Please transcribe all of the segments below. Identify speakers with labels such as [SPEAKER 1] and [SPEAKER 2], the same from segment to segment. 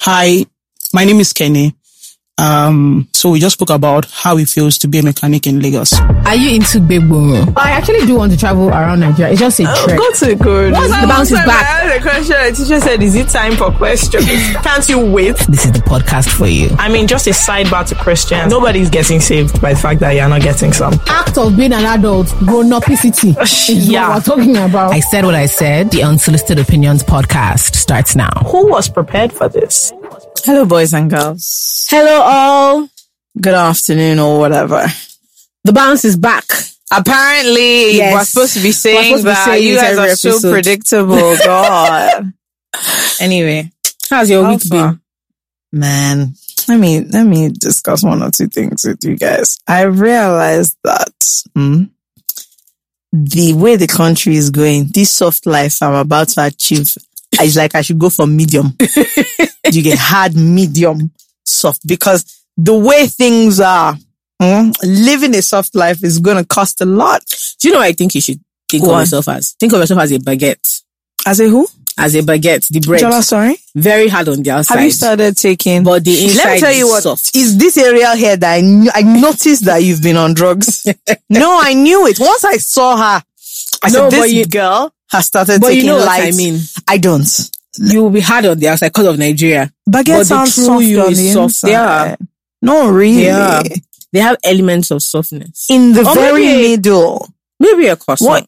[SPEAKER 1] Hi, my name is Kenny. Um, so we just spoke about how it feels to be a mechanic in Lagos.
[SPEAKER 2] Are you into Gbegbo? Oh,
[SPEAKER 3] I actually do want to travel around Nigeria. It's just a trip.
[SPEAKER 4] Go to good.
[SPEAKER 2] The bounce is back.
[SPEAKER 4] I asked a question. The teacher said, "Is it time for questions? Can't you wait?"
[SPEAKER 2] This is the podcast for you.
[SPEAKER 4] I mean, just a sidebar to Christians. Nobody's getting saved by the fact that you're not getting some.
[SPEAKER 3] Act of being an adult, grown upicity is
[SPEAKER 4] Yeah.
[SPEAKER 3] what we're talking about.
[SPEAKER 2] Oh, I said what I said. The Unsolicited Opinions podcast starts now.
[SPEAKER 4] Who was prepared for this?
[SPEAKER 5] Hello, boys and girls. Hello, all. Good afternoon, or whatever.
[SPEAKER 3] the bounce is back.
[SPEAKER 5] Apparently,
[SPEAKER 3] Yes.
[SPEAKER 5] we're supposed to be saying
[SPEAKER 3] supposed to be
[SPEAKER 5] that
[SPEAKER 3] saying
[SPEAKER 5] you
[SPEAKER 3] this
[SPEAKER 5] guys
[SPEAKER 3] every
[SPEAKER 5] are so
[SPEAKER 3] episode.
[SPEAKER 5] predictable. God. anyway,
[SPEAKER 3] How's your week
[SPEAKER 5] Alpha.
[SPEAKER 3] been?
[SPEAKER 5] man, let me let me discuss one or two things with you guys. I realized that mm, the way the country is going, this soft life I'm about to achieve, is like I should go for medium. you get hard, medium, soft because the way things are. mm, living a soft life is going to cost a lot.
[SPEAKER 6] Do you know what I think you should think
[SPEAKER 5] What?
[SPEAKER 6] of yourself as? Think of yourself as a baguette.
[SPEAKER 5] As a who?
[SPEAKER 6] As a baguette, the bread.
[SPEAKER 5] Jola, sorry.
[SPEAKER 6] Very hard on the outside.
[SPEAKER 5] Have you started taking?
[SPEAKER 6] But the inside
[SPEAKER 5] Let me tell
[SPEAKER 6] is
[SPEAKER 5] you what.
[SPEAKER 6] soft.
[SPEAKER 5] Is this area here that I knew, I noticed that you've been on drugs? no, I knew it. Once I saw her, I
[SPEAKER 6] No,
[SPEAKER 5] said, "This
[SPEAKER 6] but you-
[SPEAKER 5] girl has started
[SPEAKER 6] But
[SPEAKER 5] taking
[SPEAKER 6] you know what
[SPEAKER 5] light."
[SPEAKER 6] I mean.
[SPEAKER 5] I don't.
[SPEAKER 6] You will be hard on the outside because of Nigeria.
[SPEAKER 5] Baguette
[SPEAKER 6] the
[SPEAKER 5] sounds
[SPEAKER 6] true
[SPEAKER 5] soft
[SPEAKER 6] you
[SPEAKER 5] on
[SPEAKER 6] is
[SPEAKER 5] the
[SPEAKER 6] soft.
[SPEAKER 5] inside.
[SPEAKER 6] Yeah.
[SPEAKER 5] No, really.
[SPEAKER 6] Yeah. They have elements of softness.
[SPEAKER 5] In the
[SPEAKER 6] Or
[SPEAKER 5] very
[SPEAKER 6] maybe-
[SPEAKER 5] middle.
[SPEAKER 6] Maybe a croissant.
[SPEAKER 5] What?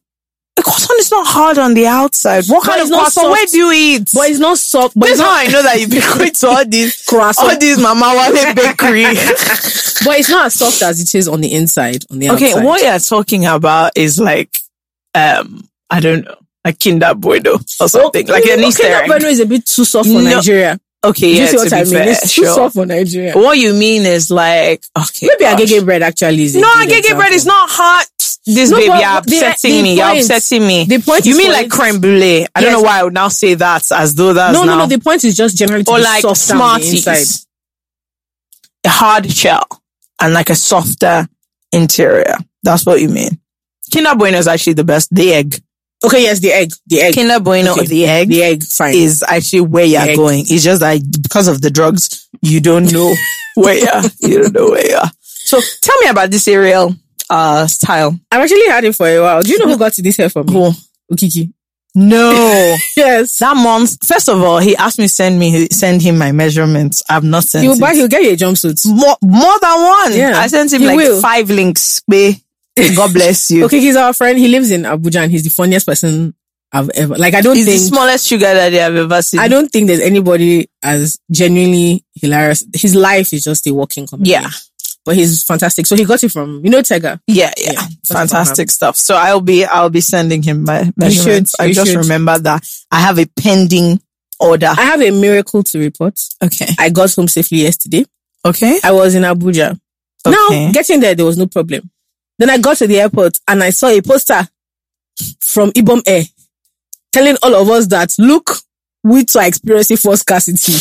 [SPEAKER 5] The cotton is not hard on the outside. What
[SPEAKER 6] But
[SPEAKER 5] kind of
[SPEAKER 6] it's not
[SPEAKER 5] cotton?
[SPEAKER 6] soft.
[SPEAKER 5] Where do you eat?
[SPEAKER 6] But it's not soft. But it's
[SPEAKER 5] this is how
[SPEAKER 6] not,
[SPEAKER 5] I know that you've been going to all these,
[SPEAKER 6] Croissant.
[SPEAKER 5] all these Mama Wale bakery.
[SPEAKER 6] but it's not as soft as it is on the inside. On the
[SPEAKER 5] Okay,
[SPEAKER 6] outside.
[SPEAKER 5] what you're talking about is like, um, I don't know, a Kinder Bueno or something, like an Easter
[SPEAKER 6] Mm, okay,
[SPEAKER 5] egg.
[SPEAKER 6] Bueno is a bit too soft for
[SPEAKER 5] No.
[SPEAKER 6] Nigeria.
[SPEAKER 5] Okay,
[SPEAKER 6] Do
[SPEAKER 5] yeah,
[SPEAKER 6] you see
[SPEAKER 5] to
[SPEAKER 6] what
[SPEAKER 5] be
[SPEAKER 6] I mean?
[SPEAKER 5] fair,
[SPEAKER 6] it's too
[SPEAKER 5] sure.
[SPEAKER 6] soft for Nigeria.
[SPEAKER 5] What you mean is like, okay,
[SPEAKER 6] Maybe
[SPEAKER 5] gosh.
[SPEAKER 6] agege bread actually is. a
[SPEAKER 5] No,
[SPEAKER 6] good
[SPEAKER 5] agege bread is
[SPEAKER 6] example.
[SPEAKER 5] not hot. This
[SPEAKER 6] No,
[SPEAKER 5] baby,
[SPEAKER 6] but
[SPEAKER 5] you're
[SPEAKER 6] the-
[SPEAKER 5] upsetting
[SPEAKER 6] the
[SPEAKER 5] me. You're
[SPEAKER 6] point-
[SPEAKER 5] upsetting me.
[SPEAKER 6] the point
[SPEAKER 5] you
[SPEAKER 6] is
[SPEAKER 5] mean
[SPEAKER 6] for
[SPEAKER 5] like
[SPEAKER 6] it-
[SPEAKER 5] creme brulee? I don't
[SPEAKER 6] Yes.
[SPEAKER 5] know why I would now say that as though that's
[SPEAKER 6] No, no,
[SPEAKER 5] now-
[SPEAKER 6] no. The point is just generally to
[SPEAKER 5] or
[SPEAKER 6] be
[SPEAKER 5] like
[SPEAKER 6] soft on the inside.
[SPEAKER 5] Smarties, a hard shell and like a softer interior. That's what you mean. Kinder Bueno is actually the best. The egg.
[SPEAKER 6] Okay, yes, the egg, the egg,
[SPEAKER 5] Kinder Bueno
[SPEAKER 6] Okay.
[SPEAKER 5] or the egg
[SPEAKER 6] the egg, fine.
[SPEAKER 5] is actually where you're
[SPEAKER 6] The egg.
[SPEAKER 5] going. It's just that because of the drugs, you don't know where you're, you don't know where you're. So tell me about this aerial uh style.
[SPEAKER 6] I've actually had it for a while. Do you know who got this hair for me? Okiki.
[SPEAKER 5] No.
[SPEAKER 6] Yes.
[SPEAKER 5] that month, first of all, he asked me to send me send him my measurements. I've not sent
[SPEAKER 6] He'll
[SPEAKER 5] it.
[SPEAKER 6] buy, he'll get you a jumpsuit.
[SPEAKER 5] more more than one.
[SPEAKER 6] Yeah.
[SPEAKER 5] I sent him
[SPEAKER 6] He
[SPEAKER 5] like
[SPEAKER 6] will.
[SPEAKER 5] five links. bae. God bless you.
[SPEAKER 6] Okay, he's our friend. He lives in Abuja and he's the funniest person I've ever, like, I don't
[SPEAKER 5] He's the
[SPEAKER 6] think,
[SPEAKER 5] smallest sugar daddy I've ever seen.
[SPEAKER 6] I don't think there's anybody as genuinely hilarious. His life is just a walking comedy.
[SPEAKER 5] Yeah.
[SPEAKER 6] But he's fantastic. So he got it from, you know, Tega.
[SPEAKER 5] Yeah, yeah,
[SPEAKER 6] Yeah, that's
[SPEAKER 5] fantastic stuff. So I'll be I'll be sending him my measurements.
[SPEAKER 6] you
[SPEAKER 5] I just
[SPEAKER 6] should.
[SPEAKER 5] remember that I have a pending order.
[SPEAKER 6] I have a miracle to report.
[SPEAKER 5] Okay,
[SPEAKER 6] I got home safely yesterday.
[SPEAKER 5] okay,
[SPEAKER 6] I was in Abuja. Now,
[SPEAKER 5] Okay.
[SPEAKER 6] getting there, there was no problem. Then I got to the airport and I saw a poster from Ibom Air telling all of us that, look, we too are experiencing force scarcity.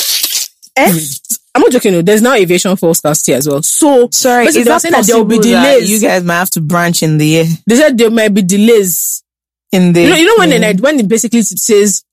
[SPEAKER 5] Hmm.
[SPEAKER 6] eh? I'm not joking. No. There's now aviation force scarcity as well. So,
[SPEAKER 5] Sorry,
[SPEAKER 6] Listen,
[SPEAKER 5] is
[SPEAKER 6] they were
[SPEAKER 5] that
[SPEAKER 6] saying that there will be
[SPEAKER 5] possible that
[SPEAKER 6] delays.
[SPEAKER 5] You guys might have to branch in the
[SPEAKER 6] they said there might be delays.
[SPEAKER 5] in the.
[SPEAKER 6] You know, you know when,
[SPEAKER 5] in-
[SPEAKER 6] the, Ni- when it basically says,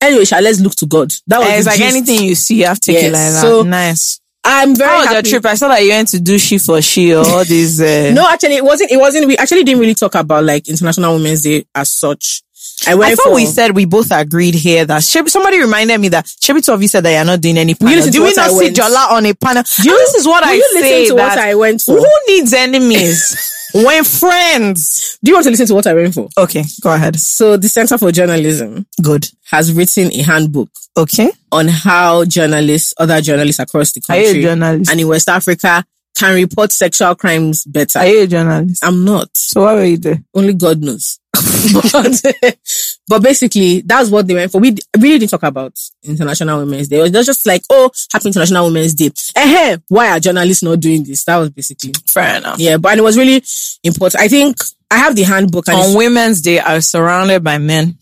[SPEAKER 6] anyway, shall let's look to God. That was
[SPEAKER 5] Eh, it's
[SPEAKER 6] the
[SPEAKER 5] like
[SPEAKER 6] gist.
[SPEAKER 5] anything you see, you have to take
[SPEAKER 6] Yes,
[SPEAKER 5] it like that.
[SPEAKER 6] so-
[SPEAKER 5] nice.
[SPEAKER 6] I'm very
[SPEAKER 5] How was
[SPEAKER 6] happy.
[SPEAKER 5] your trip? I saw that you went to do she for she or all these. Uh,
[SPEAKER 6] No, actually, it wasn't. It wasn't. We actually didn't really talk about like International Women's Day as such. I went
[SPEAKER 5] I thought
[SPEAKER 6] for,
[SPEAKER 5] we said we both agreed here that Shebi, somebody reminded me that Shebi, two of you said that you're not doing any panel.
[SPEAKER 6] listen
[SPEAKER 5] Do
[SPEAKER 6] to
[SPEAKER 5] we
[SPEAKER 6] what
[SPEAKER 5] not
[SPEAKER 6] I
[SPEAKER 5] see
[SPEAKER 6] went?
[SPEAKER 5] Jola on a panel? And this is what
[SPEAKER 6] Will
[SPEAKER 5] I
[SPEAKER 6] you listen
[SPEAKER 5] say
[SPEAKER 6] to
[SPEAKER 5] that
[SPEAKER 6] what I went for?
[SPEAKER 5] who needs enemies when friends?
[SPEAKER 6] Do you want to listen to what I went for?
[SPEAKER 5] Okay, go ahead.
[SPEAKER 6] So the Center for Journalism
[SPEAKER 5] Good.
[SPEAKER 6] has written a handbook
[SPEAKER 5] Okay.
[SPEAKER 6] on how journalists, other journalists across the
[SPEAKER 5] Are you a
[SPEAKER 6] country
[SPEAKER 5] journalist?
[SPEAKER 6] and in West Africa can report sexual crimes better.
[SPEAKER 5] Are you a journalist?
[SPEAKER 6] I'm not.
[SPEAKER 5] So what were you doing?
[SPEAKER 6] Only God knows. but, but basically, that's what they went for. We d- really didn't talk about International Women's Day. It was just like, oh, Happy International Women's Day. Eh, why are journalists not doing this? That was basically.
[SPEAKER 5] Fair enough.
[SPEAKER 6] Yeah, but and it was really important. I think I have the handbook. And
[SPEAKER 5] On
[SPEAKER 6] it's-
[SPEAKER 5] Women's Day, I was surrounded by men.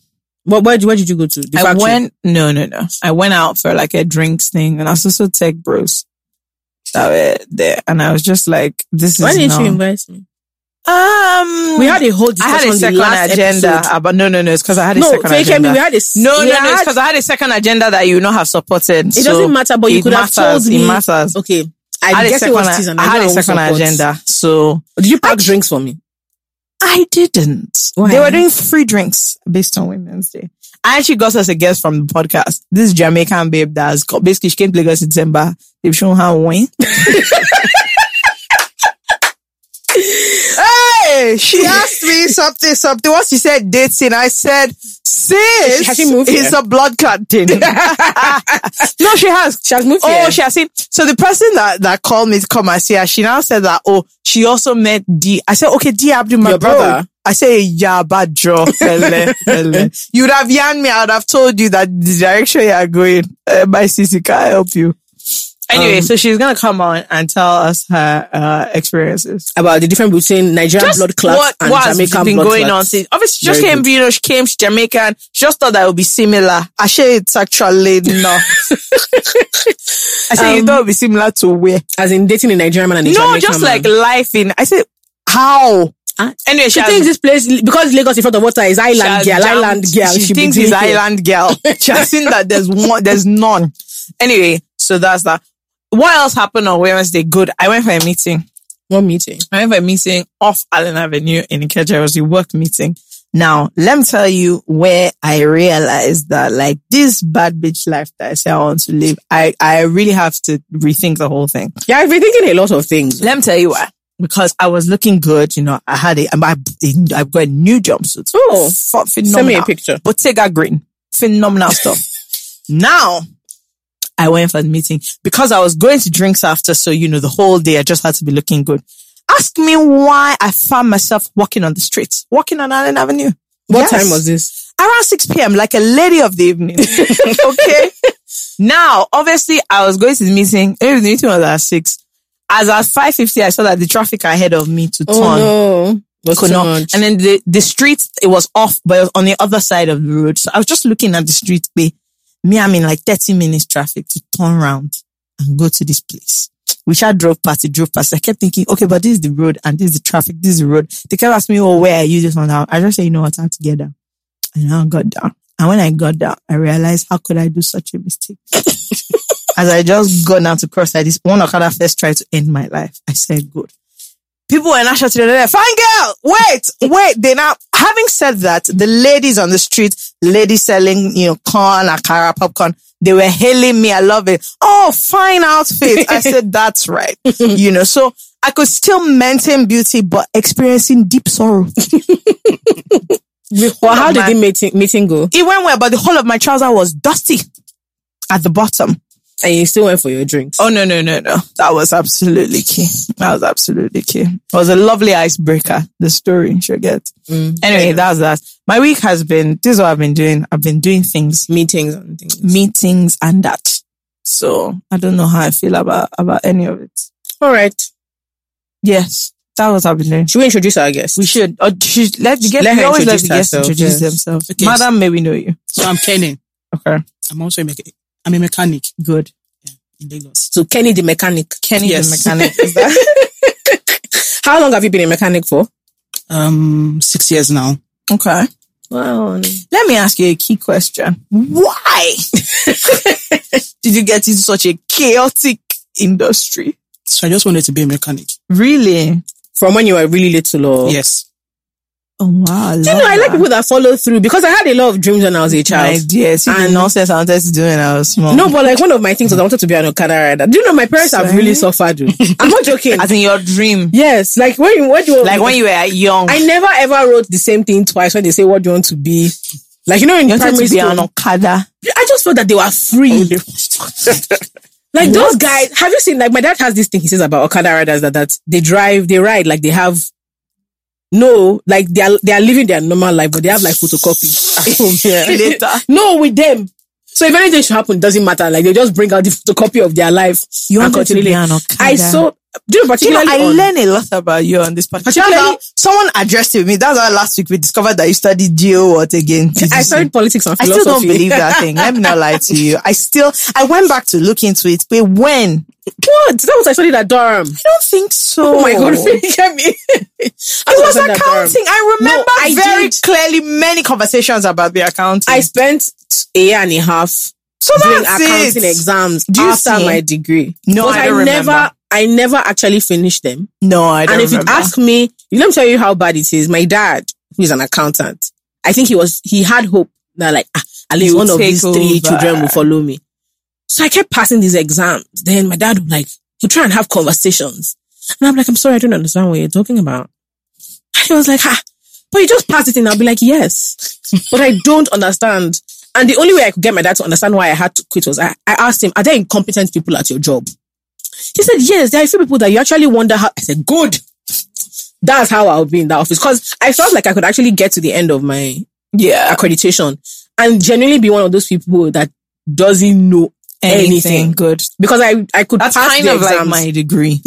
[SPEAKER 6] what, where, where did you go to? The
[SPEAKER 5] I
[SPEAKER 6] factory?
[SPEAKER 5] went, no, no, no. I went out for like a drinks thing and I was also tech bros that were there. And I was just like, this is.
[SPEAKER 6] Why didn't
[SPEAKER 5] now-
[SPEAKER 6] you invite me?
[SPEAKER 5] Um,
[SPEAKER 6] We had a whole
[SPEAKER 5] I
[SPEAKER 6] discussion
[SPEAKER 5] had a
[SPEAKER 6] on the
[SPEAKER 5] second
[SPEAKER 6] last
[SPEAKER 5] agenda
[SPEAKER 6] episode.
[SPEAKER 5] about no, no, no. It's because I had a
[SPEAKER 6] No,
[SPEAKER 5] second
[SPEAKER 6] Fake
[SPEAKER 5] agenda.
[SPEAKER 6] Kemi, we had a s-
[SPEAKER 5] no, no,
[SPEAKER 6] we
[SPEAKER 5] no. It's
[SPEAKER 6] had-
[SPEAKER 5] because I had a second agenda that you would not have supported.
[SPEAKER 6] It doesn't matter, but you could have told me.
[SPEAKER 5] It matters.
[SPEAKER 6] Okay. I,
[SPEAKER 5] I had a
[SPEAKER 6] guess it was
[SPEAKER 5] second,
[SPEAKER 6] teasing.
[SPEAKER 5] I had
[SPEAKER 6] know
[SPEAKER 5] a
[SPEAKER 6] won't
[SPEAKER 5] second
[SPEAKER 6] support.
[SPEAKER 5] agenda, so
[SPEAKER 6] Did you pack drinks for me?
[SPEAKER 5] I didn't.
[SPEAKER 6] Why?
[SPEAKER 5] They were doing free drinks based on Women's Day. I actually got us a guest from the podcast. This Jamaican babe that's co- basically she came to Lagos in December. They've shown her wine. hey, she asked me something, something. What she said dating, I said, sis,
[SPEAKER 6] Has she moved
[SPEAKER 5] it's a blood clot thing. no, she has.
[SPEAKER 6] She has moved
[SPEAKER 5] Oh,
[SPEAKER 6] here.
[SPEAKER 5] she has seen. So the person that, that called me to come and see her, she now said that, oh, she also met D. I said, okay, D Abdul, my
[SPEAKER 6] Your
[SPEAKER 5] bro.
[SPEAKER 6] brother?
[SPEAKER 5] I say, yeah, bad draw. fele, fele." you would have yarned me. I would have told you that the direction you are going, uh, my sister can't help you. Um, Anyway, so she's going to come on and tell us her uh, experiences.
[SPEAKER 6] About the difference between Nigerian blood clots and
[SPEAKER 5] what has
[SPEAKER 6] Jamaican
[SPEAKER 5] been
[SPEAKER 6] blood
[SPEAKER 5] going on
[SPEAKER 6] clots.
[SPEAKER 5] since? Obviously, she just
[SPEAKER 6] Very
[SPEAKER 5] came, you know, she came, she's Jamaican. She just thought that it would be similar. I say it's actually not. I say you thought it would be similar to where?
[SPEAKER 6] As in dating a Nigerian man and a
[SPEAKER 5] No,
[SPEAKER 6] Um, Jamaican
[SPEAKER 5] just
[SPEAKER 6] man.
[SPEAKER 5] like life in. I said, how?
[SPEAKER 6] Ah.
[SPEAKER 5] Anyway,
[SPEAKER 6] She thinks this place because Lagos in front of water is island
[SPEAKER 5] she
[SPEAKER 6] girl,
[SPEAKER 5] has jammed-
[SPEAKER 6] island girl. be
[SPEAKER 5] She, thinks it's
[SPEAKER 6] drinking.
[SPEAKER 5] island girl. she has seen that there's one, there's none. Anyway, so that's that. What else happened on Wednesday? Good. I went for a meeting.
[SPEAKER 6] One meeting.
[SPEAKER 5] I went for a meeting off Allen Avenue in Ikeja. It was a work meeting. Now, let me tell you where I realized that like this bad bitch life that I say I want to live, I, I really have to rethink the whole thing.
[SPEAKER 6] Yeah, I've been thinking a lot of things.
[SPEAKER 5] Let me tell you why. Because I was looking good, you know, I had a, I, I've got a new jumpsuit.
[SPEAKER 6] Oh.
[SPEAKER 5] Ph- phenomenal.
[SPEAKER 6] Send me a picture.
[SPEAKER 5] Bottega Green. Phenomenal stuff. now, I went for the meeting because I was going to drinks after. So, you know, the whole day I just had to be looking good. Ask me why I found myself walking on the streets, walking on Allen Avenue.
[SPEAKER 6] What
[SPEAKER 5] Yes.
[SPEAKER 6] time was this?
[SPEAKER 5] Around 6 p.m., like a lady of the evening. okay. Now, obviously, I was going to the meeting. Eh, The meeting was at 6. As at 5.50, I saw that the traffic ahead of me to turn
[SPEAKER 6] Oh no. Was
[SPEAKER 5] could
[SPEAKER 6] too
[SPEAKER 5] not.
[SPEAKER 6] much.
[SPEAKER 5] And then the, the street, it was off, but it was on the other side of the road. So I was just looking at the street. bay. Me, I'm in like 30 minutes traffic to turn round and go to this place. Which I drove past, it drove past. I kept thinking, okay, but this is the road and this is the traffic, this is the road. They kept asking me, oh, where are you? This one down. I just said, you know what, I have to get down. And I got down. And when I got down, I realized how could I do such a mistake? As I just got down to cross like this, one Okada first tried to end my life. I said, good people were not shouting at them, fine girl, wait, wait. They now, having said that, the ladies on the street, ladies selling, you know, corn, akara, popcorn, they were hailing me. I love it. Oh, fine outfit. I said, that's right. You know, so I could still maintain beauty, but experiencing deep sorrow.
[SPEAKER 6] Well, how
[SPEAKER 5] Oh,
[SPEAKER 6] did
[SPEAKER 5] man.
[SPEAKER 6] the meeting meeting go?
[SPEAKER 5] It went well, but the whole of my trouser was dusty at the bottom.
[SPEAKER 6] And you still went for your drinks.
[SPEAKER 5] Oh no no no no! That was absolutely key. That was absolutely key. It was a lovely icebreaker. The story she get.
[SPEAKER 6] Mm.
[SPEAKER 5] Anyway, that's that. My week has been. This is what I've been doing. I've been doing things,
[SPEAKER 6] Meetings and things.
[SPEAKER 5] meetings, and that. So I don't know how I feel about about any of it.
[SPEAKER 6] All right.
[SPEAKER 5] Yes, that was what I've been doing.
[SPEAKER 6] Should we introduce our guest?
[SPEAKER 5] We should. uh, Or should let the guests.
[SPEAKER 6] Let her
[SPEAKER 5] we always let
[SPEAKER 6] introduce
[SPEAKER 5] the guests
[SPEAKER 6] herself,
[SPEAKER 5] introduce
[SPEAKER 6] yes.
[SPEAKER 5] themselves.
[SPEAKER 1] Okay.
[SPEAKER 5] Madam, may we know you?
[SPEAKER 1] So I'm Kenny.
[SPEAKER 5] Okay,
[SPEAKER 1] I'm also a mechanic. I'm a mechanic
[SPEAKER 5] good.
[SPEAKER 1] in Lagos.
[SPEAKER 6] So Kenny the mechanic.
[SPEAKER 5] Kenny
[SPEAKER 1] Yes.
[SPEAKER 5] the mechanic. Is that?
[SPEAKER 6] How long have you been a mechanic for?
[SPEAKER 1] Um, six years now.
[SPEAKER 5] okay.
[SPEAKER 6] Wow.
[SPEAKER 5] Let me ask you a key question. Why did you get into such a chaotic industry?
[SPEAKER 1] So I just wanted to be a mechanic.
[SPEAKER 5] Really?
[SPEAKER 6] From when you were really little or
[SPEAKER 1] Yes.
[SPEAKER 5] Oh wow!
[SPEAKER 6] Do you know, I like people that follow through because I had a lot of dreams when I was a
[SPEAKER 5] My
[SPEAKER 6] child.
[SPEAKER 5] dear, see the
[SPEAKER 6] And-
[SPEAKER 5] nonsense I wanted to do when I was small.
[SPEAKER 6] No, but like one of my things was I wanted to be an Okada rider. Do you know my parents have
[SPEAKER 5] Sorry?
[SPEAKER 6] really suffered? though? I'm not joking.
[SPEAKER 5] as in your dream,
[SPEAKER 6] yes, like when you, what do you
[SPEAKER 5] like when you were young,
[SPEAKER 6] I never ever wrote the same thing twice when they say what do you want to be. Like you know in
[SPEAKER 5] you wanted
[SPEAKER 6] primary
[SPEAKER 5] to be
[SPEAKER 6] school,
[SPEAKER 5] an Okada.
[SPEAKER 6] I just felt that they were free. Like those guys, have you seen? Like my dad has this thing he says about Okada riders that that they drive, they ride like they have no, like they are they are living their normal life, but they have like photocopy at home. Yeah.
[SPEAKER 5] Later.
[SPEAKER 6] No, with them. So if anything should happen, doesn't matter. Like they just bring out the photocopy of their life.
[SPEAKER 5] You
[SPEAKER 6] and
[SPEAKER 5] wanted to
[SPEAKER 6] continue
[SPEAKER 5] be
[SPEAKER 6] it.
[SPEAKER 5] an Okada.
[SPEAKER 6] I saw. Do you know
[SPEAKER 5] Do you know,
[SPEAKER 6] particularly?
[SPEAKER 5] I
[SPEAKER 6] on-
[SPEAKER 5] learn a lot about you on this podcast.
[SPEAKER 6] Particularly-
[SPEAKER 5] That's how- someone addressed it with me. That's how last week we discovered that you studied geo what again.
[SPEAKER 6] I studied politics and
[SPEAKER 5] I
[SPEAKER 6] philosophy.
[SPEAKER 5] still don't believe that thing. Let me not lie to you. I still, I went back to look into it, but when?
[SPEAKER 6] not. That was I studied at Durham.
[SPEAKER 5] I don't think so.
[SPEAKER 6] Oh my god, really get me. it
[SPEAKER 5] It was accounting. I remember
[SPEAKER 6] No, I
[SPEAKER 5] very
[SPEAKER 6] did.
[SPEAKER 5] clearly many conversations about the accounting.
[SPEAKER 6] I spent a year and a half
[SPEAKER 5] so
[SPEAKER 6] doing
[SPEAKER 5] that's
[SPEAKER 6] accounting
[SPEAKER 5] it.
[SPEAKER 6] exams
[SPEAKER 5] Do you
[SPEAKER 6] after
[SPEAKER 5] see?
[SPEAKER 6] my degree.
[SPEAKER 5] No,
[SPEAKER 6] But
[SPEAKER 5] I don't
[SPEAKER 6] never
[SPEAKER 5] remember.
[SPEAKER 6] I never actually finished them.
[SPEAKER 5] no, I don't
[SPEAKER 6] And if you
[SPEAKER 5] remember.
[SPEAKER 6] ask me, let me tell you how bad it is. My dad, who is an accountant, I think he was he had hope that like ah, at least
[SPEAKER 5] He'll
[SPEAKER 6] one of
[SPEAKER 5] take
[SPEAKER 6] these three
[SPEAKER 5] over.
[SPEAKER 6] children will follow me. So I kept passing these exams. Then my dad would like he'll try and have conversations, and I'm like, I'm sorry, I don't understand what you're talking about. And he was like, ah, but you just passed it, and I'll be like, yes, but I don't understand. And the only way I could get my dad to understand why I had to quit was I, I asked him, are there incompetent people at your job? He said, yes, there are a few people that you actually wonder how. I said, good. That's how I'll be in that office. Cause I felt like I could actually get to the end of my
[SPEAKER 5] yeah,
[SPEAKER 6] accreditation and genuinely be one of those people that doesn't know anything.
[SPEAKER 5] anything good.
[SPEAKER 6] Because I, I could
[SPEAKER 5] That's
[SPEAKER 6] pass
[SPEAKER 5] kind
[SPEAKER 6] the
[SPEAKER 5] of like
[SPEAKER 6] exams.
[SPEAKER 5] my degree.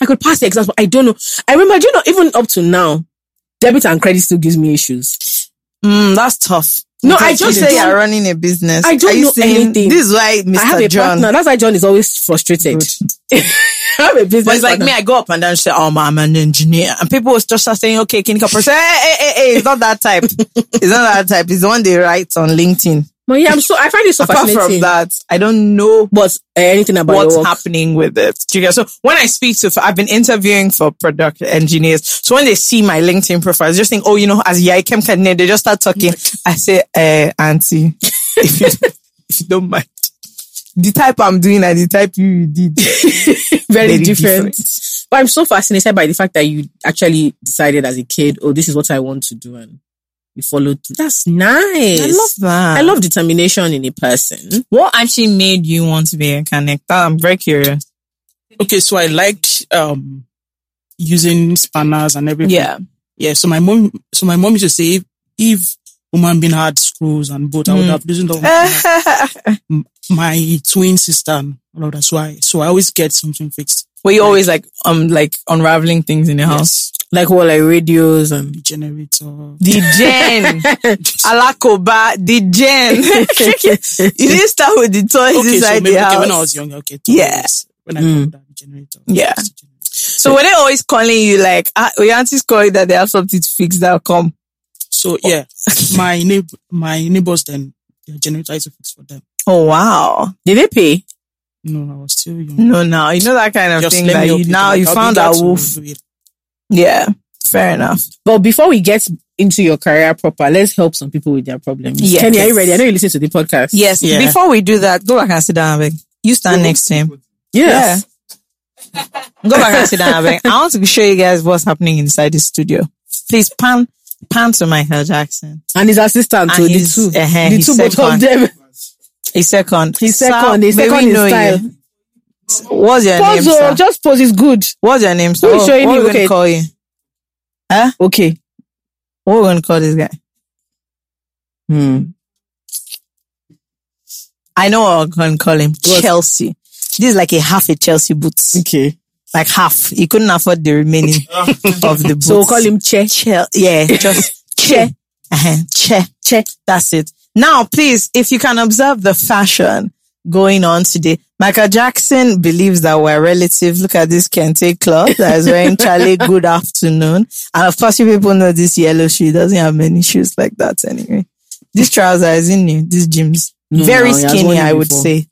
[SPEAKER 6] I could pass the exams, but I don't know. I remember, do you know, even up to now, debit and credit still gives me issues.
[SPEAKER 5] Mm, that's tough.
[SPEAKER 6] No,
[SPEAKER 5] Because
[SPEAKER 6] I just
[SPEAKER 5] you say
[SPEAKER 6] don't-
[SPEAKER 5] you're running a business.
[SPEAKER 6] I don't
[SPEAKER 5] Are you
[SPEAKER 6] know
[SPEAKER 5] saying,
[SPEAKER 6] anything.
[SPEAKER 5] This is why Mr.
[SPEAKER 6] I have a
[SPEAKER 5] John.
[SPEAKER 6] partner. That's why John is always frustrated. I have a business.
[SPEAKER 5] But it's like
[SPEAKER 6] partner.
[SPEAKER 5] me, I go up and down and say, oh, man, I'm an engineer. And people will just start saying, okay, clinical person. Hey, hey, hey, hey, it's not that type. it's not that type. It's the one they write on LinkedIn.
[SPEAKER 6] But yeah, I'm so I find it so
[SPEAKER 5] Apart
[SPEAKER 6] fascinating.
[SPEAKER 5] from that, I don't know
[SPEAKER 6] But uh, anything about
[SPEAKER 5] what's
[SPEAKER 6] your work.
[SPEAKER 5] happening with it. Do you get- So when I speak to, I've been interviewing for product engineers. So when they see my LinkedIn profile, they just think, oh, you know, as Yaikem Kadine, they just start talking. I say, eh, auntie, if you, if you don't mind. The type I'm doing and the type you, you did.
[SPEAKER 6] very,
[SPEAKER 5] Very
[SPEAKER 6] different.
[SPEAKER 5] different.
[SPEAKER 6] But I'm so fascinated by the fact that you actually decided as a kid, oh, this is what I want to do, and you followed through. That's nice.
[SPEAKER 5] I love that.
[SPEAKER 6] I love determination in a person.
[SPEAKER 5] What actually made you want to be a connector? I'm very curious.
[SPEAKER 1] Okay, so I liked um using spanners and everything. Yeah. So my mom so my mom used to say if, if woman being had screws and both, I would
[SPEAKER 5] Mm.
[SPEAKER 1] have loosened up my,
[SPEAKER 5] Were
[SPEAKER 1] my twin sister and all of that. So I so I always get something fixed.
[SPEAKER 5] you always like um like unraveling things in your house?
[SPEAKER 6] Like what, like radios and
[SPEAKER 1] The generator.
[SPEAKER 5] The gen. Alakoba, the gen. you didn't start with the toys
[SPEAKER 1] Okay, so
[SPEAKER 5] inside
[SPEAKER 1] maybe
[SPEAKER 5] the
[SPEAKER 1] okay,
[SPEAKER 5] house.
[SPEAKER 1] when I was younger, okay.
[SPEAKER 5] Yeah.
[SPEAKER 1] yes. When I mm. that generator.
[SPEAKER 5] Yeah.
[SPEAKER 1] Yes, the generator.
[SPEAKER 5] so were they always calling you like, ah, your auntie's calling that they have something to fix that'll come?
[SPEAKER 1] So yeah, my neighbor, my neighbors then their generator is fixed for them.
[SPEAKER 5] Oh wow.
[SPEAKER 6] did they pay?
[SPEAKER 1] No, I was still young.
[SPEAKER 5] No, now you know that kind of thing that you now you found a wolf. Yeah. Fair enough.
[SPEAKER 6] But before we get into your career proper, let's help some people with their problems.
[SPEAKER 5] Yes.
[SPEAKER 6] Kenny, are you ready? I know you listen to the podcast.
[SPEAKER 5] Yes. Mm-hmm.
[SPEAKER 1] Yeah.
[SPEAKER 5] Before we do that, go back and sit down. Abeg. You stand next to him.
[SPEAKER 6] Yes.
[SPEAKER 5] Go back and sit down. Abeg. I want to show you guys what's happening inside the studio. Please pan pan to Michael Jackson.
[SPEAKER 6] And his assistant to
[SPEAKER 5] And
[SPEAKER 6] the
[SPEAKER 5] his-
[SPEAKER 6] two.
[SPEAKER 5] eh-heh,
[SPEAKER 6] the
[SPEAKER 5] his
[SPEAKER 6] two both of
[SPEAKER 5] second.
[SPEAKER 6] them.
[SPEAKER 5] His second.
[SPEAKER 6] His second, his
[SPEAKER 5] may we
[SPEAKER 6] second is
[SPEAKER 5] know you.
[SPEAKER 6] style.
[SPEAKER 5] What's your
[SPEAKER 6] Pause,
[SPEAKER 5] name,
[SPEAKER 6] oh,
[SPEAKER 5] sir?
[SPEAKER 6] just pause is good.
[SPEAKER 5] What's your name, sir? Oh,
[SPEAKER 6] Who is showing
[SPEAKER 5] what
[SPEAKER 6] you?
[SPEAKER 5] we gonna
[SPEAKER 6] Okay.
[SPEAKER 5] call you?
[SPEAKER 6] Okay.
[SPEAKER 5] What we gonna call this guy? Hmm. I know what I'm gonna call him. Chelsea. This is like a half a Chelsea boots.
[SPEAKER 6] Okay.
[SPEAKER 5] Like half. He couldn't afford the remaining of the boots.
[SPEAKER 6] So we'll call him Che.
[SPEAKER 5] Che. Yeah, just che. Uh-huh. Che. Che. That's it. Now, please, if you can observe the fashion going on today, Michael Jackson believes that we're relative. Look at this Kente cloth that is wearing Charlie Good Afternoon. And of course, you people know this yellow shoe. He doesn't have many shoes like that anyway. This trouser is in you. This jeans. Very
[SPEAKER 6] no, he has worn
[SPEAKER 5] skinny,
[SPEAKER 6] it
[SPEAKER 5] I would
[SPEAKER 6] before.
[SPEAKER 5] say.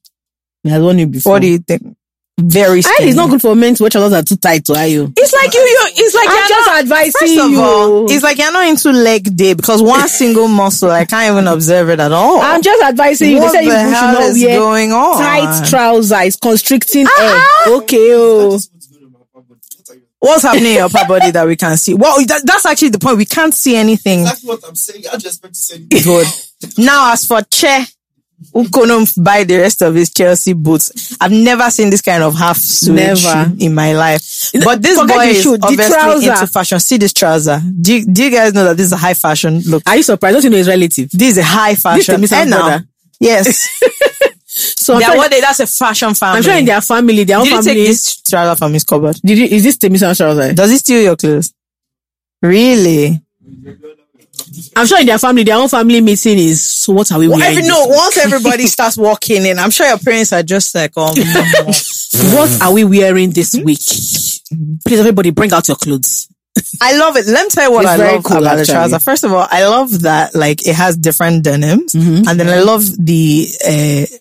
[SPEAKER 6] He has worn it before.
[SPEAKER 5] What do you think? Very
[SPEAKER 6] I
[SPEAKER 5] skinny.
[SPEAKER 6] it's not good for men to wear trousers that are too tight to are you.
[SPEAKER 5] It's like you, you it's like
[SPEAKER 6] I'm
[SPEAKER 5] you're
[SPEAKER 6] just
[SPEAKER 5] not-
[SPEAKER 6] advising
[SPEAKER 5] First of
[SPEAKER 6] you.
[SPEAKER 5] all, it's like you're not into leg day because one single muscle, I can't even observe it at all.
[SPEAKER 6] I'm just advising you. They
[SPEAKER 5] what
[SPEAKER 6] say you
[SPEAKER 5] the
[SPEAKER 6] should
[SPEAKER 5] hell
[SPEAKER 6] not
[SPEAKER 5] is
[SPEAKER 6] wear
[SPEAKER 5] going on? Ah,
[SPEAKER 6] tight trousers. It's constricting air.
[SPEAKER 5] Ah-ah.
[SPEAKER 6] Okay, oh.
[SPEAKER 5] What's happening in your upper body that we can see? Well, that, that's actually the point. We can't see anything
[SPEAKER 7] That's what I'm saying. I just expect to say
[SPEAKER 5] good. Now, as for Che, who couldn't buy the rest of his Chelsea boots, I've never seen this kind of half suede
[SPEAKER 6] Never.
[SPEAKER 5] shoe in my life. But this
[SPEAKER 6] Forget
[SPEAKER 5] boy
[SPEAKER 6] the
[SPEAKER 5] is
[SPEAKER 6] shoe, the
[SPEAKER 5] obviously
[SPEAKER 6] trouser.
[SPEAKER 5] into fashion. See this trouser. Do you, do you guys know that this is a high fashion look?
[SPEAKER 6] Are you surprised? Don't you know his relative?
[SPEAKER 5] This is a high
[SPEAKER 6] This
[SPEAKER 5] fashion.
[SPEAKER 6] is the Mrs.
[SPEAKER 5] Eh, now.
[SPEAKER 6] brother.
[SPEAKER 5] Yes.
[SPEAKER 6] So I'm
[SPEAKER 5] They are
[SPEAKER 6] sure,
[SPEAKER 5] what they, that's a fashion family.
[SPEAKER 6] I'm sure in their family, their own
[SPEAKER 5] Did you
[SPEAKER 6] family.
[SPEAKER 5] take this trouser from his cupboard?
[SPEAKER 6] Did you, is this Temisan trousers?
[SPEAKER 5] Does he steal your clothes? Really?
[SPEAKER 6] I'm sure in their family, their own family meeting is. So what are we wearing?
[SPEAKER 5] once everybody starts walking in, I'm sure your parents are just like, oh,
[SPEAKER 6] What are we wearing this
[SPEAKER 5] Mm-hmm.
[SPEAKER 6] week? Please, everybody, bring out your clothes.
[SPEAKER 5] I love it. Let me tell you what
[SPEAKER 6] It's
[SPEAKER 5] I
[SPEAKER 6] very
[SPEAKER 5] love
[SPEAKER 6] cool,
[SPEAKER 5] about the
[SPEAKER 6] actually.
[SPEAKER 5] trouser. First of all, I love that like it has different denims, and then I love the. Uh,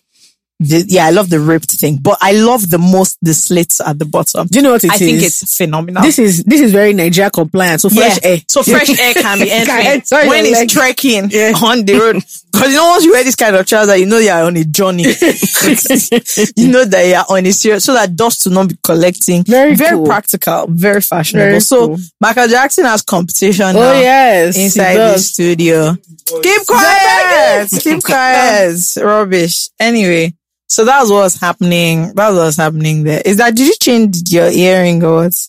[SPEAKER 5] the, yeah, I love the ripped thing, but I love the most the slits at the bottom.
[SPEAKER 6] Do you know what it is?
[SPEAKER 5] I think it's phenomenal.
[SPEAKER 6] this is this is very Nigeria compliant. So fresh air.
[SPEAKER 5] So fresh air can be entering
[SPEAKER 6] enter your
[SPEAKER 5] when it's
[SPEAKER 6] legs.
[SPEAKER 5] trekking on the road. Because you know, once you wear this kind of trouser, you know you are on a journey. you know that you are on a serious, so that dust will not be collecting.
[SPEAKER 6] Very
[SPEAKER 5] very
[SPEAKER 6] cool.
[SPEAKER 5] practical, very fashionable. so Michael Jackson has competition
[SPEAKER 6] Oh
[SPEAKER 5] now
[SPEAKER 6] yes,
[SPEAKER 5] inside
[SPEAKER 6] it
[SPEAKER 5] the
[SPEAKER 6] does.
[SPEAKER 5] studio. Keep quiet, keep quiet. Rubbish. Anyway. So that was what's happening. That was what's happening there. Is that did you change your earring or what?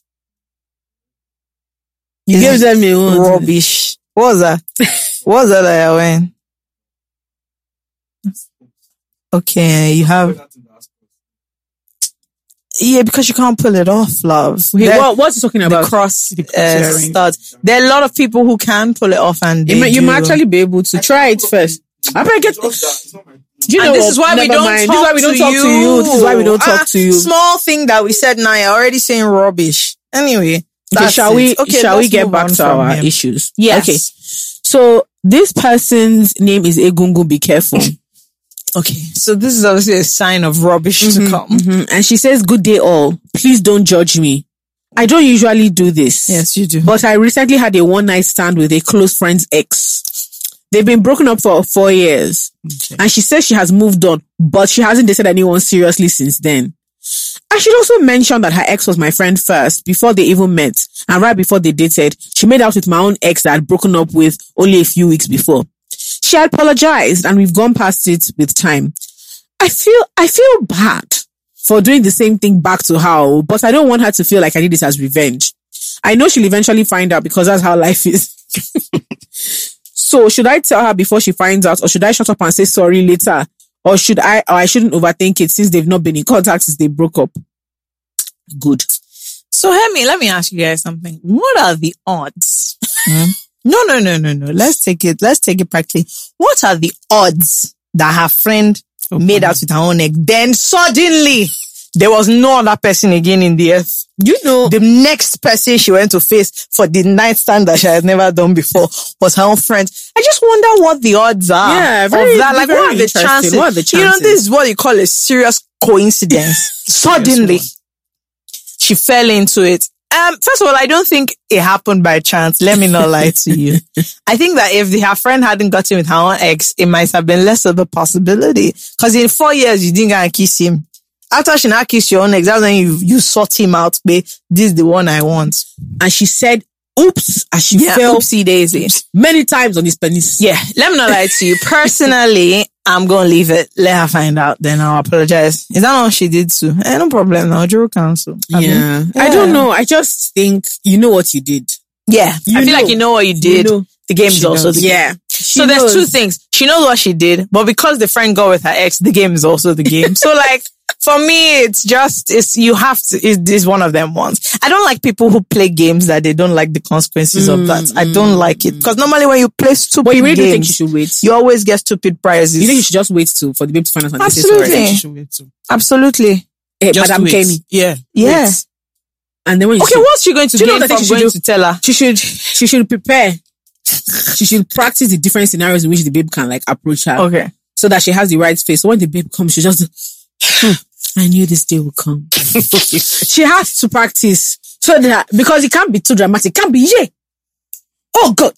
[SPEAKER 6] You
[SPEAKER 5] Is
[SPEAKER 6] gave
[SPEAKER 5] it
[SPEAKER 6] them a wound.
[SPEAKER 5] Rubbish. What was that? what was that that I went? Okay, you have. Yeah, because you can't pull it off, love.
[SPEAKER 6] Wait,
[SPEAKER 5] There-
[SPEAKER 6] what, what's he talking
[SPEAKER 5] the
[SPEAKER 6] about?
[SPEAKER 5] cross uh,
[SPEAKER 1] earring.
[SPEAKER 5] studs. There are a lot of people who can pull it off, and
[SPEAKER 6] You
[SPEAKER 5] they
[SPEAKER 6] may, you may
[SPEAKER 5] do.
[SPEAKER 6] actually be able to try it first. I better get.
[SPEAKER 7] Just that. It's not my
[SPEAKER 6] Do you
[SPEAKER 5] And
[SPEAKER 6] know
[SPEAKER 5] this
[SPEAKER 6] what?
[SPEAKER 5] is why we
[SPEAKER 6] Never
[SPEAKER 5] don't
[SPEAKER 6] mind.
[SPEAKER 5] talk,
[SPEAKER 6] This is why we don't
[SPEAKER 5] to
[SPEAKER 6] talk
[SPEAKER 5] you.
[SPEAKER 6] to you. This is why we don't
[SPEAKER 5] Ah,
[SPEAKER 6] talk to you.
[SPEAKER 5] Small thing that we said now, you're already saying rubbish. Anyway,
[SPEAKER 6] Okay,
[SPEAKER 5] that's
[SPEAKER 6] shall
[SPEAKER 5] it.
[SPEAKER 6] we?
[SPEAKER 5] Okay,
[SPEAKER 6] shall we
[SPEAKER 5] let's
[SPEAKER 6] get
[SPEAKER 5] move
[SPEAKER 6] back
[SPEAKER 5] on
[SPEAKER 6] to
[SPEAKER 5] from
[SPEAKER 6] our
[SPEAKER 5] him.
[SPEAKER 6] issues?
[SPEAKER 5] Yes.
[SPEAKER 6] Okay. So this person's name is Egungun. Be careful.
[SPEAKER 5] Okay, so this is obviously a sign of rubbish to come.
[SPEAKER 6] Mhm. And she says, "Good day, all. Please don't judge me. I don't usually do this.
[SPEAKER 5] Yes, you do.
[SPEAKER 6] But I recently had a one night stand with a close friend's ex. They've been broken up for four years. And she says she has moved on, but she hasn't dated anyone seriously since then. I should also mention that her ex was my friend first, before they even met. And right before they dated, she made out with my own ex that I'd broken up with only a few weeks before. She apologized and we've gone past it with time. I feel, I feel bad for doing the same thing back to her, but I don't want her to feel like I did this as revenge. I know she'll eventually find out because that's how life is. so should I tell her before she finds out, or should I shut up and say sorry later, or should I? Or I shouldn't overthink it since they've not been in contact since they broke up. Good.
[SPEAKER 5] So, Hemi, let me ask you guys something. What are the odds?
[SPEAKER 6] Hmm?
[SPEAKER 5] no, no, no, no, no. Let's take it. Let's take it practically. What are the odds that her friend
[SPEAKER 6] Oh,
[SPEAKER 5] made out with her own egg? Then suddenly there was no other person again in the earth.
[SPEAKER 6] You know,
[SPEAKER 5] The next person she went to face for the ninth time that she had never done before was her own friend. I just wonder what the odds are.
[SPEAKER 6] Yeah,
[SPEAKER 5] of
[SPEAKER 6] very-
[SPEAKER 5] that. Like,
[SPEAKER 6] very
[SPEAKER 5] what are the
[SPEAKER 6] interesting.
[SPEAKER 5] chances?
[SPEAKER 6] What are the
[SPEAKER 5] You know,
[SPEAKER 6] chances?
[SPEAKER 5] this is what you call a serious coincidence. Suddenly, she fell into it. Um, first of all, I don't think it happened by chance. Let me not lie to you. I think that if the, her friend hadn't gotten with her own ex, it might have been less of a possibility. Cause in four years, you didn't go and kiss him. After she now kissed your own ex, that's when you, you sought him out, babe. This is the one I want.
[SPEAKER 6] and she said, "Oops," as she
[SPEAKER 5] Yeah,
[SPEAKER 6] fell
[SPEAKER 5] oopsie daisy.
[SPEAKER 6] many times on his penis.
[SPEAKER 5] Yeah, let me not lie to you. Personally, I'm gonna leave it. Let her find out. Then I'll apologize. Is that all she did too? Eh, no problem. Now, Juro Council. I mean,
[SPEAKER 6] Yeah. I don't know. I just think you know what you did.
[SPEAKER 5] yeah.
[SPEAKER 6] You
[SPEAKER 5] I feel
[SPEAKER 6] know.
[SPEAKER 5] like you know what you did.
[SPEAKER 6] You know.
[SPEAKER 5] The game's
[SPEAKER 6] She
[SPEAKER 5] also
[SPEAKER 6] knows.
[SPEAKER 5] the game.
[SPEAKER 6] yeah.
[SPEAKER 5] so there's two things. She knows what she did, but because the friend got with her ex, the game is also the game. so like for me, it's just it's you have to it is one of them ones. I don't like people who play games that they don't like the consequences
[SPEAKER 6] Mm,
[SPEAKER 5] of that. I don't like it because normally when you play stupid
[SPEAKER 6] But mm. you really
[SPEAKER 5] games,
[SPEAKER 6] think she should wait?
[SPEAKER 5] you always get stupid prizes.
[SPEAKER 6] You think you should just wait till for the baby to find out and they say
[SPEAKER 5] Absolutely.
[SPEAKER 6] sorry?
[SPEAKER 5] Yeah.
[SPEAKER 1] She should wait too.
[SPEAKER 5] Absolutely.
[SPEAKER 6] Hey,
[SPEAKER 1] Just
[SPEAKER 6] Madam
[SPEAKER 1] wait.
[SPEAKER 6] Kenny.
[SPEAKER 1] Yeah.
[SPEAKER 5] Yeah.
[SPEAKER 6] And then when you
[SPEAKER 5] Okay,
[SPEAKER 6] see-
[SPEAKER 5] what's she going to
[SPEAKER 6] Do
[SPEAKER 5] do?
[SPEAKER 6] you know
[SPEAKER 5] Gain
[SPEAKER 6] what I
[SPEAKER 5] from
[SPEAKER 6] think she should
[SPEAKER 5] going
[SPEAKER 6] do?
[SPEAKER 5] to tell her?
[SPEAKER 6] she should she should prepare. she should practice the different scenarios in which the babe can like approach her,
[SPEAKER 5] Okay.
[SPEAKER 6] so that she has the right face. So when the babe comes, she just. I knew this day would come. she has to practice so that because it can't be too dramatic. It can't be yeah. Oh God!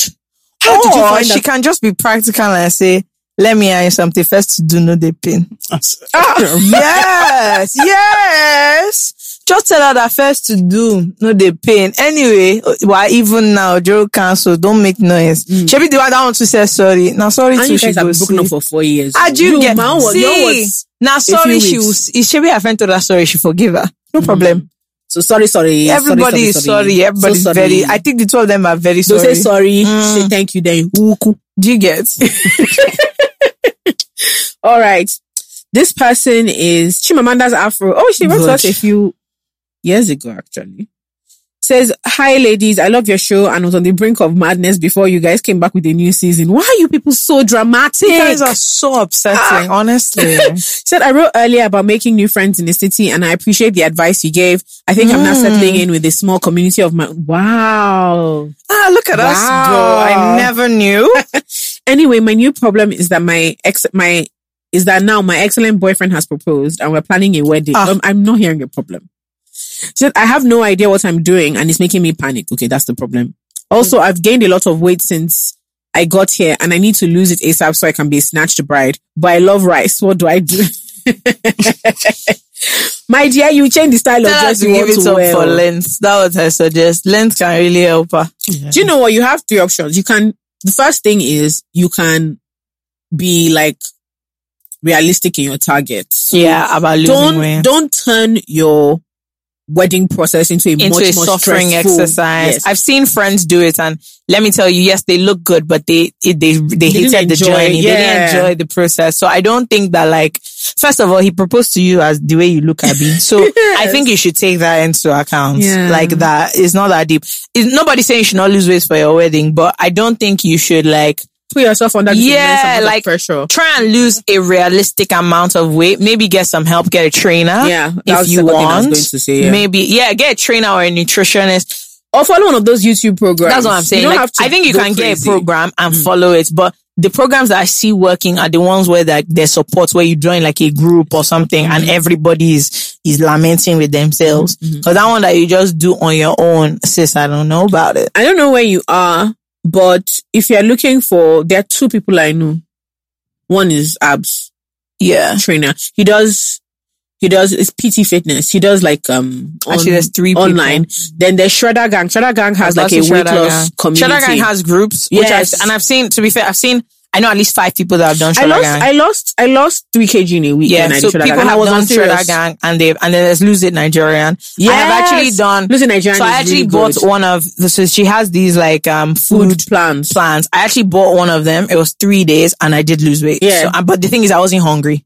[SPEAKER 6] How did you
[SPEAKER 5] Or
[SPEAKER 6] find
[SPEAKER 5] Oh, she
[SPEAKER 6] out?
[SPEAKER 5] can just be practical and say, let me ask you something first to do no the pain.
[SPEAKER 1] um,
[SPEAKER 5] yes, yes. Just tell her that first to do, no the pain. Anyway, why even now, Joe Council, don't make noise. She be the one that wants to say sorry. Now sorry
[SPEAKER 6] Mm. And
[SPEAKER 5] too,
[SPEAKER 6] you
[SPEAKER 5] she
[SPEAKER 6] guys have
[SPEAKER 5] go
[SPEAKER 6] been broken up
[SPEAKER 5] see.
[SPEAKER 6] for four years.
[SPEAKER 5] Ah, do you, get,
[SPEAKER 6] my own was- your own
[SPEAKER 5] see,
[SPEAKER 6] was-
[SPEAKER 5] now sorry, she
[SPEAKER 6] weeks. Mm.
[SPEAKER 5] will, she be her friend told her sorry, she forgive her. No problem.
[SPEAKER 6] so sorry, sorry. sorry,
[SPEAKER 5] Everybody is sorry. Everybody's
[SPEAKER 6] so
[SPEAKER 5] very, I think the two of them are very
[SPEAKER 6] so
[SPEAKER 5] sorry. Mm.
[SPEAKER 6] say sorry. Say thank you. Then Wuku.
[SPEAKER 5] Do you get?
[SPEAKER 6] All right. This person is Chimamanda's Afro. Oh, she wrote to
[SPEAKER 5] Good.
[SPEAKER 6] us a few years ago, actually. Says, Hi ladies, I love your show and was on the brink of madness before you guys came back with a new season. Why are you people so dramatic?
[SPEAKER 5] You guys are so upsetting, honestly.
[SPEAKER 6] said I wrote earlier about making new friends in the city, and I appreciate the advice you gave. I think I'm now
[SPEAKER 5] Hmm.
[SPEAKER 6] settling in with a small community of my. Wow.
[SPEAKER 5] ah, look at us go. I
[SPEAKER 6] Wow.
[SPEAKER 5] never knew.
[SPEAKER 6] Anyway, my new problem is that my ex, my is that now my excellent boyfriend has proposed, and we're planning a wedding.
[SPEAKER 5] Ah.
[SPEAKER 6] Um, I'm not hearing a problem. She said I have no idea what I'm doing, and it's making me panic. Okay, that's the problem.
[SPEAKER 5] Mm.
[SPEAKER 6] Also, I've gained a lot of weight since. I got here and I need to lose it ASAP so I can be snatched bride. But I love rice. What do I do? My dear, you change the style of
[SPEAKER 5] Tell her
[SPEAKER 6] dress
[SPEAKER 5] to
[SPEAKER 6] you
[SPEAKER 5] give
[SPEAKER 6] want
[SPEAKER 5] it
[SPEAKER 6] to
[SPEAKER 5] up
[SPEAKER 6] wear.
[SPEAKER 5] for
[SPEAKER 6] oh.
[SPEAKER 5] Lent. That what I suggest. Lent can really help her.
[SPEAKER 6] Do you know what? You have three options. You can, the first thing is you can be like realistic in your targets.
[SPEAKER 5] Yeah, about losing
[SPEAKER 6] Don't,
[SPEAKER 5] weight.
[SPEAKER 6] don't turn your wedding process into a
[SPEAKER 5] into
[SPEAKER 6] much
[SPEAKER 5] a
[SPEAKER 6] more
[SPEAKER 5] suffering
[SPEAKER 6] stressful-
[SPEAKER 5] exercise.
[SPEAKER 6] Yes.
[SPEAKER 5] I've seen friends do it, and let me tell you, yes, they look good, but they it, they they
[SPEAKER 6] didn't
[SPEAKER 5] hated the
[SPEAKER 6] enjoy,
[SPEAKER 5] journey.
[SPEAKER 6] yeah.
[SPEAKER 5] They didn't enjoy the process. So I don't think that like first of all, he proposed to you as the way you look, Abby. So I think you should take that into account.
[SPEAKER 6] Yeah.
[SPEAKER 5] Like that, it's not that deep. It's, nobody saying you should not lose weight for your wedding, but I don't think you should like
[SPEAKER 6] Put yourself under this immense
[SPEAKER 5] yeah
[SPEAKER 6] amount of
[SPEAKER 5] like
[SPEAKER 6] pressure.
[SPEAKER 5] try and lose a realistic amount of weight. Maybe get some help, get a trainer.
[SPEAKER 6] Yeah. that
[SPEAKER 5] If
[SPEAKER 6] was
[SPEAKER 5] you
[SPEAKER 6] the second thing I was
[SPEAKER 5] want,
[SPEAKER 6] going to say, yeah.
[SPEAKER 5] maybe yeah, get a trainer or a nutritionist.
[SPEAKER 6] or follow one of those YouTube programs.
[SPEAKER 5] That's what I'm saying.
[SPEAKER 6] You don't
[SPEAKER 5] Like,
[SPEAKER 6] have to
[SPEAKER 5] I think you
[SPEAKER 6] go
[SPEAKER 5] can get a
[SPEAKER 6] crazy.
[SPEAKER 5] program and follow it, but the programs that I see working are the ones where like there's support where you join like a group or something and everybody is is lamenting with themselves. Cause that one that you just do on your own, sis, I don't know about it.
[SPEAKER 6] I don't know where you are, but if you're looking for, there are two people I know. One is abs
[SPEAKER 5] Yeah.
[SPEAKER 6] trainer. He does, he does, it's PT Fitness. He does like, um, on-
[SPEAKER 5] Actually, there's three people.
[SPEAKER 6] online. Then there's Shredder Gang. Shredder Gang has like a
[SPEAKER 5] That's
[SPEAKER 6] weight
[SPEAKER 5] Shredder
[SPEAKER 6] loss
[SPEAKER 5] Gang.
[SPEAKER 6] community.
[SPEAKER 5] Shredder Gang has groups. Which
[SPEAKER 6] Yes.
[SPEAKER 5] I've, and I've seen, to be fair, I've seen, I know at least five people that have done Shredder
[SPEAKER 6] I lost,
[SPEAKER 5] Gang.
[SPEAKER 6] I lost, I lost three kg in a week.
[SPEAKER 5] yeah,
[SPEAKER 6] when I
[SPEAKER 5] so
[SPEAKER 6] did Shredder
[SPEAKER 5] people
[SPEAKER 6] Gang. I
[SPEAKER 5] have
[SPEAKER 6] was
[SPEAKER 5] done
[SPEAKER 6] on
[SPEAKER 5] Shredder Gang and they and then there's Lose It Nigerian. I have actually done
[SPEAKER 6] losing Nigerian.
[SPEAKER 5] So I
[SPEAKER 6] is
[SPEAKER 5] actually
[SPEAKER 6] really
[SPEAKER 5] bought
[SPEAKER 6] good.
[SPEAKER 5] one of the, so she has these like um food
[SPEAKER 6] food plans.
[SPEAKER 5] plans. I actually bought one of them. It was three days and I did lose weight.
[SPEAKER 6] Yeah.
[SPEAKER 5] So, uh, but the thing is, I wasn't hungry,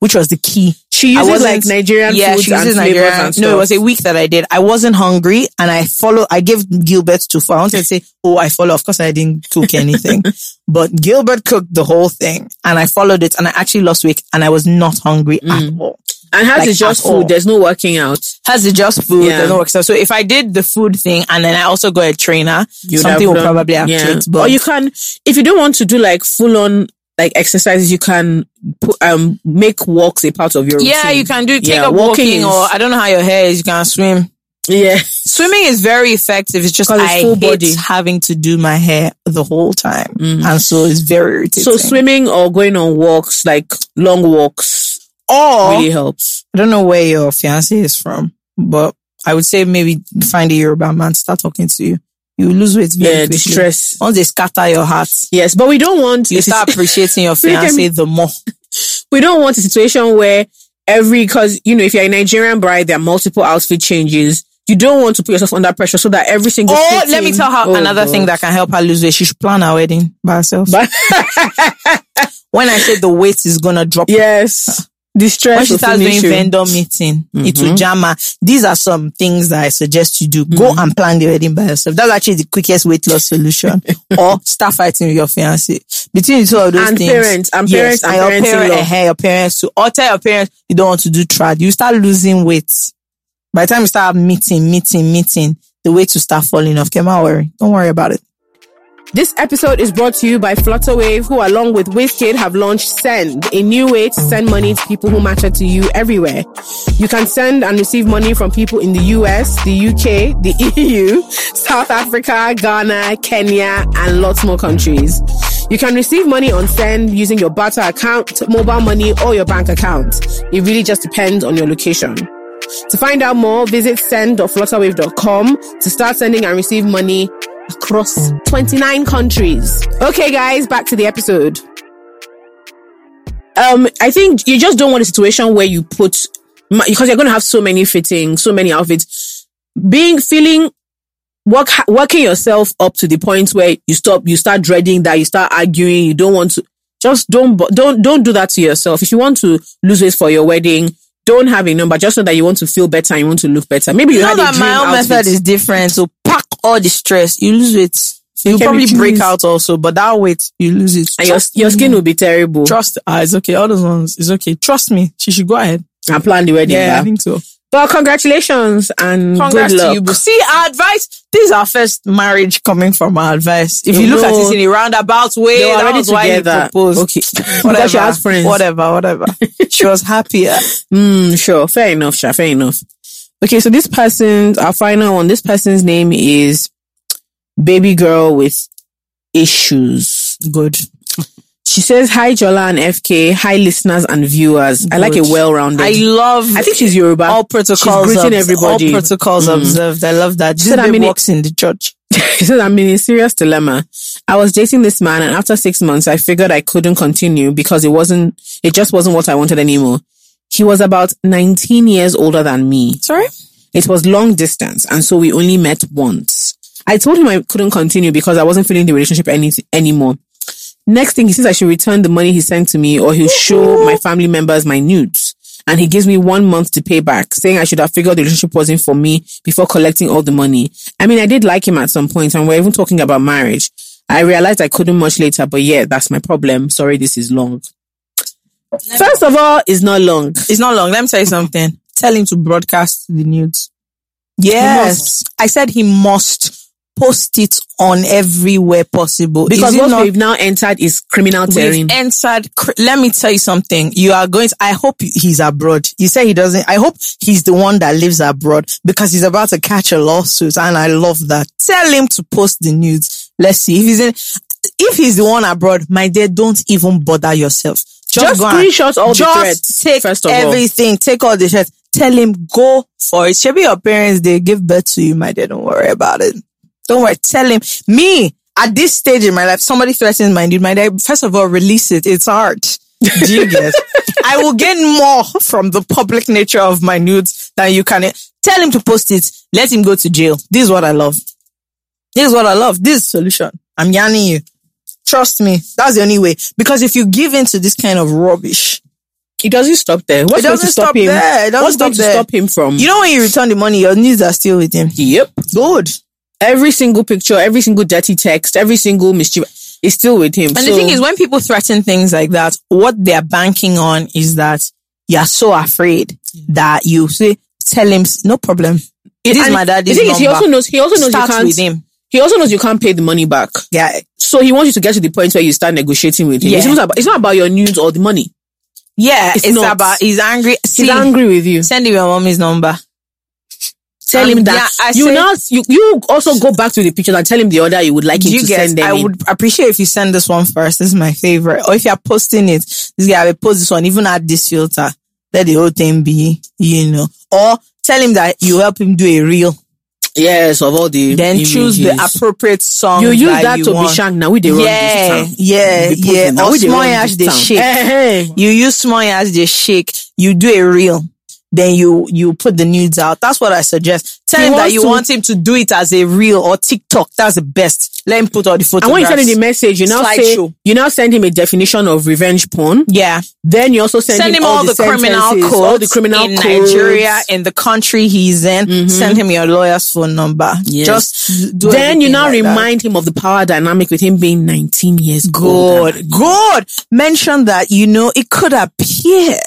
[SPEAKER 5] which was the key.
[SPEAKER 6] She
[SPEAKER 5] I
[SPEAKER 6] uses
[SPEAKER 5] wasn't-
[SPEAKER 6] like Nigerian foods and flavors and stuff.
[SPEAKER 5] No, it was a week that I did. I wasn't hungry and I follow. I gave Gilbert to I wanted to say, oh, I follow. Of course, I didn't cook anything, but Gilbert cooked the whole thing and I followed it and I actually lost weight and I was not hungry
[SPEAKER 6] Mm.
[SPEAKER 5] at all.
[SPEAKER 6] and hers
[SPEAKER 5] like,
[SPEAKER 6] is just
[SPEAKER 5] at all.
[SPEAKER 6] food. There's no working out.
[SPEAKER 5] Has it just food?
[SPEAKER 6] Yeah.
[SPEAKER 5] Yeah. Doesn't work. So, so if I did the food thing and then I also got a trainer,
[SPEAKER 6] you would
[SPEAKER 5] something
[SPEAKER 6] have
[SPEAKER 5] will
[SPEAKER 6] done.
[SPEAKER 5] probably have
[SPEAKER 6] Yeah.
[SPEAKER 5] clicked. But
[SPEAKER 6] or you can if you don't want to do like full on like exercises you can put um make walks a part of your
[SPEAKER 5] yeah,
[SPEAKER 6] routine.
[SPEAKER 5] you can do take
[SPEAKER 6] Yeah,
[SPEAKER 5] up
[SPEAKER 6] walking
[SPEAKER 5] walking,
[SPEAKER 6] is-
[SPEAKER 5] or I don't know how your hair is. You can swim.
[SPEAKER 6] yeah
[SPEAKER 5] Swimming is very effective. It's just
[SPEAKER 6] 'Cause it's
[SPEAKER 5] I
[SPEAKER 6] full
[SPEAKER 5] hate
[SPEAKER 6] body. Mm.
[SPEAKER 5] having to do my hair the whole time, and so it's very irritating.
[SPEAKER 6] so swimming or going on walks like long walks
[SPEAKER 5] or
[SPEAKER 6] really helps
[SPEAKER 5] I don't know where your fiance is from, but I would say maybe find a Yoruba man, start talking to you. You will lose weight very
[SPEAKER 6] yeah the
[SPEAKER 5] quickly.
[SPEAKER 6] stress
[SPEAKER 5] Once they scatter your heart,
[SPEAKER 6] yes but we don't want
[SPEAKER 5] you
[SPEAKER 6] a sit-
[SPEAKER 5] start appreciating your
[SPEAKER 6] Freaking-
[SPEAKER 5] fiance the more.
[SPEAKER 6] we don't want a situation where every because you know if you're a Nigerian bride there are multiple outfit changes you don't want to put yourself under pressure so that every single
[SPEAKER 5] Or
[SPEAKER 6] fitting-
[SPEAKER 5] let me tell her
[SPEAKER 6] Oh,
[SPEAKER 5] another
[SPEAKER 6] God.
[SPEAKER 5] thing that can help her lose weight. She should plan her wedding by herself. when I say the weight is gonna drop,
[SPEAKER 6] yes the stress
[SPEAKER 5] when she
[SPEAKER 6] will
[SPEAKER 5] starts doing
[SPEAKER 6] finish you.
[SPEAKER 5] vendor meeting, it
[SPEAKER 6] Mm-hmm.
[SPEAKER 5] will jam her. These are some things that I suggest you do. Go
[SPEAKER 6] Mm-hmm.
[SPEAKER 5] and plan the wedding by yourself. That's actually the quickest weight loss solution. or start fighting with your fiance. Between the two of those
[SPEAKER 6] And
[SPEAKER 5] things.
[SPEAKER 6] parents, and parents, and
[SPEAKER 5] your
[SPEAKER 6] parents-in-law.
[SPEAKER 5] parent- eh, your parents too. Or tell your parents you don't want to do trad. You start losing weight. By the time you start meeting, meeting, meeting, the weight will start falling off. Okay, not worry. Don't worry about it.
[SPEAKER 6] This episode is brought to you by Flutterwave, who along with WizKid have launched Send, a new way to send money to people who matter to you everywhere. You can send and receive money from people in the US, the UK, the EU, South Africa, Ghana, Kenya, and lots more countries. You can receive money on Send using your barter account, mobile money, or your bank account. It really just depends on your location. To find out more, visit send.flutterwave.com to start sending and receive money across 29 countries. Okay, guys, back to the episode. Um, I think you just don't want a situation where you put ma- because you're going to have so many fittings, so many outfits. Being feeling work working yourself up to the point where you stop, you start dreading that, you start arguing, you don't want to. Just don't bo- don't don't do that to yourself. If you want to lose weight for your wedding, don't have a number. Just know that you want to feel better. and You want to look better. Maybe you,
[SPEAKER 5] You know
[SPEAKER 6] had a
[SPEAKER 5] that
[SPEAKER 6] dream
[SPEAKER 5] my own
[SPEAKER 6] outfit.
[SPEAKER 5] method is different. So pack all the stress, you lose weight. you
[SPEAKER 6] can
[SPEAKER 5] probably
[SPEAKER 6] reduce.
[SPEAKER 5] break out also, but that weight you lose it.
[SPEAKER 6] and your, your skin
[SPEAKER 5] Mm.
[SPEAKER 6] will be terrible.
[SPEAKER 5] Trust. Ah, it's okay. All those ones, it's okay. Trust me. She should go ahead.
[SPEAKER 6] and plan the wedding.
[SPEAKER 5] Yeah,
[SPEAKER 6] Yeah.
[SPEAKER 5] I think so.
[SPEAKER 6] Well, congratulations and
[SPEAKER 5] Congrats
[SPEAKER 6] good luck.
[SPEAKER 5] to you. boo. See, our advice. This is our first marriage coming from our advice. If you
[SPEAKER 6] You
[SPEAKER 5] look at
[SPEAKER 6] know,
[SPEAKER 5] it in a roundabout way,
[SPEAKER 6] they were
[SPEAKER 5] that
[SPEAKER 6] already
[SPEAKER 5] was why he
[SPEAKER 6] together.
[SPEAKER 5] proposed.
[SPEAKER 6] Okay. Because she
[SPEAKER 5] whatever,
[SPEAKER 6] has friends.
[SPEAKER 5] whatever, whatever. she was happier.
[SPEAKER 6] Mm, sure. Fair enough, Sha. Fair enough. Okay, so this person's, our final one, this person's name is Baby Girl with Issues.
[SPEAKER 5] Good.
[SPEAKER 6] She says, Hi, Jola and FK. Hi, listeners and viewers. I like a
[SPEAKER 5] Good.
[SPEAKER 6] well rounded.
[SPEAKER 5] I love.
[SPEAKER 6] I think she's Yoruba.
[SPEAKER 5] all protocols.
[SPEAKER 6] greeting
[SPEAKER 5] obs-
[SPEAKER 6] everybody.
[SPEAKER 5] All protocols
[SPEAKER 6] Mm.
[SPEAKER 5] observed. I love that. She
[SPEAKER 6] said, I mean it-
[SPEAKER 5] walks in the church.
[SPEAKER 6] She says, I'm in a serious dilemma. I was dating this man and after six months, I figured I couldn't continue because it wasn't, it just wasn't what I wanted anymore. He was about 19 years older than me.
[SPEAKER 5] Sorry.
[SPEAKER 6] It was long distance, and so we only met once. I told him I couldn't continue because I wasn't feeling the relationship any anymore. Next thing, he says I should return the money he sent to me, or he'll show my family members my nudes. And he gives me one month to pay back, saying I should have figured the relationship wasn't for me before collecting all the money. I mean, I did like him at some point, and we're even talking about marriage. I realized I couldn't much later, but yeah, that's my problem. Sorry, this is long. First of all, it's not long.
[SPEAKER 5] It's not long. Let me tell you something. Tell him to broadcast the news. Yes. I said he must post it on everywhere possible.
[SPEAKER 6] Because
[SPEAKER 5] Is it
[SPEAKER 6] what
[SPEAKER 5] not-
[SPEAKER 6] we've now entered is criminal terrain.
[SPEAKER 5] We've entered. cr- Let me tell you something. You are going to, I hope he's abroad. You say he doesn't. I hope he's the one that lives abroad because he's about to catch a lawsuit and I love that. Tell him to post the news. Let's see. If he's in, if he's the one abroad, my dear, don't even bother yourself.
[SPEAKER 6] Just
[SPEAKER 5] go and-
[SPEAKER 6] screenshot all the
[SPEAKER 5] just
[SPEAKER 6] threads,
[SPEAKER 5] Take
[SPEAKER 6] first of all.
[SPEAKER 5] everything. Take all the threads. Tell him go for it. Should be your parents. They give birth to you, my dear. Don't worry about it. Don't worry. Tell him me at this stage in my life. Somebody threatens my dude. My dad. First of all, release it. It's art. Do you get? I will gain more from the public nature of my nudes than you can. Tell him to post it. Let him go to jail. This is what I love. This is what I love. This is solution. I'm yanning you. Trust me. That's the only way. Because if you give in to this kind of rubbish,
[SPEAKER 6] It doesn't stop there. What's
[SPEAKER 5] It doesn't
[SPEAKER 6] going to stop,
[SPEAKER 5] stop
[SPEAKER 6] him?
[SPEAKER 5] there. It doesn't
[SPEAKER 6] What's
[SPEAKER 5] stop
[SPEAKER 6] going to
[SPEAKER 5] there.
[SPEAKER 6] stop him from?
[SPEAKER 5] you know when you return the money, your needs are still with him.
[SPEAKER 6] yep.
[SPEAKER 5] Good.
[SPEAKER 6] Every single picture, every single dirty text, every single mischief is still with him.
[SPEAKER 5] And
[SPEAKER 6] So-
[SPEAKER 5] the thing is, when people threaten things like that, what they're banking on is that you're so afraid that you say, tell him, no problem. This is
[SPEAKER 6] and
[SPEAKER 5] my
[SPEAKER 6] The
[SPEAKER 5] daddy's
[SPEAKER 6] thing is, he
[SPEAKER 5] number.
[SPEAKER 6] also knows. He also knows
[SPEAKER 5] Start
[SPEAKER 6] you
[SPEAKER 5] with
[SPEAKER 6] can't.
[SPEAKER 5] him.
[SPEAKER 6] He also knows you can't pay the money back.
[SPEAKER 5] Yeah.
[SPEAKER 6] So he wants you to get to the point where you start negotiating with him.
[SPEAKER 5] Yeah.
[SPEAKER 6] It's not about. It's not about your nudes or the money.
[SPEAKER 5] Yeah. It's,
[SPEAKER 6] It's not.
[SPEAKER 5] about, he's angry. See,
[SPEAKER 6] He's angry with you.
[SPEAKER 5] Send him your mommy's number.
[SPEAKER 6] Tell him
[SPEAKER 5] Um,
[SPEAKER 6] that
[SPEAKER 5] yeah, I
[SPEAKER 6] you
[SPEAKER 5] say-
[SPEAKER 6] not. You you also go back to the pictures and tell him the order you would like him
[SPEAKER 5] Do
[SPEAKER 6] to
[SPEAKER 5] you guess?
[SPEAKER 6] send them.
[SPEAKER 5] I
[SPEAKER 6] in.
[SPEAKER 5] would appreciate if you send this one first. This is my favorite. Or if you're posting it, this guy will post this one. Even add this filter. Let the whole thing be, you know. Or tell him that you help him do a reel.
[SPEAKER 6] Yes, of all the
[SPEAKER 5] Then choose the
[SPEAKER 6] images.
[SPEAKER 5] appropriate song.
[SPEAKER 6] You use
[SPEAKER 5] that,
[SPEAKER 6] that
[SPEAKER 5] you
[SPEAKER 6] to be
[SPEAKER 5] want.
[SPEAKER 6] shank now. We they
[SPEAKER 5] Yeah,
[SPEAKER 6] run this town.
[SPEAKER 5] yeah,
[SPEAKER 6] They put
[SPEAKER 5] yeah.
[SPEAKER 6] them now,
[SPEAKER 5] Or
[SPEAKER 6] we dey
[SPEAKER 5] small
[SPEAKER 6] run
[SPEAKER 5] ash they
[SPEAKER 6] this town.
[SPEAKER 5] shake.
[SPEAKER 6] Eh, eh.
[SPEAKER 5] You use small as they shake. You do a reel. Then you you put the nudes out. That's what I suggest. Tell
[SPEAKER 6] He
[SPEAKER 5] him that
[SPEAKER 6] wants
[SPEAKER 5] you
[SPEAKER 6] to-
[SPEAKER 5] want him to do it as a reel or TikTok. That's the best. Let him put all the photos.
[SPEAKER 6] And when you send him the message, you now say
[SPEAKER 5] Slideshow.
[SPEAKER 6] you now send him a definition of revenge porn.
[SPEAKER 5] yeah.
[SPEAKER 6] Then you also send,
[SPEAKER 5] send, him, all the, criminal Mm-hmm.
[SPEAKER 6] sentences,
[SPEAKER 5] codes
[SPEAKER 6] all the criminal
[SPEAKER 5] in
[SPEAKER 6] codes.
[SPEAKER 5] Nigeria, in the country he's in. Send him your lawyer's phone number.
[SPEAKER 6] Yes.
[SPEAKER 5] Just do
[SPEAKER 6] Then you
[SPEAKER 5] everything
[SPEAKER 6] now
[SPEAKER 5] like that.
[SPEAKER 6] remind him of the power dynamic with him being 19 years old.
[SPEAKER 5] Good, good. Mention that you know it could appear.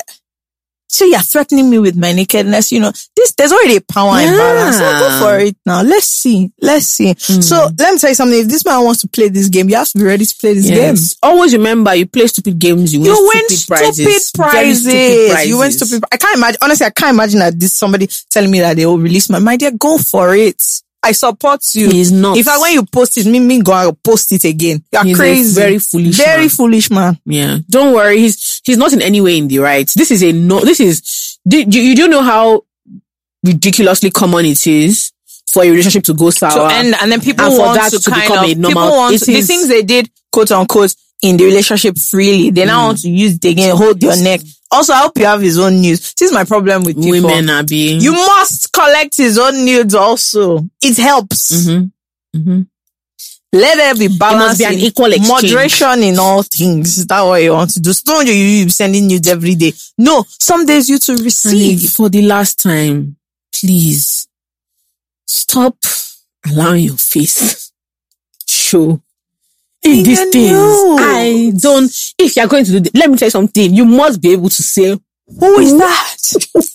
[SPEAKER 5] So you're threatening me with my nakedness. You know this. There's already a power imbalance. So
[SPEAKER 6] Yeah.
[SPEAKER 5] go for it now. Let's see. Let's see. So let me tell you something. If this man wants to play this game, you have to be ready to play this game.
[SPEAKER 6] Yes. Always remember, you play stupid games, you win,
[SPEAKER 5] You win
[SPEAKER 6] stupid,
[SPEAKER 5] stupid prizes.
[SPEAKER 6] prizes. Very
[SPEAKER 5] You win
[SPEAKER 6] prizes.
[SPEAKER 5] stupid. I can't imagine. Honestly, I can't imagine that this somebody telling me that they will release my. My dear, go for it. I support you.
[SPEAKER 6] He is not.
[SPEAKER 5] In fact, when you post it, me me go and post it again. You're
[SPEAKER 6] He's a
[SPEAKER 5] crazy.
[SPEAKER 6] very foolish
[SPEAKER 5] Very
[SPEAKER 6] man.
[SPEAKER 5] foolish man.
[SPEAKER 6] Yeah, don't worry. He's he's not in any way in the right. This is a no. This is do- you, you don't know how ridiculously common it is for a relationship to go sour.
[SPEAKER 5] So and and then people
[SPEAKER 6] And for
[SPEAKER 5] want
[SPEAKER 6] that
[SPEAKER 5] to,
[SPEAKER 6] to
[SPEAKER 5] kind
[SPEAKER 6] become
[SPEAKER 5] of
[SPEAKER 6] a normal-
[SPEAKER 5] people want
[SPEAKER 6] it
[SPEAKER 5] to, the
[SPEAKER 6] is-
[SPEAKER 5] things they did quote unquote in the relationship freely. They
[SPEAKER 6] Mm.
[SPEAKER 5] now want to use it again. Hold your neck. Also, I hope you have his own news. This is my problem with people.
[SPEAKER 6] women are being
[SPEAKER 5] You
[SPEAKER 6] Mm-hmm.
[SPEAKER 5] must collect his own nudes also. It helps.
[SPEAKER 6] Mhm. Mhm.
[SPEAKER 5] Let there be balance.
[SPEAKER 6] be an
[SPEAKER 5] in-
[SPEAKER 6] equal exchange.
[SPEAKER 5] Moderation in all things. Is that what you want to do? So don't you, you be sending nudes every day. No, some days you to
[SPEAKER 6] Honey,
[SPEAKER 5] receive.
[SPEAKER 6] for the last time, please stop allowing your face show in
[SPEAKER 5] In
[SPEAKER 6] these
[SPEAKER 5] the
[SPEAKER 6] things.
[SPEAKER 5] news.
[SPEAKER 6] I don't. If you're going to do, the, let me tell you something. You must be able to say
[SPEAKER 5] Who is that?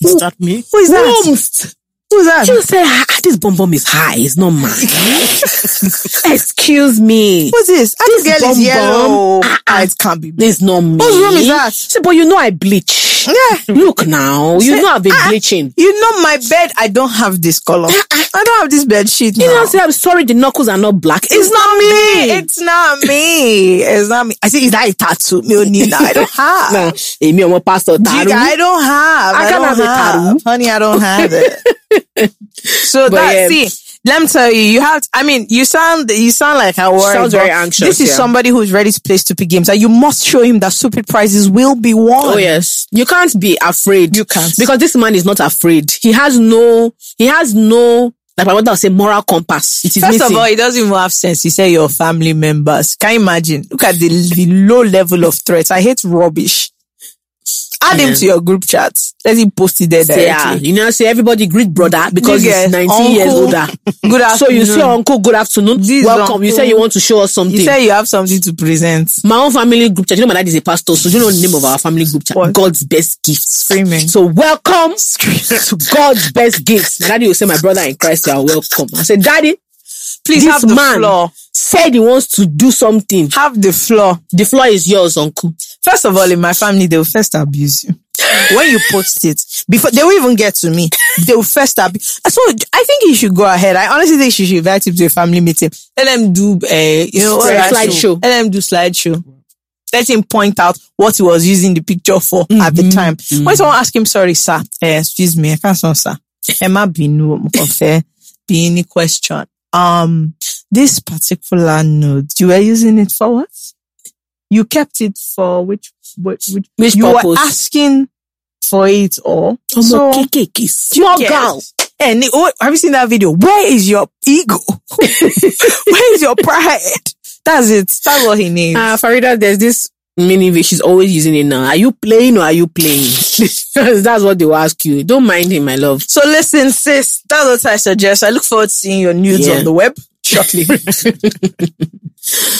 [SPEAKER 1] Is that me?
[SPEAKER 5] Who is that?
[SPEAKER 6] almost.
[SPEAKER 5] Who is that?
[SPEAKER 6] You say "Ah, this bomb bomb is high. It's not mine. Excuse me.
[SPEAKER 5] Who's this? I this girl
[SPEAKER 6] bum
[SPEAKER 5] is
[SPEAKER 6] bum.
[SPEAKER 5] yellow. Ah, it can't be.
[SPEAKER 6] It's not me.
[SPEAKER 5] What's wrong with that?
[SPEAKER 6] Say, but you know I bleach.
[SPEAKER 5] Yeah.
[SPEAKER 6] Look now, you
[SPEAKER 5] Say,
[SPEAKER 6] know I've been
[SPEAKER 5] ah,
[SPEAKER 6] bleaching. Ah,
[SPEAKER 5] You know my bed. I don't have this color. I don't have this bed sheet
[SPEAKER 6] You know,
[SPEAKER 5] now.
[SPEAKER 6] say I'm sorry. The knuckles are not black.
[SPEAKER 5] It's not me. It's not me. It's not me. I say, is that a tattoo? Me only now. I don't have.
[SPEAKER 6] Nah, èmi ọmọ pastor
[SPEAKER 5] Jigga, I
[SPEAKER 6] taru.
[SPEAKER 5] don't have.
[SPEAKER 6] I
[SPEAKER 5] I,
[SPEAKER 6] can't
[SPEAKER 5] don't
[SPEAKER 6] have a
[SPEAKER 5] have.
[SPEAKER 6] tattoo.
[SPEAKER 5] Honey, I don't have it. so
[SPEAKER 6] But,
[SPEAKER 5] that's
[SPEAKER 6] um,
[SPEAKER 5] it. Let me tell you, you have. I mean, you sound you sound like I worry.
[SPEAKER 6] Sounds
[SPEAKER 5] but
[SPEAKER 6] very anxious,
[SPEAKER 5] This is
[SPEAKER 6] yeah.
[SPEAKER 5] somebody who is ready to play stupid games, and you must show him that stupid prizes will be won.
[SPEAKER 6] Oh yes, you can't be afraid.
[SPEAKER 5] You can't.
[SPEAKER 6] because this man is not afraid. He has no. He has no. Like my mother would say, moral compass. It is
[SPEAKER 5] First
[SPEAKER 6] missing.
[SPEAKER 5] of all, it doesn't even have sense. You say your family members. Can you imagine? Look at the, the low level of threats. I hate rubbish. Add him to your group chat. Let him post it there
[SPEAKER 6] Say, ah,
[SPEAKER 5] directly.
[SPEAKER 6] you know, say everybody greet brother because
[SPEAKER 5] You
[SPEAKER 6] he's
[SPEAKER 5] get
[SPEAKER 6] 19 years
[SPEAKER 5] uncle.
[SPEAKER 6] older.
[SPEAKER 5] Good afternoon.
[SPEAKER 6] so you say uncle, good afternoon,
[SPEAKER 5] This
[SPEAKER 6] welcome. You
[SPEAKER 5] uncle.
[SPEAKER 6] say you want to show us something.
[SPEAKER 5] You say you have something to present.
[SPEAKER 6] my own family group chat. You know, my dad is a pastor, so you know the name of our family group chat.
[SPEAKER 5] What?
[SPEAKER 6] God's best gifts.
[SPEAKER 5] Screaming.
[SPEAKER 6] So welcome to God's best gifts. My daddy will say, "My brother in Christ, you are welcome." I said, "Daddy,
[SPEAKER 5] Please
[SPEAKER 6] this
[SPEAKER 5] have the
[SPEAKER 6] man
[SPEAKER 5] floor.
[SPEAKER 6] said he wants to do something.
[SPEAKER 5] Have the floor.
[SPEAKER 6] The floor is yours, uncle."
[SPEAKER 5] First of all, in my family, they will first abuse you. when you post it, before they will even get to me, they will first abuse. So I think you should go ahead. I honestly think she should invite him to a family meeting. Let them do, uh, you know,
[SPEAKER 6] Slide-
[SPEAKER 5] what-
[SPEAKER 6] slideshow.
[SPEAKER 5] Let them do slideshow. Let him point out what he was using the picture for at the time. When someone asks him, sorry, sir, uh, excuse me, I can't say, sir. Eh, Emma Binu of uh, be any question. Um, this particular note, you were using it for what? You kept it for which, which, which,
[SPEAKER 6] Which
[SPEAKER 5] you were
[SPEAKER 6] purpose? Oh,
[SPEAKER 5] asking for it or so
[SPEAKER 6] kékèké,
[SPEAKER 5] small girl. And they- oh, have you seen that video? Where is your ego? Where is your pride? That's it. That's what he needs.
[SPEAKER 6] Uh, Farida, there's this mini video. She's always using it now. Are you playing or are you playing? That's what they will ask you. Don't mind him, my love.
[SPEAKER 5] so listen, sis. That's what I suggest. I look forward to seeing your nudes
[SPEAKER 6] Yeah.
[SPEAKER 5] on the web shortly.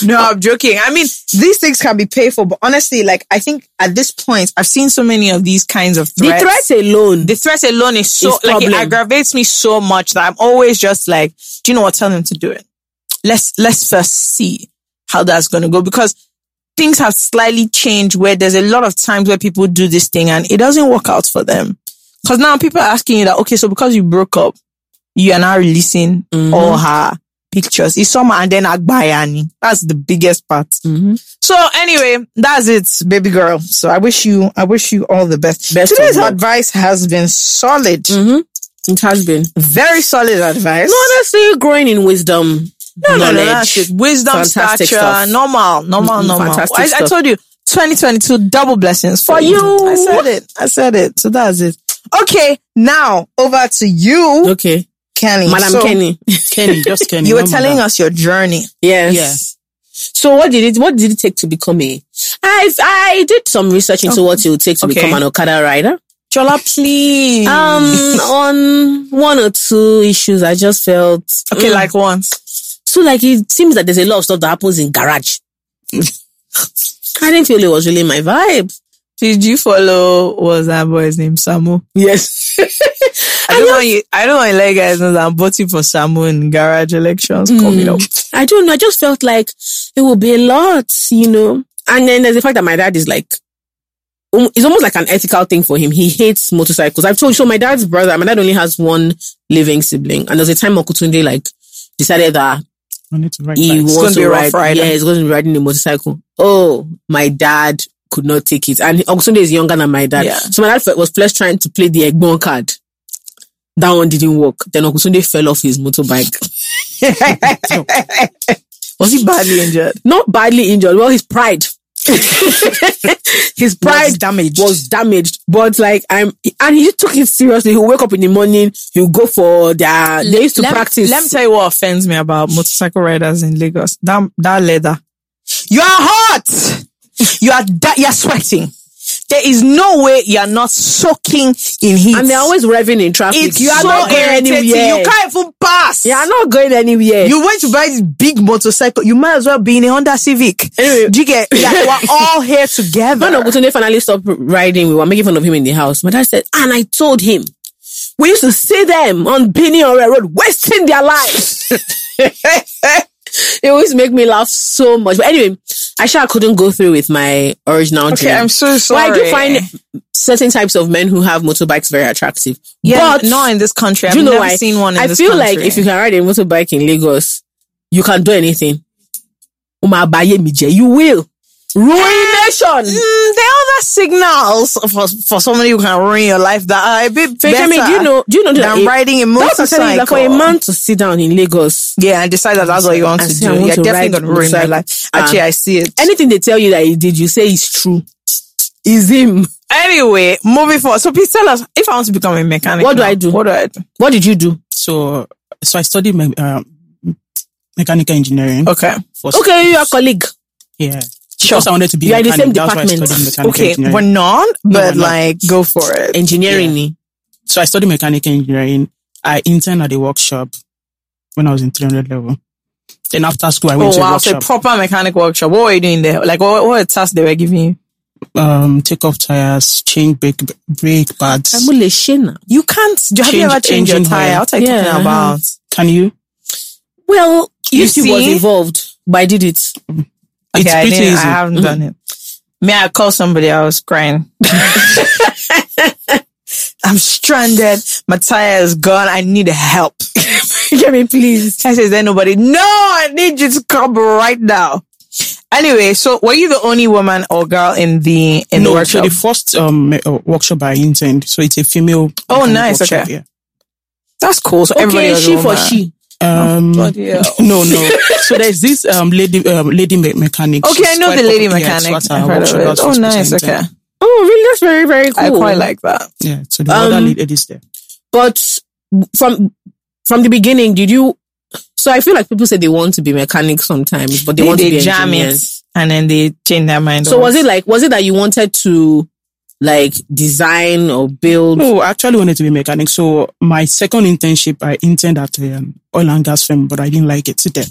[SPEAKER 5] no, I'm joking. I mean, these things can be paid for, but honestly, like I think at this point, I've seen so many of these kinds of
[SPEAKER 6] The
[SPEAKER 5] threats.
[SPEAKER 6] threats alone.
[SPEAKER 5] the threat alone is so
[SPEAKER 6] It's
[SPEAKER 5] like it
[SPEAKER 6] problem.
[SPEAKER 5] aggravates me so much that I'm always just like, do you know what? Tell them to do it. Let's let's first see how that's going to go because things have slightly changed. Where there's a lot of times where people do this thing and it doesn't work out for them because now people are asking you that okay, so because you broke up, you are now releasing
[SPEAKER 6] Mm-hmm.
[SPEAKER 5] all her pictures. It's summer and then Agbayani. That's the biggest part.
[SPEAKER 6] Mm-hmm.
[SPEAKER 5] So anyway, that's it, baby girl. So I wish you, I wish you all the best.
[SPEAKER 6] Best of
[SPEAKER 5] Today's
[SPEAKER 6] luck.
[SPEAKER 5] advice has been solid,
[SPEAKER 6] Mm-hmm. it has been.
[SPEAKER 5] very solid advice.
[SPEAKER 6] Honestly, growing in wisdom,
[SPEAKER 5] No, no, no,
[SPEAKER 6] knowledge.
[SPEAKER 5] that's it. Wisdom,
[SPEAKER 6] Fantastic
[SPEAKER 5] stature,
[SPEAKER 6] stuff.
[SPEAKER 5] normal, normal,
[SPEAKER 6] Mm-mm,
[SPEAKER 5] normal.
[SPEAKER 6] fantastic
[SPEAKER 5] I, I
[SPEAKER 6] stuff.
[SPEAKER 5] told you, 2022 double blessings for, you. I said it. I said it. So that's it. Okay, now over to you,
[SPEAKER 6] Okay,
[SPEAKER 5] Kenny.
[SPEAKER 6] Madam
[SPEAKER 5] So,
[SPEAKER 6] Kenny.
[SPEAKER 1] Kenny, just Kenny.
[SPEAKER 5] You were
[SPEAKER 1] not
[SPEAKER 5] telling
[SPEAKER 1] Madam.
[SPEAKER 5] us your journey.
[SPEAKER 6] Yes.
[SPEAKER 1] Yeah.
[SPEAKER 6] So what did it? What did it take to become a? I I did some research into what it would take to
[SPEAKER 5] Okay.
[SPEAKER 6] become an Okada rider.
[SPEAKER 5] Jola, please.
[SPEAKER 6] Um, on one or two issues, I just felt
[SPEAKER 5] okay,
[SPEAKER 6] mm.
[SPEAKER 5] like once.
[SPEAKER 6] so like it seems that there's a lot of stuff that happens in garage. I didn't feel it was really my vibe.
[SPEAKER 5] Did you follow, what was that boy's name? Samu.
[SPEAKER 6] Yes.
[SPEAKER 5] I don't want you. I don't want to let you guys know that I'm voting for Samu in garage elections coming up.
[SPEAKER 6] I don't know. I just felt like it would be a lot, you know. And then there's the fact that my dad is like, um, it's almost like an ethical thing for him. He hates motorcycles. I've told you, so my dad's brother, my dad only has one living sibling. And there's a time Okutunde like decided that
[SPEAKER 1] I need to write back.
[SPEAKER 6] he wants
[SPEAKER 5] gonna be
[SPEAKER 6] to
[SPEAKER 5] a rough
[SPEAKER 6] ride.
[SPEAKER 5] rider.
[SPEAKER 6] Yeah, he's going to be riding a motorcycle. Oh, my dad could not take it. And Okutunde is younger than my dad.
[SPEAKER 5] Yeah.
[SPEAKER 6] So my dad fe- was first trying to play the Egbon card. That one didn't work. Then Okutunde fell off his motorbike.
[SPEAKER 5] Was he badly injured?
[SPEAKER 6] not badly injured. Well, his pride. his pride
[SPEAKER 5] Was damaged.
[SPEAKER 6] was damaged. But like I'm, and he took it seriously. He'll wake up in the morning. He'll go for their. They used to
[SPEAKER 5] Lem-
[SPEAKER 6] practice.
[SPEAKER 5] Let me tell you what offends me about motorcycle riders in Lagos. That that leather. You are hot. You are da- you are sweating. There is no way you are not soaking in heat.
[SPEAKER 6] and they're always revving in traffic.
[SPEAKER 5] it's
[SPEAKER 6] you are
[SPEAKER 5] so
[SPEAKER 6] not going
[SPEAKER 5] irritating.
[SPEAKER 6] anywhere.
[SPEAKER 5] You can't even pass.
[SPEAKER 6] You are not going anywhere.
[SPEAKER 5] You went to buy this big motorcycle. You might as well be in a Honda Civic.
[SPEAKER 6] Anyway.
[SPEAKER 5] Do you get? Like, we're all here together.
[SPEAKER 6] When Ogutunde finally stopped riding, we were making fun of him in the house. My dad said, and I told him, we used to see them on Bini Ore Road wasting their lives. it always make me laugh so much. But anyway, I sure couldn't go through with my original
[SPEAKER 5] Okay,
[SPEAKER 6] dream.
[SPEAKER 5] I'm so sorry.
[SPEAKER 6] But I do find certain types of men who have motorbikes very attractive.
[SPEAKER 5] yeah,
[SPEAKER 6] but
[SPEAKER 5] not in this country. I've
[SPEAKER 6] do you know
[SPEAKER 5] never
[SPEAKER 6] why?
[SPEAKER 5] seen one in
[SPEAKER 6] I
[SPEAKER 5] this
[SPEAKER 6] feel
[SPEAKER 5] country.
[SPEAKER 6] like if you can ride a motorbike in Lagos, you can do anything. Uma abaye mi je, You will. Ruination.
[SPEAKER 5] Mm, there are other signals for, for somebody who can ruin your life that are a bit
[SPEAKER 6] Fake
[SPEAKER 5] better.
[SPEAKER 6] Emmy, do you know? Do you know that
[SPEAKER 5] than
[SPEAKER 6] a-
[SPEAKER 5] riding a
[SPEAKER 6] that's what I'm telling you, like, for a
[SPEAKER 5] motorcycle.
[SPEAKER 6] man to sit down in Lagos,
[SPEAKER 5] Yeah, and decide that that's what you want
[SPEAKER 6] I
[SPEAKER 5] to
[SPEAKER 6] say I
[SPEAKER 5] do.
[SPEAKER 6] want
[SPEAKER 5] You're
[SPEAKER 6] to
[SPEAKER 5] definitely
[SPEAKER 6] ride
[SPEAKER 5] going to ruin my
[SPEAKER 6] motorcycle.
[SPEAKER 5] life.
[SPEAKER 6] Ah.
[SPEAKER 5] Actually, I see it.
[SPEAKER 6] anything they tell you that he did, you say is true. Is him?
[SPEAKER 5] Anyway, moving forward. So please tell us if I want to become a mechanic.
[SPEAKER 6] What do
[SPEAKER 5] now,
[SPEAKER 6] I do?
[SPEAKER 5] What do I do?
[SPEAKER 6] What did you do?
[SPEAKER 1] So, so I studied me- uh, mechanical engineering.
[SPEAKER 5] Okay.
[SPEAKER 1] For
[SPEAKER 6] Okay, you're a colleague.
[SPEAKER 1] Yeah. Because I wanted to be
[SPEAKER 6] You
[SPEAKER 1] a
[SPEAKER 6] are in the
[SPEAKER 1] mechanic.
[SPEAKER 6] same
[SPEAKER 1] That's why I
[SPEAKER 6] department.
[SPEAKER 1] studied mechanical
[SPEAKER 5] Okay.
[SPEAKER 1] engineering.
[SPEAKER 5] We're not,
[SPEAKER 1] we're
[SPEAKER 5] but
[SPEAKER 1] not.
[SPEAKER 5] like go for it.
[SPEAKER 6] Engineering.
[SPEAKER 1] so I studied mechanical engineering. I interned at a workshop when I was in 300 level. Then after school, I went
[SPEAKER 5] Oh
[SPEAKER 1] to a
[SPEAKER 5] wow, so a
[SPEAKER 1] workshop.
[SPEAKER 5] proper mechanic workshop. What were you doing there? Like what what tasks they were giving you?
[SPEAKER 1] um, take off tires, change brake, brake pads.
[SPEAKER 6] I'm a shena.
[SPEAKER 5] You can't do have you
[SPEAKER 1] Change
[SPEAKER 5] ever changed your
[SPEAKER 1] engine
[SPEAKER 5] tire?
[SPEAKER 1] oil.
[SPEAKER 5] What are you
[SPEAKER 6] Yeah, I
[SPEAKER 5] talking about?
[SPEAKER 1] Can you?
[SPEAKER 6] Well,
[SPEAKER 5] You
[SPEAKER 6] YouTube was
[SPEAKER 5] see?
[SPEAKER 6] involved, but I did it.
[SPEAKER 1] It's
[SPEAKER 5] I,
[SPEAKER 1] pretty
[SPEAKER 5] didn't-
[SPEAKER 1] easy.
[SPEAKER 5] I haven't done
[SPEAKER 6] Mm-hmm.
[SPEAKER 5] it. May I call somebody? I was crying. I'm stranded. My tire is gone. I need help. Get me, please. I says, there nobody. No, I need you to come right now. Anyway, so were you the only woman or girl in the in the
[SPEAKER 1] no, so
[SPEAKER 5] workshop?
[SPEAKER 1] the first um me- uh, workshop I interned, so it's a female.
[SPEAKER 5] Oh,
[SPEAKER 1] mechanic
[SPEAKER 5] nice, okay.
[SPEAKER 1] Yeah.
[SPEAKER 5] That's cool. So
[SPEAKER 6] Okay,
[SPEAKER 5] everybody was a
[SPEAKER 6] she for
[SPEAKER 5] woman.
[SPEAKER 6] she.
[SPEAKER 1] Um,
[SPEAKER 5] Oh, bloody hell.
[SPEAKER 1] no, no. So there's this um lady um, lady me- mechanic.
[SPEAKER 5] Okay, I
[SPEAKER 1] She's
[SPEAKER 5] know
[SPEAKER 1] quite
[SPEAKER 5] the lady
[SPEAKER 1] popular. Yeah, it's
[SPEAKER 5] mechanic.
[SPEAKER 1] what her
[SPEAKER 5] I've heard of
[SPEAKER 1] workshop-
[SPEAKER 5] it.
[SPEAKER 1] that's
[SPEAKER 5] Oh,
[SPEAKER 1] what she
[SPEAKER 5] nice.
[SPEAKER 1] interned.
[SPEAKER 5] Okay,
[SPEAKER 6] Oh, really? That's very, very cool.
[SPEAKER 5] I quite like that.
[SPEAKER 1] Yeah. So the
[SPEAKER 6] Um,
[SPEAKER 1] other ladies there.
[SPEAKER 6] But from from the beginning, did you? So I feel like people say they want to be mechanics sometimes, but they, want to be
[SPEAKER 5] jam it
[SPEAKER 6] engineers.
[SPEAKER 5] and then they change their mind.
[SPEAKER 6] So was
[SPEAKER 5] once.
[SPEAKER 6] it like was it that you wanted to like design or build?
[SPEAKER 5] Oh,
[SPEAKER 1] No, I actually wanted to be a mechanic. So my second internship, I interned at an oil and gas firm, but I didn't like it there.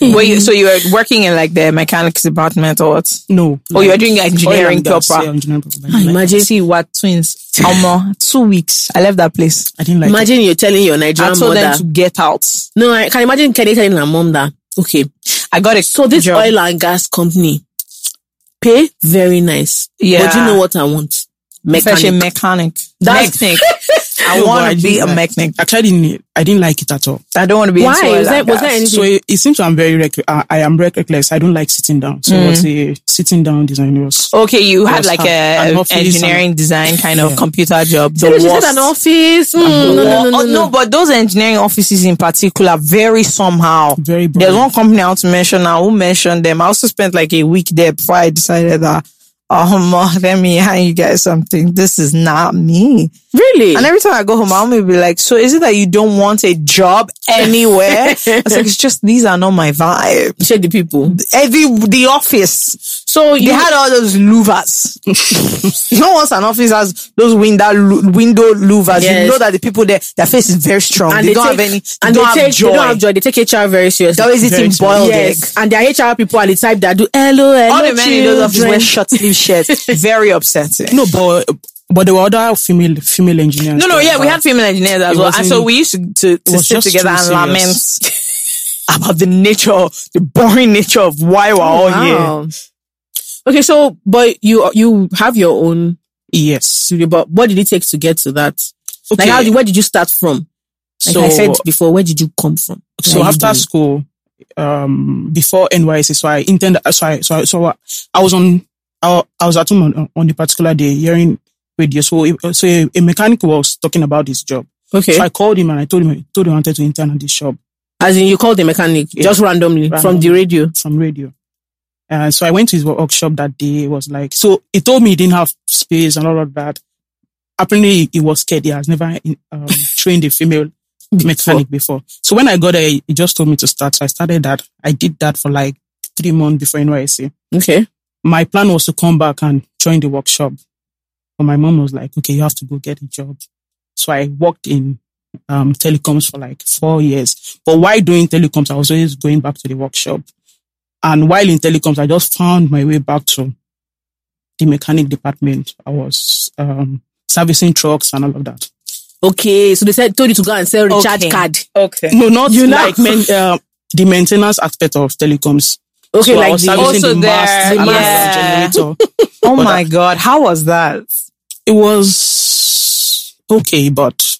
[SPEAKER 5] Were you, so you were working in like the mechanics department or what?
[SPEAKER 1] No.
[SPEAKER 5] Oh, you are doing engineering
[SPEAKER 1] Oil and gas,
[SPEAKER 5] proper.
[SPEAKER 1] yeah, engineering proper. but I didn't like-
[SPEAKER 6] Imagine,
[SPEAKER 5] See what twins? Almost two weeks. I left that place.
[SPEAKER 1] I didn't like it.
[SPEAKER 6] imagine you're telling your
[SPEAKER 5] I
[SPEAKER 6] Nigerian
[SPEAKER 5] told
[SPEAKER 6] mother.
[SPEAKER 5] them to get out.
[SPEAKER 6] no, I can imagine Kenny telling her mom that. Okay,
[SPEAKER 5] I got a
[SPEAKER 6] so this
[SPEAKER 5] job.
[SPEAKER 6] oil and gas company pay very nice.
[SPEAKER 5] Yeah.
[SPEAKER 6] but do you know what I want?
[SPEAKER 5] Fresh a
[SPEAKER 6] Mechanic.
[SPEAKER 5] mechanic.
[SPEAKER 6] That's-
[SPEAKER 5] mechanic. I
[SPEAKER 1] No, but
[SPEAKER 5] want
[SPEAKER 1] I
[SPEAKER 5] to be
[SPEAKER 1] didn't
[SPEAKER 5] a
[SPEAKER 1] like-
[SPEAKER 5] mechanic.
[SPEAKER 1] Actually, I didn't, I didn't like it at all.
[SPEAKER 5] I don't want to be.
[SPEAKER 6] Why?
[SPEAKER 5] into oil
[SPEAKER 6] Was there-
[SPEAKER 5] and
[SPEAKER 6] was
[SPEAKER 5] gas.
[SPEAKER 6] there any-
[SPEAKER 1] So it, it seems I'm very reckless. I, I am rec- reckless. I don't like sitting down. So what's
[SPEAKER 5] Mm.
[SPEAKER 1] a sitting down design was
[SPEAKER 5] Okay, you had
[SPEAKER 1] was
[SPEAKER 5] like
[SPEAKER 1] an-
[SPEAKER 5] a
[SPEAKER 1] an office
[SPEAKER 5] engineering design kind of computer job. The
[SPEAKER 6] She said
[SPEAKER 5] worst.
[SPEAKER 6] an office. Mm, no, no, no, no,
[SPEAKER 5] Oh,
[SPEAKER 6] no.
[SPEAKER 5] no, but those engineering offices in particular, very somehow.
[SPEAKER 1] very boring.
[SPEAKER 5] There's one company I want to mention now who mentioned them. I also spent like a week there before I decided that, oh, ma, let me hand you guys something. This is not me.
[SPEAKER 6] Really?
[SPEAKER 5] And every time I go home, I'll be like, so is it that you don't want a job anywhere? I was like, it's just, these are not my vibe.
[SPEAKER 6] Share the people.
[SPEAKER 5] Every, the office,
[SPEAKER 6] So you
[SPEAKER 5] they had all those louvers. you know, once an office has those window, lou- window louvers,
[SPEAKER 6] Yes.
[SPEAKER 5] you know that the people there, their face is very strong.
[SPEAKER 6] and
[SPEAKER 5] they, don't have any, they
[SPEAKER 6] and
[SPEAKER 5] don't
[SPEAKER 6] they
[SPEAKER 5] have
[SPEAKER 6] take,
[SPEAKER 5] joy.
[SPEAKER 6] They don't have joy. They take HR very seriously.
[SPEAKER 5] They're always eating boiled egg.
[SPEAKER 6] yes, and their HR people are the type that do hello, hello,
[SPEAKER 5] All the men in those offices wear
[SPEAKER 6] children."
[SPEAKER 5] short sleeve shirts. Very upsetting.
[SPEAKER 1] no, but but there were other female female engineers.
[SPEAKER 5] No, no,
[SPEAKER 1] there,
[SPEAKER 5] yeah, we
[SPEAKER 1] but
[SPEAKER 5] had female engineers as
[SPEAKER 1] It
[SPEAKER 5] well. And so
[SPEAKER 1] wasn't-
[SPEAKER 5] we used to, to, to
[SPEAKER 1] was
[SPEAKER 5] sit
[SPEAKER 1] just
[SPEAKER 5] together
[SPEAKER 1] too
[SPEAKER 5] and
[SPEAKER 1] serious.
[SPEAKER 5] lament about the nature, the boring nature of why we're
[SPEAKER 1] Oh,
[SPEAKER 5] all here.
[SPEAKER 6] Wow. Okay, so but you you have your own
[SPEAKER 1] yes.
[SPEAKER 6] studio, but what did it take to get to that? Like, how did, where did you start from? Like
[SPEAKER 1] So-
[SPEAKER 6] I said before, where did you come from?
[SPEAKER 1] So
[SPEAKER 6] Where
[SPEAKER 1] after
[SPEAKER 6] did you-
[SPEAKER 1] school, um, before NYC, so I intend. So I so I, so I, I was on. I, I was at home on, on a particular day hearing radio. So it- so a, a mechanic was talking about his job.
[SPEAKER 6] okay,
[SPEAKER 1] So I called him and I told him told him I wanted to intern at this shop
[SPEAKER 6] as in you called the mechanic just randomly from the radio.
[SPEAKER 1] from radio. And so I went to his workshop that day. It was like, so he told me he didn't have space and all of that. Apparently he was scared. He has never um, trained a female mechanic before. So when I got there, he just told me to start. So I started that. I did that for like three months before NYC.
[SPEAKER 6] Okay.
[SPEAKER 1] My plan was to come back and join the workshop. But my mom was like, okay, you have to go get a job. So I worked in um, telecoms for like four years. But while doing telecoms, I was always going back to the workshop. And while in telecoms, I just found my way back to the mechanic department. I was um, servicing trucks and all of that.
[SPEAKER 6] Okay. So they said told you to go and sell recharge
[SPEAKER 5] Okay.
[SPEAKER 6] card.
[SPEAKER 5] Okay.
[SPEAKER 1] No, not
[SPEAKER 6] You know-
[SPEAKER 1] like men, uh, the maintenance aspect of telecoms.
[SPEAKER 6] Okay,
[SPEAKER 1] So I
[SPEAKER 6] like
[SPEAKER 1] was
[SPEAKER 6] the,
[SPEAKER 1] servicing
[SPEAKER 5] Also
[SPEAKER 1] the mast
[SPEAKER 5] there,
[SPEAKER 1] and the
[SPEAKER 5] yeah.
[SPEAKER 1] generator.
[SPEAKER 5] Oh my God. How was that?
[SPEAKER 1] It was okay, but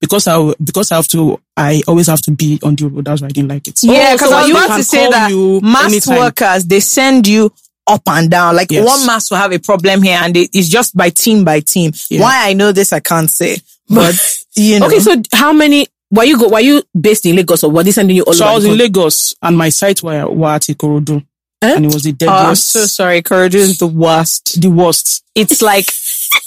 [SPEAKER 1] because I because I have to, I always have to be on the road. That's why I didn't like it.
[SPEAKER 5] Yeah,
[SPEAKER 1] Oh,
[SPEAKER 5] because
[SPEAKER 1] so
[SPEAKER 5] I was
[SPEAKER 1] you
[SPEAKER 5] about
[SPEAKER 1] can
[SPEAKER 5] to say
[SPEAKER 1] call
[SPEAKER 5] that
[SPEAKER 1] you
[SPEAKER 5] mass
[SPEAKER 1] anytime.
[SPEAKER 5] workers, they send you up and down. Like
[SPEAKER 1] Yes.
[SPEAKER 5] one mass will have a problem here and it, it's just by team by team.
[SPEAKER 1] Yeah.
[SPEAKER 5] Why I know this, I can't say. But, you know.
[SPEAKER 6] Okay, so how many were you go were you based in Lagos or were they sending you all
[SPEAKER 1] So I
[SPEAKER 6] over?
[SPEAKER 1] was
[SPEAKER 6] the
[SPEAKER 1] in Lagos and my site were, were at Ikorodu.
[SPEAKER 6] Eh?
[SPEAKER 1] And it was the
[SPEAKER 5] Oh, I'm
[SPEAKER 1] deadliest,
[SPEAKER 5] so sorry. Courage is the worst.
[SPEAKER 1] the worst.
[SPEAKER 5] It's like,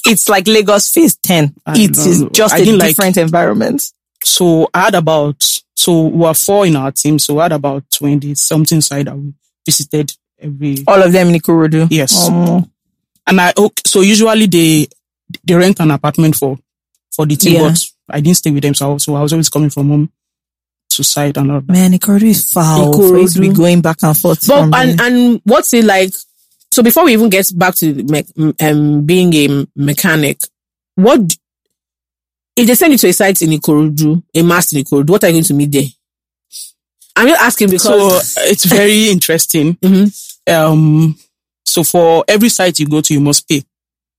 [SPEAKER 5] it's like Lagos phase 10.
[SPEAKER 1] I
[SPEAKER 5] It
[SPEAKER 1] don't
[SPEAKER 5] is
[SPEAKER 1] know.
[SPEAKER 5] just
[SPEAKER 1] I
[SPEAKER 5] a
[SPEAKER 1] didn't like-
[SPEAKER 5] different environment.
[SPEAKER 1] So I had about, so we were four in our team. So I had about 20 something side that we visited every,
[SPEAKER 5] All of them in Ikorodu.
[SPEAKER 1] Yes.
[SPEAKER 5] Oh. Um,
[SPEAKER 1] and I, ok- so usually they, they rent an apartment for, for the team,
[SPEAKER 5] Yeah.
[SPEAKER 1] but I didn't stay with them. So I, was- so I was always coming from home to site and all that.
[SPEAKER 5] man, Ikorodu is foul. For you to be
[SPEAKER 6] Ikorodu.
[SPEAKER 5] going back and forth.
[SPEAKER 6] But
[SPEAKER 5] from
[SPEAKER 6] and
[SPEAKER 5] there.
[SPEAKER 6] and what's it like? So before we even get back to the me- um being a mechanic, what d- if they send you to a site in Ikorodu, a master in Ikorodu? What are you going to meet there? I'm just asking
[SPEAKER 1] So uh,
[SPEAKER 6] because
[SPEAKER 1] it's very interesting.
[SPEAKER 6] Mhm.
[SPEAKER 5] Mm-hmm.
[SPEAKER 1] Um, so for every site you go to, you must pay.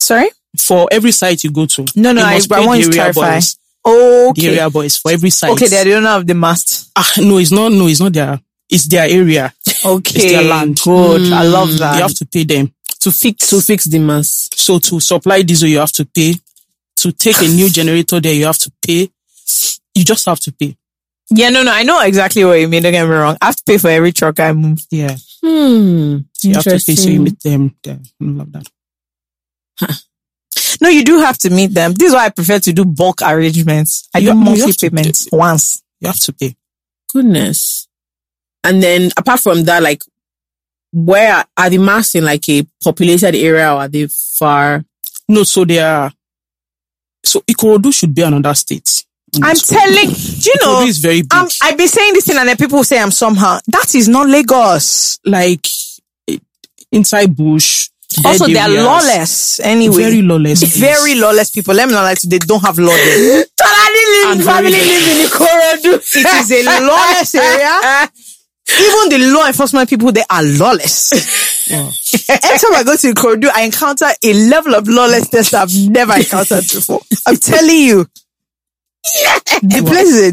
[SPEAKER 5] sorry?
[SPEAKER 1] For every site you go to,
[SPEAKER 5] No, no,
[SPEAKER 1] you
[SPEAKER 5] I,
[SPEAKER 1] must pay
[SPEAKER 5] I
[SPEAKER 1] the
[SPEAKER 5] want you to
[SPEAKER 1] area
[SPEAKER 5] clarify.
[SPEAKER 1] boys. The
[SPEAKER 5] Okay.
[SPEAKER 1] area boys for every site.
[SPEAKER 5] Okay, they don't have the mast.
[SPEAKER 1] Ah, no, it's not. No, it's not their. It's their area.
[SPEAKER 5] Okay. Mm.
[SPEAKER 1] It's their land. Mm,
[SPEAKER 5] Good. I love
[SPEAKER 1] You
[SPEAKER 5] that.
[SPEAKER 1] have to pay them to fix.
[SPEAKER 6] to fix the mass.
[SPEAKER 1] So to supply diesel, you have to pay. To take a new generator there, you have to pay. You just have to pay.
[SPEAKER 5] Yeah, no, no, I know exactly what you mean. Don't get me wrong. I have to pay for every truck I move.
[SPEAKER 1] Yeah,
[SPEAKER 6] Hmm.
[SPEAKER 1] you have to pay so you meet them there. I love that.
[SPEAKER 5] No, you do have to meet them. This is why I prefer to do bulk arrangements. I
[SPEAKER 1] You
[SPEAKER 5] do
[SPEAKER 1] have- you
[SPEAKER 5] monthly
[SPEAKER 1] have to-
[SPEAKER 5] payments once.
[SPEAKER 1] You have to pay.
[SPEAKER 6] Goodness. And then apart from that, like where are, are the mass in like a populated area or are they far?
[SPEAKER 1] No, so they are. So Ikorodu should be another state.
[SPEAKER 5] I'm telling, do you
[SPEAKER 1] Ikorodu
[SPEAKER 5] know,
[SPEAKER 1] is very big.
[SPEAKER 5] I'm, I've been saying this thing and then people will say I'm somehow. That is not Lagos.
[SPEAKER 1] like it- inside bush.
[SPEAKER 5] Also,
[SPEAKER 1] dead
[SPEAKER 5] they are
[SPEAKER 1] areas.
[SPEAKER 5] lawless anyway.
[SPEAKER 1] Very lawless. place.
[SPEAKER 5] Very lawless people. Let me not lie to you, they don't have law there.
[SPEAKER 1] And
[SPEAKER 5] family
[SPEAKER 1] very-
[SPEAKER 5] live in Ikorodu. It is a lawless area. Even the law enforcement people, they are lawless.
[SPEAKER 1] Wow.
[SPEAKER 5] Every time I go to Ikorodu, I encounter a level of lawlessness I've never encountered before. I'm telling you. The place is a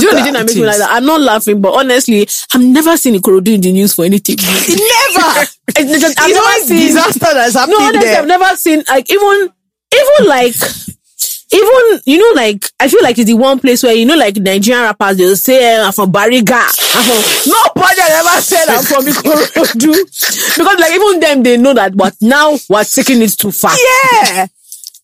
[SPEAKER 6] Do you know the thing that makes me like that? I'm not laughing, but honestly, I've never seen Ikorodu in the news for anything. I've
[SPEAKER 5] Never. It's
[SPEAKER 6] never
[SPEAKER 5] always
[SPEAKER 6] seen
[SPEAKER 5] disaster that's happening
[SPEAKER 6] No, honestly,
[SPEAKER 5] there.
[SPEAKER 6] I've never seen like even even like even you know like I feel like it's the one place where you know like Nigerian rappers they'll say "Eh, I'm from Bariga. I'm from nobody has ever said I'm from Ikorodu because like even them they know that but now we're taking it too far.
[SPEAKER 5] yeah.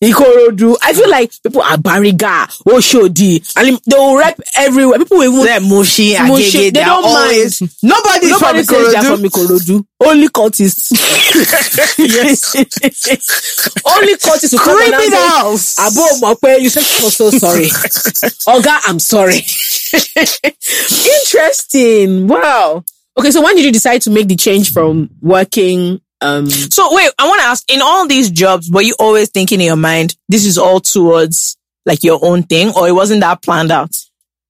[SPEAKER 6] Ikorodu. I feel like people are Bariga, Oshodi, and they will rap everywhere. People will even
[SPEAKER 5] They're mushy, agege,
[SPEAKER 6] Mushy, they
[SPEAKER 5] they're
[SPEAKER 6] don't mind.
[SPEAKER 5] always, Nobody's
[SPEAKER 6] Nobody
[SPEAKER 5] from
[SPEAKER 6] says they're
[SPEAKER 5] Ikorodu.
[SPEAKER 6] from Ikorodu. Only cultists. yes. Only cultists will come and now say,
[SPEAKER 5] Criminals.
[SPEAKER 6] Abo Mokwe, you said you were so sorry. Oga, I'm sorry. Interesting. Wow. Okay, so when did you decide to make the change from working um
[SPEAKER 5] So wait, I want to ask, in all these jobs, were you always thinking in your mind, this is all towards like your own thing or it wasn't that planned out?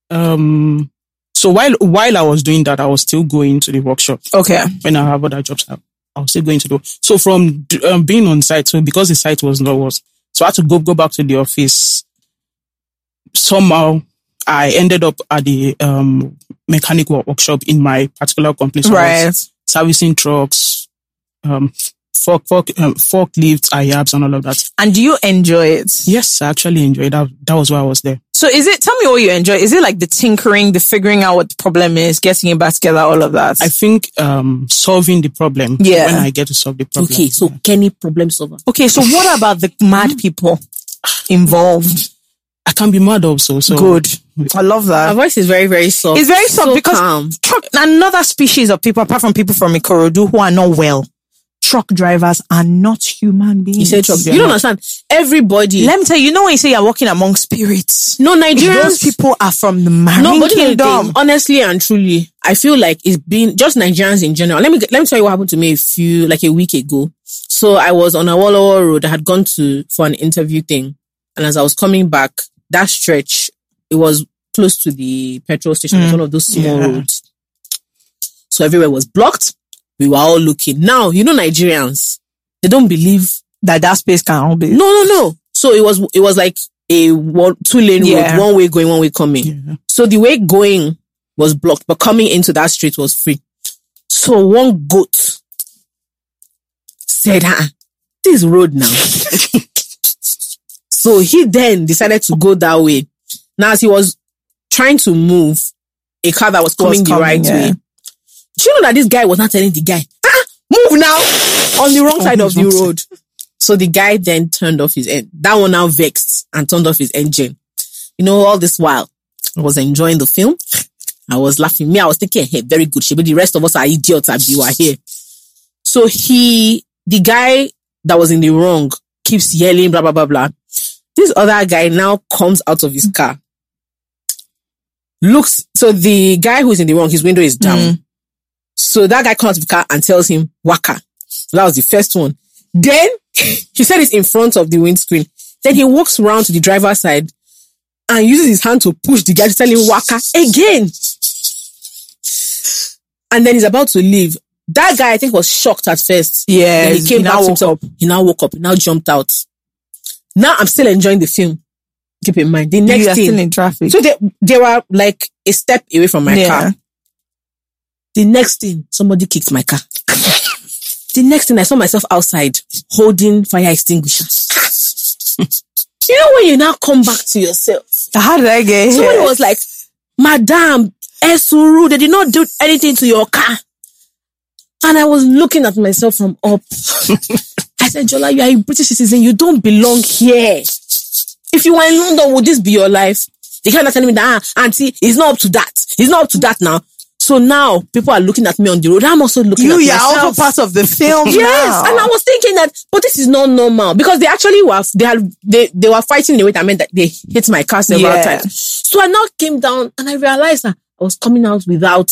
[SPEAKER 1] Um, so while while I was doing that, I was still going to the workshop.
[SPEAKER 5] Okay.
[SPEAKER 1] When I have other jobs, I, I was still going to do. So from d- um, being on site, so because the site was not was, so I had to go go back to the office. Somehow, I ended up at the um mechanic wo- workshop in my particular company. So I was
[SPEAKER 5] Right.
[SPEAKER 1] servicing trucks, um, fork, fork, um, forklifts, IAPs, and all of that.
[SPEAKER 5] And do you enjoy it?
[SPEAKER 1] Yes, I actually enjoyed that. That was why I was there.
[SPEAKER 5] So is it, tell me what you enjoy. Is it like the tinkering, the figuring out what the problem is, getting it back together, all of that?
[SPEAKER 1] I think um, solving the problem.
[SPEAKER 5] Yeah.
[SPEAKER 1] When I get to solve the problem.
[SPEAKER 6] Okay, so Kenny problem solver.
[SPEAKER 5] okay, so what about the mad people involved?
[SPEAKER 1] I can be mad also. So
[SPEAKER 5] Good. Oh. I love that.
[SPEAKER 6] Her voice is very, very soft.
[SPEAKER 5] It's very soft
[SPEAKER 6] so
[SPEAKER 5] because
[SPEAKER 6] calm.
[SPEAKER 5] truck another species of people apart from people from Ikorodu who are not well. Truck drivers are not human beings.
[SPEAKER 6] You said truck. You don't understand. Everybody.
[SPEAKER 5] Let me tell you, you know when you say you're walking among spirits,
[SPEAKER 6] no,
[SPEAKER 5] those
[SPEAKER 6] Nigerians.
[SPEAKER 5] people are from the marine
[SPEAKER 6] no, but you know the
[SPEAKER 5] kingdom.
[SPEAKER 6] thing, honestly and truly, I feel like it's been just Nigerians in general. Let me let me tell you what happened to me a few like a week ago. So I was on a Awolowo Road. I had gone to for an interview thing, and as I was coming back, that stretch it was close to the petrol station.
[SPEAKER 5] Mm.
[SPEAKER 6] It's one of those small
[SPEAKER 1] Yeah.
[SPEAKER 6] roads. So everywhere was blocked. We were all looking. Now you know Nigerians, they don't believe
[SPEAKER 5] that that space can all be.
[SPEAKER 6] no, no, no. So it was it was like a one, two lane
[SPEAKER 5] Yeah.
[SPEAKER 6] road, one way going, one way coming.
[SPEAKER 1] Yeah.
[SPEAKER 6] So the way going was blocked, but coming into that street was free. So one goat said, "Ah, this road now." so he then decided to go that way. Now as he was trying to move, a car that was coming,
[SPEAKER 5] coming,
[SPEAKER 6] the right
[SPEAKER 5] yeah.
[SPEAKER 6] way. Do you know that this guy was not telling the guy, "Ah, move now on the wrong side of the road." So the guy then turned off his end. That one now vexed and turned off his engine. You know, all this while I was enjoying the film. I was laughing. Me, I was thinking, hey, very good. She, but the rest of us are idiots. Abi, you are here. So he, the guy that was in the wrong keeps yelling, blah, blah, blah, blah. This other guy now comes out of his car. Looks, so the guy who's in the wrong, his window is down. So that guy comes out of the car and tells him, Waka. So that was the first one. Then he said it's in front of the windscreen. Then he walks round to the driver's side and uses his hand to push the guy to tell him Waka again. And then he's about to leave. That guy, I think, was shocked at first.
[SPEAKER 5] Yeah,
[SPEAKER 6] Then he came back to himself. He now woke up. He now jumped out. Now I'm still enjoying the film. Keep in mind. The
[SPEAKER 5] You
[SPEAKER 6] next
[SPEAKER 5] are
[SPEAKER 6] thing.
[SPEAKER 5] still in traffic.
[SPEAKER 6] So they they were like a step away from my
[SPEAKER 5] Yeah.
[SPEAKER 6] car. The next thing, somebody kicked my car. the next thing, I saw myself outside holding fire extinguisher. you know when you now come back to yourself.
[SPEAKER 5] How did I get here?
[SPEAKER 6] Somebody was like, "Madam, Esuru, they did not do anything to your car." And I was looking at myself from up. I said, "Jola, you are a British citizen. You don't belong here. If you were in London, would this be your life?" They cannot tell me that, ah, auntie, it's not up to that. It's not up to that now. So now people are looking at me on the road. I'm also looking
[SPEAKER 5] you,
[SPEAKER 6] at
[SPEAKER 5] you are
[SPEAKER 6] myself.
[SPEAKER 5] also part of the film.
[SPEAKER 6] Yes,
[SPEAKER 5] now.
[SPEAKER 6] and I was thinking that, but this is not normal because they actually were they had they they were fighting the way that meant that they hit my car several
[SPEAKER 5] Yeah.
[SPEAKER 6] times. So I now came down and I realized that I was coming out without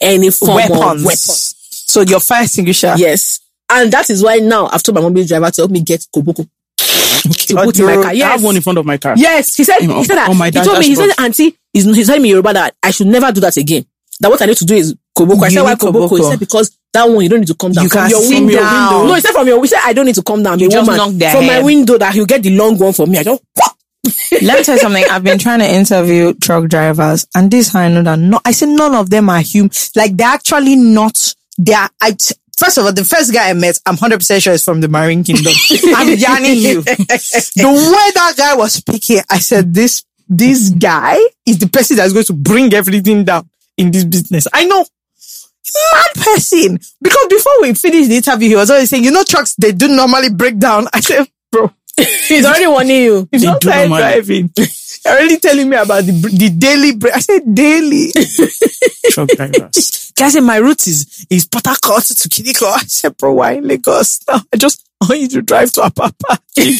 [SPEAKER 6] any form
[SPEAKER 5] weapons.
[SPEAKER 6] of weapon.
[SPEAKER 5] So your fire extinguisher.
[SPEAKER 6] Yes, and that is why now I've told my mobile driver to help me get koboko. To
[SPEAKER 5] Or
[SPEAKER 6] put in my
[SPEAKER 5] the-
[SPEAKER 6] car.
[SPEAKER 1] I
[SPEAKER 6] Yes,
[SPEAKER 1] have one in front of my car.
[SPEAKER 6] yes. He said
[SPEAKER 1] You know,
[SPEAKER 6] he said that
[SPEAKER 1] on my
[SPEAKER 6] he
[SPEAKER 1] dash-
[SPEAKER 6] told me he said
[SPEAKER 1] dashboard.
[SPEAKER 6] auntie he's, he's telling me in Yoruba that I should never do that again. That what I need to do is koboko. I
[SPEAKER 5] You
[SPEAKER 6] said why
[SPEAKER 5] need
[SPEAKER 6] koboko? He
[SPEAKER 5] koboko.
[SPEAKER 6] said because that one you don't need to come down.
[SPEAKER 5] You
[SPEAKER 6] From
[SPEAKER 5] can
[SPEAKER 6] your
[SPEAKER 5] sit
[SPEAKER 6] window.
[SPEAKER 5] down.
[SPEAKER 6] No, he said from your. He said I don't need to come down. I'm a
[SPEAKER 5] just
[SPEAKER 6] woman.
[SPEAKER 5] knock their
[SPEAKER 6] from my
[SPEAKER 5] head.
[SPEAKER 6] window that he'll get the long one for me. I just whop.
[SPEAKER 5] Let me tell you something. I've been trying to interview truck drivers, and this is how I know that no, I say none of them are human. Like they're actually not. They are. I, first of all, the first guy I met, I'm hundred percent sure is from the Marine Kingdom. I'm yarning you. The way that guy was speaking, I said this. This guy is the person that's going to bring everything down in this business. I know. Mad person. Because before we finished the interview, he was always saying, you know, trucks, they do normally break down. I said, bro,
[SPEAKER 6] He's already warning you.
[SPEAKER 5] You've
[SPEAKER 1] They
[SPEAKER 5] not
[SPEAKER 1] do
[SPEAKER 5] started
[SPEAKER 1] normally.
[SPEAKER 5] driving. You're already telling me about the, the daily break. I said daily.
[SPEAKER 1] Truck drivers.
[SPEAKER 5] Guys, my route is is Port Harcourt to Kiniko. I said, bro, why in Lagos? No, I just want you to drive to Apapa.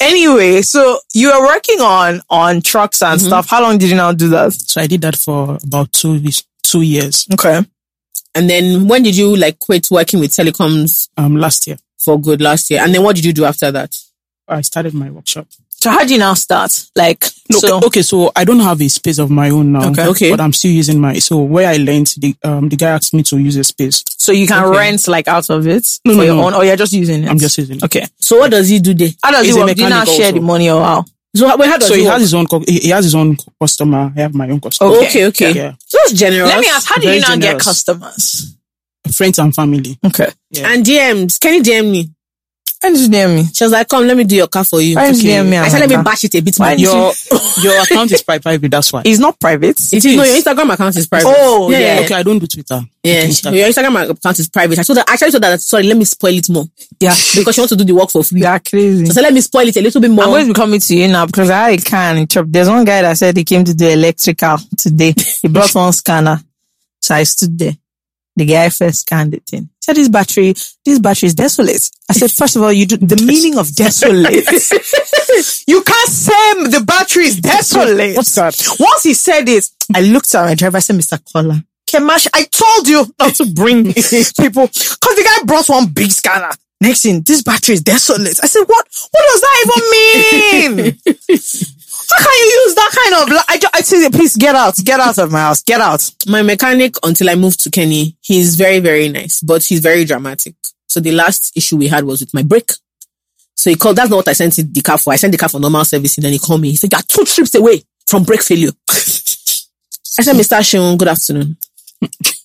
[SPEAKER 5] anyway, so you were working on on trucks and stuff. How long did you now do that?
[SPEAKER 1] So I did that for about two weeks- two years
[SPEAKER 5] Okay.
[SPEAKER 6] And then when did you like quit working with telecoms
[SPEAKER 1] um, last year.
[SPEAKER 6] for good last year? And then what did you do after that?
[SPEAKER 1] I started my workshop.
[SPEAKER 5] So how did you now start? Like
[SPEAKER 1] No,
[SPEAKER 5] so.
[SPEAKER 1] okay, so I don't have a space of my own now.
[SPEAKER 5] Okay.
[SPEAKER 6] Okay.
[SPEAKER 1] But I'm still using my. So where I learned, the um, the guy asked me to use a space.
[SPEAKER 5] So you can rent like out of it
[SPEAKER 1] No,
[SPEAKER 5] for
[SPEAKER 1] no,
[SPEAKER 5] your
[SPEAKER 1] no.
[SPEAKER 5] own, or you're just using it.
[SPEAKER 1] I'm just using. It.
[SPEAKER 5] okay.
[SPEAKER 6] So what does he do there?
[SPEAKER 5] How does
[SPEAKER 1] He's
[SPEAKER 5] it
[SPEAKER 1] a
[SPEAKER 5] work? Do you now
[SPEAKER 1] mechanic
[SPEAKER 5] share
[SPEAKER 1] also.
[SPEAKER 5] the money or how?
[SPEAKER 6] So how, wait, how does
[SPEAKER 1] So
[SPEAKER 6] he
[SPEAKER 1] he
[SPEAKER 6] work?
[SPEAKER 1] has his own. cu- He he has his own cu- customer. I have my own customer.
[SPEAKER 6] okay, okay.
[SPEAKER 1] Yeah.
[SPEAKER 6] Just general.
[SPEAKER 5] Let me ask. How do
[SPEAKER 1] very
[SPEAKER 5] you now get
[SPEAKER 1] generous.
[SPEAKER 5] customers?
[SPEAKER 1] friends and family.
[SPEAKER 5] Okay.
[SPEAKER 6] And DMs. Kenny DM me.
[SPEAKER 5] Why did you DM me?
[SPEAKER 6] She was like, come, let me do your car for you.
[SPEAKER 5] Why did you DM me?
[SPEAKER 6] I said, let me
[SPEAKER 5] Amanda?
[SPEAKER 6] bash it a bit more.
[SPEAKER 5] Why did
[SPEAKER 1] Your
[SPEAKER 5] you-
[SPEAKER 1] your account is pri- private. That's why.
[SPEAKER 5] It's not private.
[SPEAKER 6] It is. No, your Instagram account is private.
[SPEAKER 5] Oh,
[SPEAKER 6] yeah.
[SPEAKER 1] Okay, I don't do Twitter.
[SPEAKER 6] Yeah,
[SPEAKER 1] Instagram.
[SPEAKER 6] your Instagram account is private. I told her, I actually told her that, sorry, let me spoil it more.
[SPEAKER 5] Yeah.
[SPEAKER 6] Because she wants to do the work for free.
[SPEAKER 5] You are crazy.
[SPEAKER 6] So I said, let me spoil it a little bit more.
[SPEAKER 5] I'm going to be coming to you now because I had a car and it chopped. There's one guy that said he came to do electrical today. He brought one scanner. So I stood there. The guy first scanned the thing. He said, this battery, this battery is desolate. I said, first of all, you do, the meaning of desolate. you can't say the battery is desolate.
[SPEAKER 1] What's that?
[SPEAKER 5] Once he said it, I looked at my driver. I said, Mr. Kola, Kemash, I told you not to bring people. Cause the guy brought one big scanner. Next thing, this battery is desolate. I said, what, what does that even mean? How can you use that kind of, la- I just, I said, please get out, get out of my house, get out.
[SPEAKER 6] my mechanic until I moved to Kenny, he's very, very nice, but he's very dramatic. So the last issue we had was with my brake. So he called, that's not what I sent it- the car for. I sent the car for normal servicing. Then he called me. He said, you're two trips away from brake failure. I said, Mr. Sheon, good afternoon.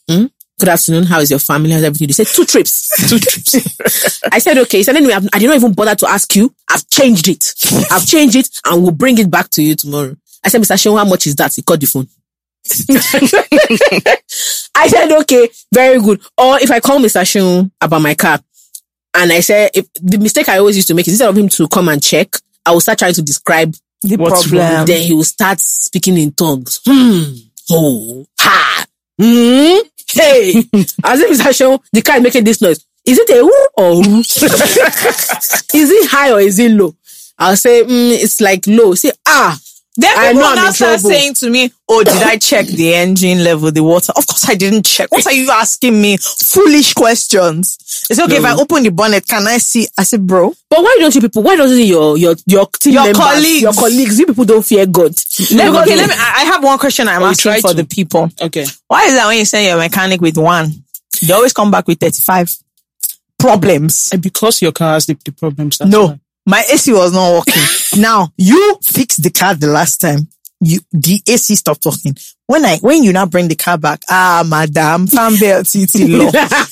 [SPEAKER 6] "Hmm? Good afternoon. How is your family? How's everything? He said, two trips.
[SPEAKER 1] Two trips.
[SPEAKER 6] I said, okay. He said, anyway, I've, I did not even bother to ask you. I've changed it. I've changed it and we'll bring it back to you tomorrow. I said, Mr. Shehu, how much is that? He called the phone. I said, okay, very good. Or if I call Mr. Shehu about my car and I said, if, the mistake I always used to make is instead of him to come and check, I will start trying to describe
[SPEAKER 5] The
[SPEAKER 1] What's
[SPEAKER 5] problem.
[SPEAKER 6] then he will start speaking in tongues. Hmm. Oh. Ha. Hmm. Hey. As if it's actually the car is making this noise. Is it a woo or woo? is it high or is it low? I'll say, mm, it's like low. Say, ah.
[SPEAKER 5] Then
[SPEAKER 6] I
[SPEAKER 5] people
[SPEAKER 6] know I'm
[SPEAKER 5] now
[SPEAKER 6] in
[SPEAKER 5] start
[SPEAKER 6] trouble.
[SPEAKER 5] saying to me, "Oh, did I check the engine level, the water?" Of course, I didn't check. What are you asking me? Foolish questions. It's okay if I open the bonnet. Can I see? I said, "Bro,
[SPEAKER 6] But why don't you people, why doesn't your, your, your team
[SPEAKER 5] Your
[SPEAKER 6] members,
[SPEAKER 5] colleagues.
[SPEAKER 6] your colleagues, you people don't fear God?
[SPEAKER 5] let me,
[SPEAKER 6] Because-
[SPEAKER 5] okay, let me." I I have one question I'm
[SPEAKER 1] you
[SPEAKER 5] asking
[SPEAKER 1] tried
[SPEAKER 5] for
[SPEAKER 1] to.
[SPEAKER 5] the people.
[SPEAKER 1] Okay.
[SPEAKER 5] Why is that when you send your mechanic with one, they always come back with thirty-five problems?
[SPEAKER 1] And because your car has the, the problems. That's
[SPEAKER 5] No,
[SPEAKER 1] why.
[SPEAKER 5] my AC was not working. now you fixed the car the last time. You the AC stopped working. When I when you now bring the car back, ah, madam, fan belt, TT law,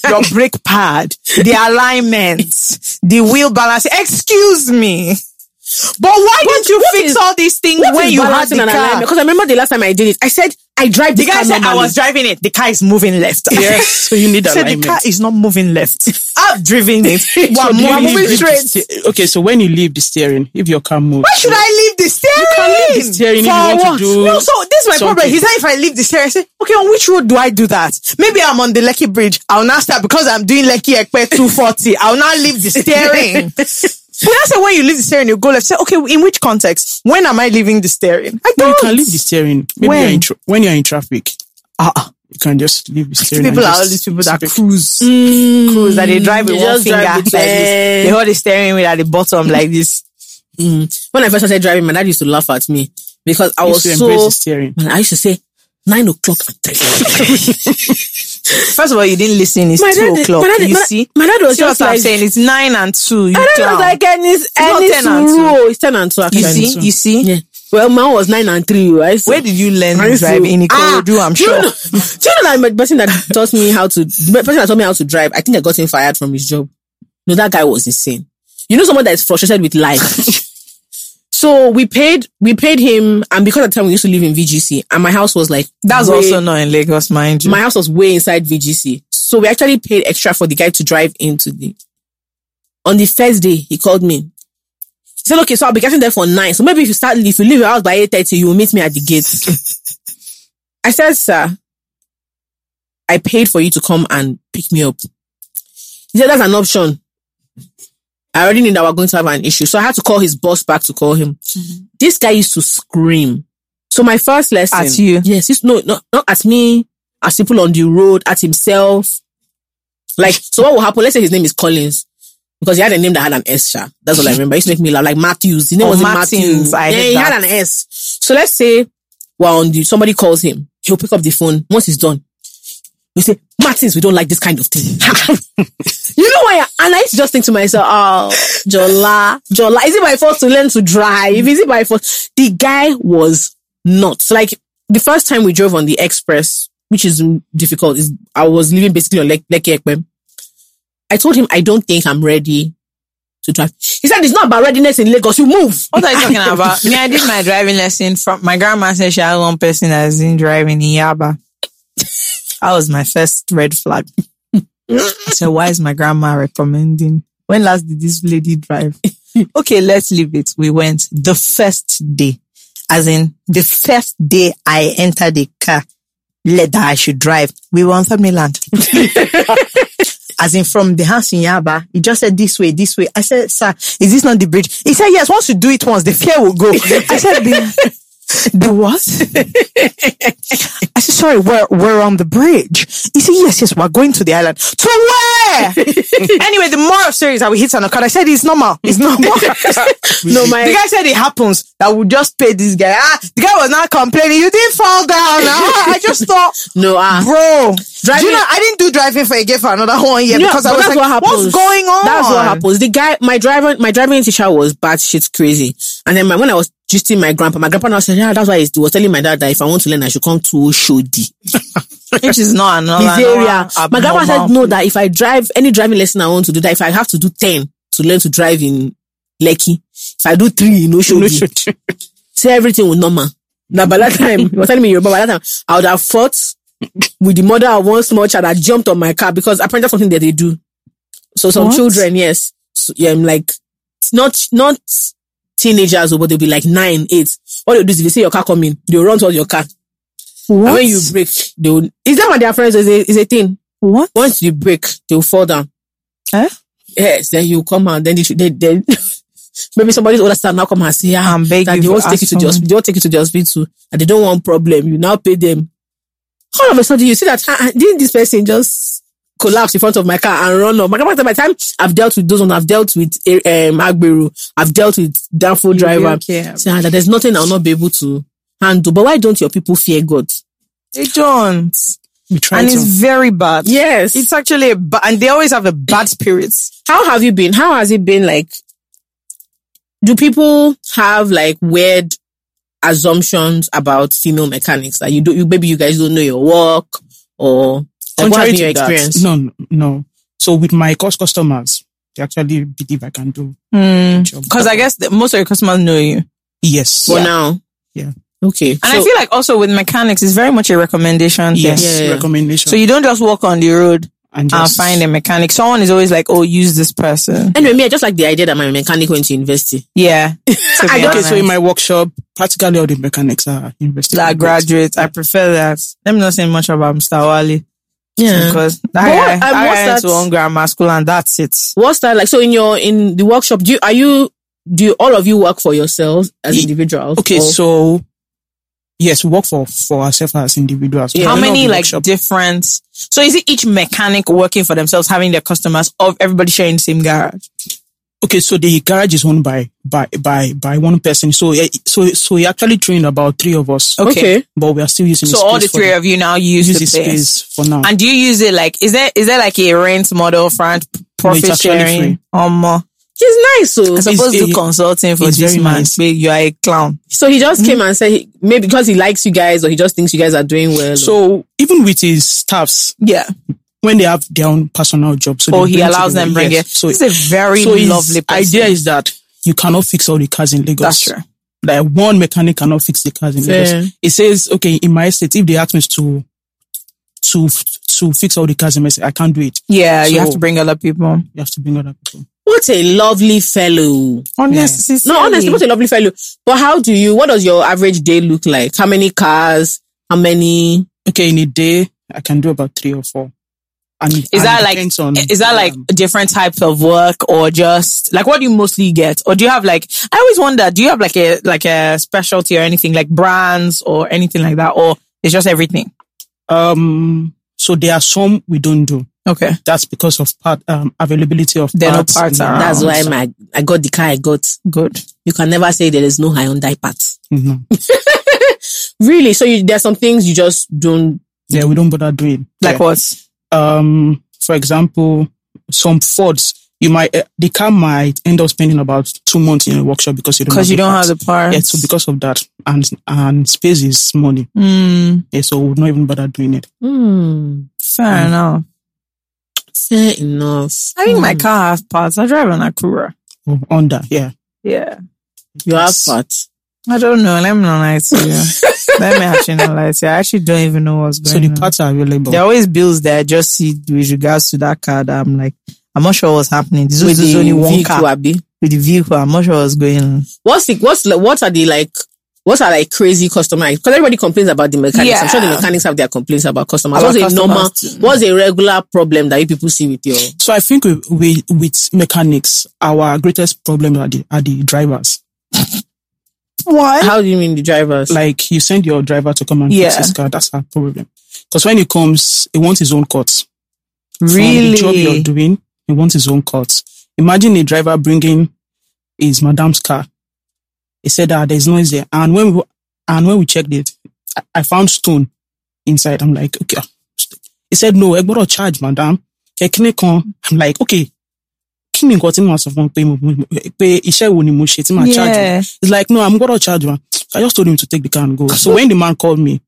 [SPEAKER 5] your brake pad, the alignments, the wheel balance. Excuse me, but why did you fix all these things
[SPEAKER 6] What
[SPEAKER 5] when
[SPEAKER 6] is
[SPEAKER 5] you had
[SPEAKER 6] balancing
[SPEAKER 5] the
[SPEAKER 6] and alignment?
[SPEAKER 5] car?
[SPEAKER 6] Because I remember the last time I did it, I said, I drive
[SPEAKER 5] The
[SPEAKER 6] the,
[SPEAKER 5] guy
[SPEAKER 6] car
[SPEAKER 5] said I
[SPEAKER 6] normally."
[SPEAKER 5] was driving it. The car is moving left.
[SPEAKER 1] Yes. So you need
[SPEAKER 5] I said the
[SPEAKER 1] alignment.
[SPEAKER 5] car is not moving left. I've driven it.
[SPEAKER 1] So
[SPEAKER 5] We're
[SPEAKER 1] do you
[SPEAKER 5] moving,
[SPEAKER 1] leave the
[SPEAKER 5] straight.
[SPEAKER 1] ste- Okay, so when you leave the steering, if your car moves,
[SPEAKER 5] Why should I leave the steering? You
[SPEAKER 1] can leave the steering if you want to do
[SPEAKER 5] no, so this is my problem.
[SPEAKER 1] something.
[SPEAKER 5] He said if I leave the steering, I say, okay, on which road do I do that? Maybe I'm on the Lekki Bridge. I'll now start because I'm doing Lekki Ekpe 240. I'll now leave the steering. but I said when you leave the steering, you go left. Say, okay, in which context? When am I leaving the steering? I
[SPEAKER 1] No,
[SPEAKER 5] don't.
[SPEAKER 1] you can leave the steering. Maybe
[SPEAKER 5] When?
[SPEAKER 1] You're in tra- when you're in traffic,
[SPEAKER 5] Uh-uh.
[SPEAKER 1] you can just leave the steering. and
[SPEAKER 5] People are
[SPEAKER 1] just
[SPEAKER 5] all these people that
[SPEAKER 1] speak.
[SPEAKER 5] cruise, cruise that they
[SPEAKER 1] Mm,
[SPEAKER 5] drive with
[SPEAKER 6] they
[SPEAKER 5] one
[SPEAKER 6] Mm, just
[SPEAKER 5] finger
[SPEAKER 6] drive
[SPEAKER 5] like
[SPEAKER 6] with
[SPEAKER 5] this.
[SPEAKER 6] their-
[SPEAKER 5] They hold the steering wheel at the bottom like this.
[SPEAKER 6] mm. when I first started driving, my dad used to laugh at me because I
[SPEAKER 1] I
[SPEAKER 6] was
[SPEAKER 1] used to embrace
[SPEAKER 6] so,
[SPEAKER 1] the steering.
[SPEAKER 6] man, I used to say, nine o'clock and three.
[SPEAKER 5] First of all, you didn't listen. It's two o'clock.
[SPEAKER 6] My dad,
[SPEAKER 5] you
[SPEAKER 6] my,
[SPEAKER 5] see.
[SPEAKER 6] my dad was
[SPEAKER 5] See
[SPEAKER 6] just
[SPEAKER 5] what I'm
[SPEAKER 6] like,
[SPEAKER 5] saying? It's nine and two. You
[SPEAKER 6] my dad
[SPEAKER 5] down.
[SPEAKER 6] was like, any,
[SPEAKER 5] not
[SPEAKER 6] any
[SPEAKER 5] 10 and
[SPEAKER 6] suru. It's 10 and 2
[SPEAKER 5] you
[SPEAKER 6] actually.
[SPEAKER 5] see, you see.
[SPEAKER 6] Yeah. Well, mine was 9 and 3, right? So,
[SPEAKER 5] Where did you learn
[SPEAKER 6] I
[SPEAKER 5] to
[SPEAKER 6] used to-
[SPEAKER 5] drive in Ikorodu?
[SPEAKER 6] Ah,
[SPEAKER 5] I'm
[SPEAKER 6] do you
[SPEAKER 5] sure.
[SPEAKER 6] know- do you know that the person that taught me how to, the person that taught me how to drive, I think I got him fired from his job. No, that guy was insane. You know, someone that is frustrated with life. so we paid, we paid him, and because at the time we used to live in VGC, and my house was like,
[SPEAKER 5] That's
[SPEAKER 6] way-
[SPEAKER 5] also not in Lagos, mind you.
[SPEAKER 6] my house was way inside VGC. So we actually paid extra for the guy to drive into the. On the first day, he called me. He said, "Okay, so I'll be getting there for nine. So maybe if you start, if you leave your house by eight thirty, you will meet me at the gate." I said, "Sir, I paid for you to come and pick me up." He said, "That's an option." I already knew that we we're going to have an issue, so I had to call his boss back to call him.
[SPEAKER 5] Mm-hmm.
[SPEAKER 6] This guy used to scream. So my first lesson
[SPEAKER 5] At you.
[SPEAKER 6] yes, it's no, not not at me, at people on the road, at himself. Like, so what will happen? Let's say his name is Collins. Because he had a name that had an S, sha. That's all I remember. It used to make me laugh. Like Matthews. His name
[SPEAKER 5] Oh,
[SPEAKER 6] was
[SPEAKER 5] Martins.
[SPEAKER 6] Matthews.
[SPEAKER 5] I
[SPEAKER 6] yeah,
[SPEAKER 5] hate
[SPEAKER 6] he
[SPEAKER 5] that.
[SPEAKER 6] had an S. So let's say we're on the, somebody calls him. He'll pick up the phone. Once he's done, we say, Martins, we don't like this kind of thing. you know why? And I used to just think to myself, oh, Jola, Jola, is it my fault to learn to drive? Is it my fault? The guy was nuts. Like the first time we drove on the express, which is difficult. Is I was living basically on Lek- Lekki Ekpem. I told him I don't think I'm ready to drive. He said it's not about readiness in Lagos. You move.
[SPEAKER 5] What are you talking about? Me, I did my driving lesson from my grandma said she had one person that is in driving in Yaba. That was my first red flag. so why is my grandma recommending? When last did this lady drive? okay, let's leave it. We went the first day. As in the first day I entered the car, let that I should drive. We were on third mainland. as in from the house in Yaba. He just said this way, this way. I said, sir, is this not the bridge? He said, yes, once you do it once, the fear will go. I said, the, the what? I said, sorry, we're, we're on the bridge. He said, yes, yes, we're going to the island. To where? anyway, the moral of story is that we hit an account. I said, it's normal. It's normal.
[SPEAKER 6] No, my
[SPEAKER 5] The guy said it happens that we just pay this guy. Ah, the guy was not complaining. You didn't fall down. Ah, I just thought,
[SPEAKER 6] no. Ah,
[SPEAKER 5] bro, do
[SPEAKER 6] Driving-
[SPEAKER 5] you know, I didn't do driving for a gay for another one year
[SPEAKER 6] Yeah,
[SPEAKER 5] because I
[SPEAKER 6] but
[SPEAKER 5] was
[SPEAKER 6] that's
[SPEAKER 5] like,
[SPEAKER 6] what happens.
[SPEAKER 5] what's going on?
[SPEAKER 6] That's what happens. The guy, my driver, my driving teacher was bad shit crazy. And then my, when I was gisting my grandpa, my grandpa now said, yeah, that's why he was telling my dad that if I want to learn, I should come to Shodi.
[SPEAKER 5] Which is not another.
[SPEAKER 6] His area. My grandpa said, no, that if I drive, any driving lesson I want to do, that if I have to do 10 to learn to drive in Lekki, if I do three in Oshodi, say everything will normal. Now by that time, he was telling me Yoruba, by that time, I would have fought with the mother of one small child that jumped on my car because apparently that's something that they do. So some
[SPEAKER 5] What?
[SPEAKER 6] children, yes, so, yeah, I'm like not not teenagers, oh, but they'll be like nine, eight. What they do is if they see your car coming, they'll run towards your car. And when you break, they'll is that what their friends is a, is a thing.
[SPEAKER 5] what?
[SPEAKER 6] Once you break, they'll fall down.
[SPEAKER 5] Eh?
[SPEAKER 6] Yes, then you come out, then they, should- they, then maybe somebody's older sister now come and say, ah,
[SPEAKER 5] I'm begging
[SPEAKER 6] that they
[SPEAKER 5] you
[SPEAKER 6] won't
[SPEAKER 5] for
[SPEAKER 6] take you to the
[SPEAKER 5] us
[SPEAKER 6] hospital. They won't take you to the hospital, and they don't want problem. You now pay them. All of a sudden, you see that "Ah, ah, didn't this person just collapse in front of my car and run off? My grandma, said, by the time I've dealt with those ones, I've dealt with eh, um Agbiru, I've dealt with downfall driver.
[SPEAKER 5] okay.
[SPEAKER 6] Say, "Ah, that there's nothing I'll not be able to handle. But why don't your people fear God?
[SPEAKER 5] They don't.
[SPEAKER 1] We try
[SPEAKER 5] And
[SPEAKER 1] to.
[SPEAKER 5] it's very bad.
[SPEAKER 6] Yes.
[SPEAKER 5] It's actually a bad, and they always have a bad spirit.
[SPEAKER 6] how have you been? How has it been like? Do people have like weird assumptions about female mechanics that you do? You maybe you guys don't know your work or like, what has been your
[SPEAKER 1] that,
[SPEAKER 6] experience?
[SPEAKER 1] No, no, no. So with my cost customers, they actually believe I can do
[SPEAKER 4] Hmm.
[SPEAKER 1] the job.
[SPEAKER 5] Because I guess that most of your customers know you.
[SPEAKER 1] yes,
[SPEAKER 6] For now,
[SPEAKER 1] Yeah.
[SPEAKER 6] okay.
[SPEAKER 5] And I feel like also with mechanics, it's very much a recommendation thing.
[SPEAKER 1] yes,
[SPEAKER 6] Yeah, yeah.
[SPEAKER 1] recommendation.
[SPEAKER 5] So you don't just walk on the road
[SPEAKER 1] and
[SPEAKER 5] and
[SPEAKER 1] just-
[SPEAKER 5] find a mechanic. Someone is always like, oh, use this person.
[SPEAKER 6] anyway, me I just like the idea that my mechanic went to university.
[SPEAKER 5] Yeah.
[SPEAKER 1] I
[SPEAKER 5] don't
[SPEAKER 1] okay, so in my workshop, practically all the mechanics are invested.
[SPEAKER 5] that graduate. I prefer that. Let me not say much about Mr. Wali because that guy,
[SPEAKER 6] what-
[SPEAKER 5] that
[SPEAKER 6] and
[SPEAKER 5] guy
[SPEAKER 6] what's
[SPEAKER 5] went
[SPEAKER 6] that-
[SPEAKER 5] to one grammar school and that's it.
[SPEAKER 6] What's that like? So in your in the workshop, do you are you do you, all of you work for yourselves as
[SPEAKER 1] Ye-
[SPEAKER 6] individuals?
[SPEAKER 1] Okay,
[SPEAKER 6] or-
[SPEAKER 1] so yes, we work for for ourselves as individuals.
[SPEAKER 6] Yeah.
[SPEAKER 5] How
[SPEAKER 1] None of
[SPEAKER 5] many
[SPEAKER 1] the
[SPEAKER 5] like
[SPEAKER 1] workshop-
[SPEAKER 5] different? So is it each mechanic working for themselves, having their customers, or everybody sharing the same garage?
[SPEAKER 1] Okay, so the garage is owned by by by by one person. So eh, so so he actually trained about three of us.
[SPEAKER 5] Okay.
[SPEAKER 1] but we are still using.
[SPEAKER 5] So
[SPEAKER 1] his
[SPEAKER 5] all the
[SPEAKER 1] space for
[SPEAKER 5] three of you now use,
[SPEAKER 1] use
[SPEAKER 5] the
[SPEAKER 1] his
[SPEAKER 5] space.
[SPEAKER 1] space for now.
[SPEAKER 5] And do you use it like is there is there like a rent model, front profit
[SPEAKER 1] actually free.
[SPEAKER 5] sharing, or more?
[SPEAKER 6] it's nice. So
[SPEAKER 5] I suppose
[SPEAKER 1] it's-
[SPEAKER 5] do
[SPEAKER 1] it-
[SPEAKER 5] consulting for
[SPEAKER 1] it's
[SPEAKER 5] this
[SPEAKER 1] very
[SPEAKER 5] man.
[SPEAKER 1] nice.
[SPEAKER 5] babe, You are a clown.
[SPEAKER 6] So he just came and said he, maybe because he likes you guys or he just thinks you guys are doing well. or-
[SPEAKER 1] so even with his staffs,
[SPEAKER 5] Yeah.
[SPEAKER 1] when they have their own personal job, so
[SPEAKER 5] Oh,
[SPEAKER 1] they
[SPEAKER 5] he
[SPEAKER 1] bring to
[SPEAKER 5] allows
[SPEAKER 1] the-
[SPEAKER 5] them bring
[SPEAKER 1] yes.
[SPEAKER 5] it.
[SPEAKER 1] So
[SPEAKER 5] He's a very
[SPEAKER 1] so his
[SPEAKER 5] lovely person.
[SPEAKER 1] idea is that you cannot fix all the cars in Lagos.
[SPEAKER 5] That's true.
[SPEAKER 1] Like one mechanic cannot fix the cars in
[SPEAKER 6] Fair.
[SPEAKER 1] Lagos. It says, okay, in my state, if they ask me to to to fix all the cars in my state, I can't do it.
[SPEAKER 5] Yeah, you have
[SPEAKER 1] So-
[SPEAKER 5] to bring other people.
[SPEAKER 1] You have to bring other people.
[SPEAKER 6] what a lovely fellow.
[SPEAKER 5] Honestly,
[SPEAKER 6] No, honestly, what a lovely fellow. But how do you, what does your average day look like? How many cars? How many?
[SPEAKER 1] Okay, in a day, I can do about three or four. And
[SPEAKER 5] Is that like-
[SPEAKER 1] depends on
[SPEAKER 5] is that like
[SPEAKER 1] um,
[SPEAKER 5] different types of work or just like what do you mostly get or do you have like I always wonder do you have like a like a specialty or anything like brands or anything like that or it's just everything
[SPEAKER 1] um? So there are some we don't do.
[SPEAKER 5] okay
[SPEAKER 1] That's because of part um availability of
[SPEAKER 5] There are no
[SPEAKER 1] parts.
[SPEAKER 5] parts
[SPEAKER 1] No,
[SPEAKER 5] around.
[SPEAKER 6] That's
[SPEAKER 5] Um,
[SPEAKER 6] why my, I got the car I got.
[SPEAKER 5] good
[SPEAKER 6] You can never say there is no Hyundai part.
[SPEAKER 1] no.
[SPEAKER 6] Really? So you, there are some things you just don't.
[SPEAKER 1] Yeah, we don't bother doing.
[SPEAKER 5] like
[SPEAKER 1] Yeah.
[SPEAKER 5] what
[SPEAKER 1] Um, for example, some Fords. you might uh, the car might end up spending about two months in a workshop because you don't
[SPEAKER 5] Because you don't have
[SPEAKER 1] parts.
[SPEAKER 5] the parts.
[SPEAKER 1] yeah, so because of that, and and space is money.
[SPEAKER 5] Mm,
[SPEAKER 1] Yeah, so we'll not even bother doing it.
[SPEAKER 5] fair
[SPEAKER 1] Hmm.
[SPEAKER 5] enough.
[SPEAKER 6] Fair enough.
[SPEAKER 5] I think
[SPEAKER 1] Hmm.
[SPEAKER 5] my car has parts. I drive an Acura.
[SPEAKER 1] Oh, under, yeah.
[SPEAKER 5] Yeah.
[SPEAKER 6] You have part.
[SPEAKER 5] I don't know. Let me not lie to you. Let me actually not lie to you. I actually don't even know what's
[SPEAKER 1] So
[SPEAKER 5] going
[SPEAKER 1] the
[SPEAKER 5] on.
[SPEAKER 1] parts are available.
[SPEAKER 5] there are always bills that I just see with regards to that car that I'm like, I'm not sure what's happening. This
[SPEAKER 6] With
[SPEAKER 5] is
[SPEAKER 6] the
[SPEAKER 5] only one
[SPEAKER 6] vehicle,
[SPEAKER 5] car
[SPEAKER 6] Abi.
[SPEAKER 5] with the vehicle. I'm not sure what's going on.
[SPEAKER 6] What's the, what's like, what are the like what are like crazy customers? Because everybody complains about the mechanics. I'm sure the mechanics have their complaints about customers.
[SPEAKER 5] About
[SPEAKER 6] what's
[SPEAKER 5] customers
[SPEAKER 6] a normal?
[SPEAKER 5] too.
[SPEAKER 6] What's a regular problem that you people see with your?
[SPEAKER 1] So I think we, we, with mechanics, our greatest problem are the, are the drivers.
[SPEAKER 5] What?
[SPEAKER 6] How do you mean the drivers?
[SPEAKER 1] Like you send your driver to come and fix
[SPEAKER 5] Yeah.
[SPEAKER 1] his car. That's our problem. Because when he comes, he wants his own cut. From the job
[SPEAKER 5] Really?
[SPEAKER 1] you're doing, he wants his own cut. Imagine a driver bringing his madame's car. He said that there's noise there, and when we and when we checked it, I, I found stone inside. I'm like, okay. He said no. I got a charge, madam. Kekine kan. I'm like, okay. Kí ni nǹkan tí màá sọ fún un pé mo mo- pé iṣẹ́ wo ni mo ṣe tí màá charge wọn?
[SPEAKER 5] Yeah.
[SPEAKER 1] He's like, no, I'm gonna charge one. So I just told him to take the car and go. So when the man called me,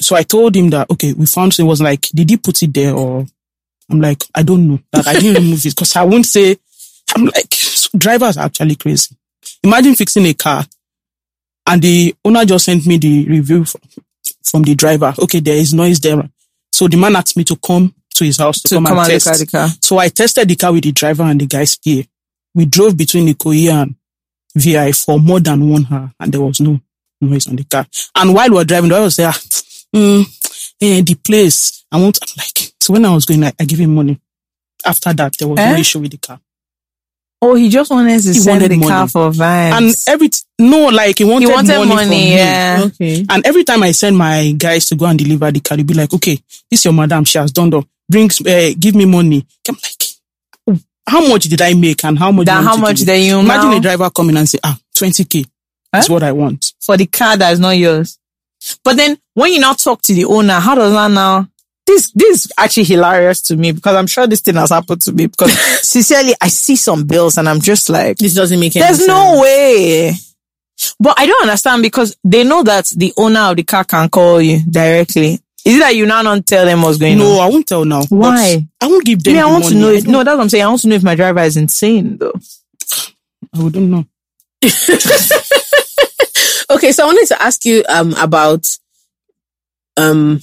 [SPEAKER 1] so I told him that okay, we found it was like, did he put it there or? I'm like, I don't know. Like I didn't remove it because I won't say. I'm like, drivers are actually crazy. Imagine fixing a car, and the owner just sent me the review f- from the driver. Okay, there is noise there. So the man asked me to come to his house to,
[SPEAKER 5] To
[SPEAKER 1] come, and
[SPEAKER 5] come and look
[SPEAKER 1] test.
[SPEAKER 5] at the car.
[SPEAKER 1] So I tested the car with the driver and the guy's PA. We drove between Nicoya and VI for more than one hour and there was no noise on the car. And while we were driving, the driver was there, mm, eh, the place, I want, I'm like, so when I was going, I, I gave him money. After that, there was no
[SPEAKER 5] Eh?
[SPEAKER 1] issue with the car.
[SPEAKER 5] Oh, he just wanted to send
[SPEAKER 1] wanted
[SPEAKER 5] the
[SPEAKER 1] money.
[SPEAKER 5] car for vibes.
[SPEAKER 1] And every, t- no, like he wanted,
[SPEAKER 5] he wanted
[SPEAKER 1] money,
[SPEAKER 5] money.
[SPEAKER 1] from me.
[SPEAKER 5] yeah.
[SPEAKER 6] okay.
[SPEAKER 1] And every time I send my guys to go and deliver the car, they be like, okay, this your madam. She has done the brings, uh, give me money. I'm like, how much did I make and how much?
[SPEAKER 5] That
[SPEAKER 1] you want
[SPEAKER 5] how
[SPEAKER 1] to
[SPEAKER 5] much
[SPEAKER 1] give
[SPEAKER 5] that
[SPEAKER 1] me?
[SPEAKER 5] you
[SPEAKER 1] Imagine
[SPEAKER 5] now
[SPEAKER 1] a driver coming and say, ah, 20k
[SPEAKER 5] Huh?
[SPEAKER 1] is what I want.
[SPEAKER 5] for the car that is not yours. But then when you now talk to the owner, how does that now? This this is actually hilarious to me because I'm sure this thing has happened to me because sincerely I see some bills and I'm just like
[SPEAKER 6] This doesn't make any
[SPEAKER 5] There's
[SPEAKER 6] sense.
[SPEAKER 5] no way. But I don't understand because they know that the owner of the car can call you directly. Is it that you now don't tell them what's going
[SPEAKER 1] no,
[SPEAKER 5] on?
[SPEAKER 1] I won't tell now. But
[SPEAKER 5] Why?
[SPEAKER 1] I won't give them.
[SPEAKER 5] Me, I
[SPEAKER 1] the
[SPEAKER 5] want to
[SPEAKER 1] money.
[SPEAKER 5] know
[SPEAKER 1] I
[SPEAKER 5] if,
[SPEAKER 1] don't-
[SPEAKER 5] no, that's what I'm saying. I want to know if my driver is insane though.
[SPEAKER 1] I wouldn't know.
[SPEAKER 6] Okay, so I wanted to ask you um about um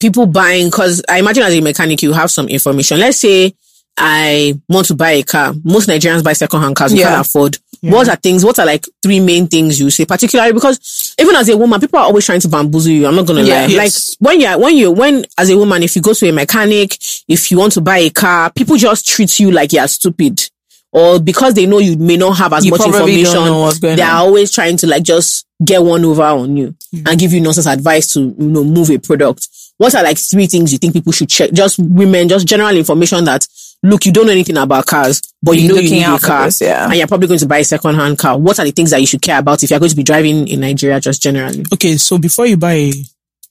[SPEAKER 6] people buying because I imagine as a mechanic you have some information. Let's say I want to buy a car. Most Nigerians buy secondhand cars. We
[SPEAKER 5] Yeah.
[SPEAKER 6] can't afford. What are things? What are like three main things you say? Particularly because even as a woman, people are always trying to bamboozle you. I'm not gonna
[SPEAKER 5] Yeah,
[SPEAKER 6] lie.
[SPEAKER 1] yes.
[SPEAKER 6] Like when you're when you when as a woman, if you go to a mechanic, if you want to buy a car, people just treat you like you're stupid. Or because they know you may not have as
[SPEAKER 5] You
[SPEAKER 6] much
[SPEAKER 5] probably
[SPEAKER 6] information,
[SPEAKER 5] don't know what's going
[SPEAKER 6] they
[SPEAKER 5] on.
[SPEAKER 6] are always trying to like just get one over on you
[SPEAKER 1] Mm.
[SPEAKER 6] and give you nonsense advice to you know move a product. What are like three things you think people should check? Just women, just general information that look, you don't know anything about cars, but you
[SPEAKER 5] You're
[SPEAKER 6] know you
[SPEAKER 5] looking
[SPEAKER 6] need a
[SPEAKER 5] out for
[SPEAKER 6] car,
[SPEAKER 5] this, yeah.
[SPEAKER 6] and you're probably going to buy a second-hand car. What are the things that you should care about if you're going to be driving in Nigeria? Just generally,
[SPEAKER 1] Okay, so before you buy a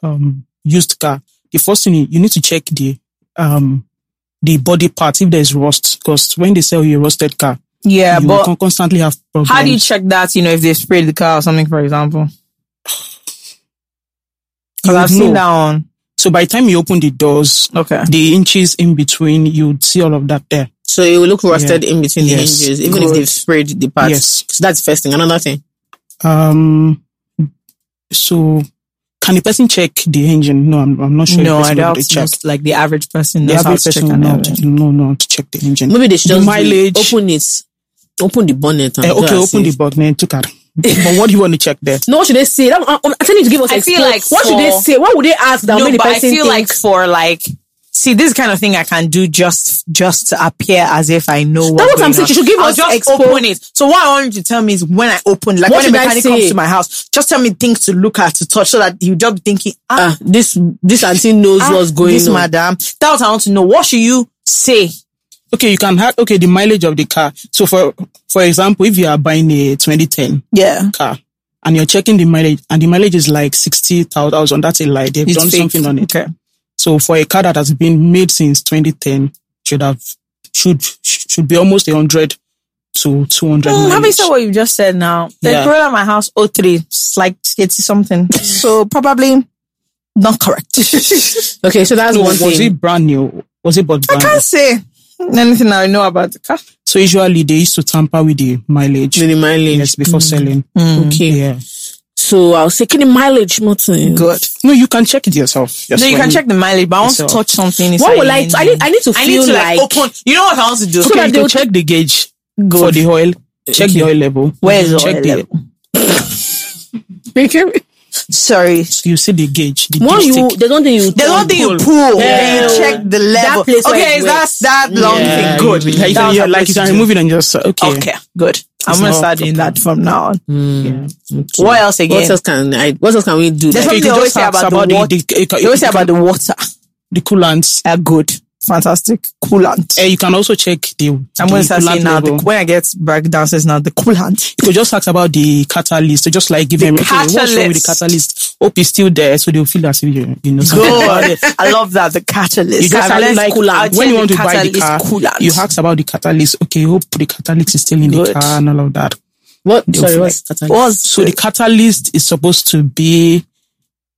[SPEAKER 1] um, used car, the first thing you, you need to check the um, the body parts if there's rust, because when they sell you a rusted car,
[SPEAKER 5] Yeah,
[SPEAKER 1] you
[SPEAKER 5] but
[SPEAKER 1] will con- constantly have problems.
[SPEAKER 5] how do you check that? You know, if they sprayed the car or something, for example.
[SPEAKER 1] You
[SPEAKER 5] Because
[SPEAKER 1] would
[SPEAKER 5] I've
[SPEAKER 1] know.
[SPEAKER 5] seen that one.
[SPEAKER 1] So by the time you open the doors,
[SPEAKER 5] Okay.
[SPEAKER 1] the inches in between, you'd see all of that there.
[SPEAKER 6] so it will look rusted in between
[SPEAKER 1] Yes.
[SPEAKER 6] the hinges, even if
[SPEAKER 1] Good.
[SPEAKER 6] they've sprayed the parts.
[SPEAKER 1] Yes.
[SPEAKER 6] So that's the first thing. Another thing.
[SPEAKER 1] Um, so can the person check the engine? No, I'm, I'm not sure. if the
[SPEAKER 5] No, I
[SPEAKER 1] person will
[SPEAKER 5] doubt
[SPEAKER 1] be check.
[SPEAKER 5] most, like the average person
[SPEAKER 1] The
[SPEAKER 5] knows how
[SPEAKER 1] average
[SPEAKER 5] to check
[SPEAKER 1] person will
[SPEAKER 5] an
[SPEAKER 1] not,
[SPEAKER 5] engine.
[SPEAKER 1] no, no, to check the engine.
[SPEAKER 6] Maybe they should
[SPEAKER 1] The
[SPEAKER 6] just
[SPEAKER 1] mileage.
[SPEAKER 6] open it, open the bonnet. And
[SPEAKER 1] Eh,
[SPEAKER 6] go
[SPEAKER 1] okay,
[SPEAKER 6] and
[SPEAKER 1] open
[SPEAKER 6] see.
[SPEAKER 1] the box, then took out. But what do you want to check there?
[SPEAKER 6] No, what should they say? That, I, I'm telling you to give us.
[SPEAKER 5] I
[SPEAKER 6] I
[SPEAKER 5] feel like
[SPEAKER 6] what should they
[SPEAKER 5] for-
[SPEAKER 6] say? What would they ask that
[SPEAKER 5] no,
[SPEAKER 6] made the
[SPEAKER 5] but I
[SPEAKER 6] person
[SPEAKER 5] feel
[SPEAKER 6] think?
[SPEAKER 5] like for like, see, this kind of thing I can do just just to appear as if I know. What's
[SPEAKER 6] That's what
[SPEAKER 5] going
[SPEAKER 6] I'm saying.
[SPEAKER 5] on.
[SPEAKER 6] You should give
[SPEAKER 5] I'll
[SPEAKER 6] us
[SPEAKER 5] just
[SPEAKER 6] expo-
[SPEAKER 5] open it. So what I want you to tell me is when I open, like
[SPEAKER 6] What
[SPEAKER 5] when a
[SPEAKER 6] should I
[SPEAKER 5] mechanic
[SPEAKER 6] say?
[SPEAKER 5] comes to my house, just tell me things to look at, to touch, so that you just be thinking, ah,
[SPEAKER 6] ah, this this auntie knows
[SPEAKER 5] ah,
[SPEAKER 6] what's going
[SPEAKER 5] this
[SPEAKER 6] on.
[SPEAKER 5] madam. That's what I want to know. What should you say?
[SPEAKER 1] Okay, you can have, okay, the mileage of the car. So for, for example, if you are buying a 2010
[SPEAKER 5] Yeah,
[SPEAKER 1] car and you're checking the mileage and the mileage is like 60,000, that's a lie. They've
[SPEAKER 5] it's
[SPEAKER 1] done
[SPEAKER 5] fake.
[SPEAKER 1] something on it.
[SPEAKER 5] Okay,
[SPEAKER 1] So for a car that has been made since 2010, should have should should be almost 100 to 200
[SPEAKER 5] Mm, having
[SPEAKER 1] mileage.
[SPEAKER 5] said what you just said now, the
[SPEAKER 1] Yeah.
[SPEAKER 5] Corolla at my house 03 is like 80 something. so probably not correct. I
[SPEAKER 6] Okay, so that's
[SPEAKER 1] No,
[SPEAKER 6] one
[SPEAKER 1] was
[SPEAKER 6] thing.
[SPEAKER 1] it brand new? Was it but brand new?
[SPEAKER 5] can't say anything I know about the car.
[SPEAKER 1] So usually they used to tamper with the mileage.
[SPEAKER 6] With the mileage.
[SPEAKER 1] Yes, before selling.
[SPEAKER 5] Mm.
[SPEAKER 6] Okay.
[SPEAKER 1] Yeah.
[SPEAKER 6] So I'll say, can the mileage more to
[SPEAKER 5] Good.
[SPEAKER 1] No, you can check it yourself.
[SPEAKER 5] No, you can check the mileage, but I want to
[SPEAKER 1] Yourself.
[SPEAKER 5] touch
[SPEAKER 6] What
[SPEAKER 5] something. inside
[SPEAKER 6] will
[SPEAKER 5] the
[SPEAKER 6] I? I
[SPEAKER 5] engine.
[SPEAKER 6] need. I need to feel
[SPEAKER 5] I need to
[SPEAKER 6] like,
[SPEAKER 5] like, open. You know what I want to do?
[SPEAKER 1] Okay,
[SPEAKER 6] that
[SPEAKER 1] you
[SPEAKER 6] they
[SPEAKER 1] can
[SPEAKER 6] will-
[SPEAKER 1] check the gauge for the oil. Check the oil level.
[SPEAKER 5] Where's the
[SPEAKER 1] check
[SPEAKER 5] oil
[SPEAKER 1] the,
[SPEAKER 5] level? Sorry.
[SPEAKER 1] You see the gauge. The
[SPEAKER 6] one you.
[SPEAKER 1] dipstick.
[SPEAKER 6] There's one thing you.
[SPEAKER 5] The one thing you pull, then you check the level.
[SPEAKER 6] place where
[SPEAKER 5] okay,
[SPEAKER 6] it
[SPEAKER 5] that's that long
[SPEAKER 1] Yeah,
[SPEAKER 5] thing. Good.
[SPEAKER 1] you- Like, you
[SPEAKER 5] That
[SPEAKER 1] can,
[SPEAKER 5] was
[SPEAKER 1] yeah,
[SPEAKER 5] what
[SPEAKER 1] like you
[SPEAKER 5] I
[SPEAKER 1] can
[SPEAKER 5] was
[SPEAKER 1] remove it and just uh, okay.
[SPEAKER 5] Okay, good. I'm
[SPEAKER 1] It's
[SPEAKER 5] gonna
[SPEAKER 1] not
[SPEAKER 5] start doing that from now on.
[SPEAKER 6] Okay.
[SPEAKER 5] What else again?
[SPEAKER 6] What else can I? What else can we do?
[SPEAKER 5] There's
[SPEAKER 6] Like,
[SPEAKER 5] something
[SPEAKER 1] you
[SPEAKER 5] they
[SPEAKER 1] can
[SPEAKER 5] always
[SPEAKER 1] just
[SPEAKER 5] say
[SPEAKER 1] ask
[SPEAKER 5] about,
[SPEAKER 1] about
[SPEAKER 5] the
[SPEAKER 1] the-
[SPEAKER 5] water.
[SPEAKER 1] the- you can-
[SPEAKER 5] they always say about the water.
[SPEAKER 1] The coolants.
[SPEAKER 5] Are good, fantastic, coolant.
[SPEAKER 1] Eh, you can also check the.
[SPEAKER 5] I'm
[SPEAKER 1] the
[SPEAKER 5] going to start
[SPEAKER 1] coolant
[SPEAKER 5] saying now. The,
[SPEAKER 1] level.
[SPEAKER 5] when I get back downstairs now, the coolant.
[SPEAKER 1] you could just ask about the catalyst. So just like give them okay, what's wrong with the
[SPEAKER 5] catalyst.
[SPEAKER 1] catalyst. Hope it's still there, so they'll feel as if you, you know. something.
[SPEAKER 5] Good. I love that the catalyst.
[SPEAKER 1] You just
[SPEAKER 5] Catalyst
[SPEAKER 1] like
[SPEAKER 5] coolant.
[SPEAKER 1] when you want to
[SPEAKER 5] The
[SPEAKER 1] buy the
[SPEAKER 5] catalyst
[SPEAKER 1] car,
[SPEAKER 5] coolant.
[SPEAKER 1] you ask about the catalyst. Okay, hope the catalyst is still in the
[SPEAKER 5] Good.
[SPEAKER 1] car and all of that.
[SPEAKER 6] what?
[SPEAKER 1] They'll
[SPEAKER 6] Sorry,
[SPEAKER 1] feel
[SPEAKER 6] what's catalyst?
[SPEAKER 5] What's
[SPEAKER 1] So the catalyst is supposed to be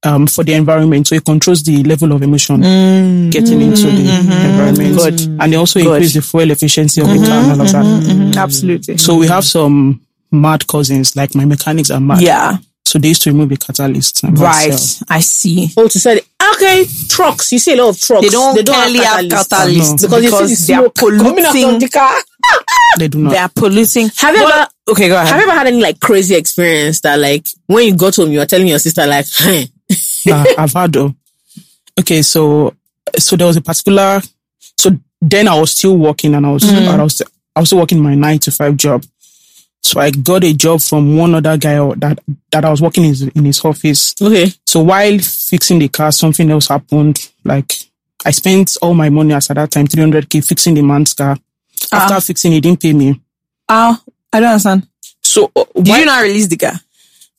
[SPEAKER 1] um, for the environment, so it controls the level of emission
[SPEAKER 5] Mm.
[SPEAKER 1] getting into the
[SPEAKER 5] Mm-hmm.
[SPEAKER 1] environment, and it also increase the fuel efficiency of the car and all of that.
[SPEAKER 5] Mm-hmm. absolutely?
[SPEAKER 1] So we have some mad cousins, like my mechanics are mad.
[SPEAKER 5] yeah,
[SPEAKER 1] So they used to remove the catalyst. and
[SPEAKER 5] right.
[SPEAKER 1] sell.
[SPEAKER 5] I see.
[SPEAKER 6] Oh, to say okay, trucks. You see a lot of trucks.
[SPEAKER 5] They don't, clearly have catalyst, because,
[SPEAKER 6] because
[SPEAKER 5] they
[SPEAKER 6] you
[SPEAKER 5] are
[SPEAKER 6] see the smoke coming out from
[SPEAKER 5] polluting.
[SPEAKER 6] the car.
[SPEAKER 1] They do not.
[SPEAKER 5] They are polluting.
[SPEAKER 6] Have you ever?
[SPEAKER 5] Okay, go ahead.
[SPEAKER 6] Have you ever had any like crazy experience that like when you got home you were telling your sister like, huh,
[SPEAKER 1] nah, I've had though. Okay, so so there was a particular so then I was still working and I was and I was I was still working my nine to five job. So I got a job from one other guy or- that that I was working in his, in his office.
[SPEAKER 6] okay,
[SPEAKER 1] So while fixing the car, something else happened. Like I spent all my money as at that time, 300k fixing the man's car. After fixing, he didn't pay me.
[SPEAKER 5] Oh, I don't understand.
[SPEAKER 1] So uh,
[SPEAKER 5] Did
[SPEAKER 1] why,
[SPEAKER 5] you not release the car?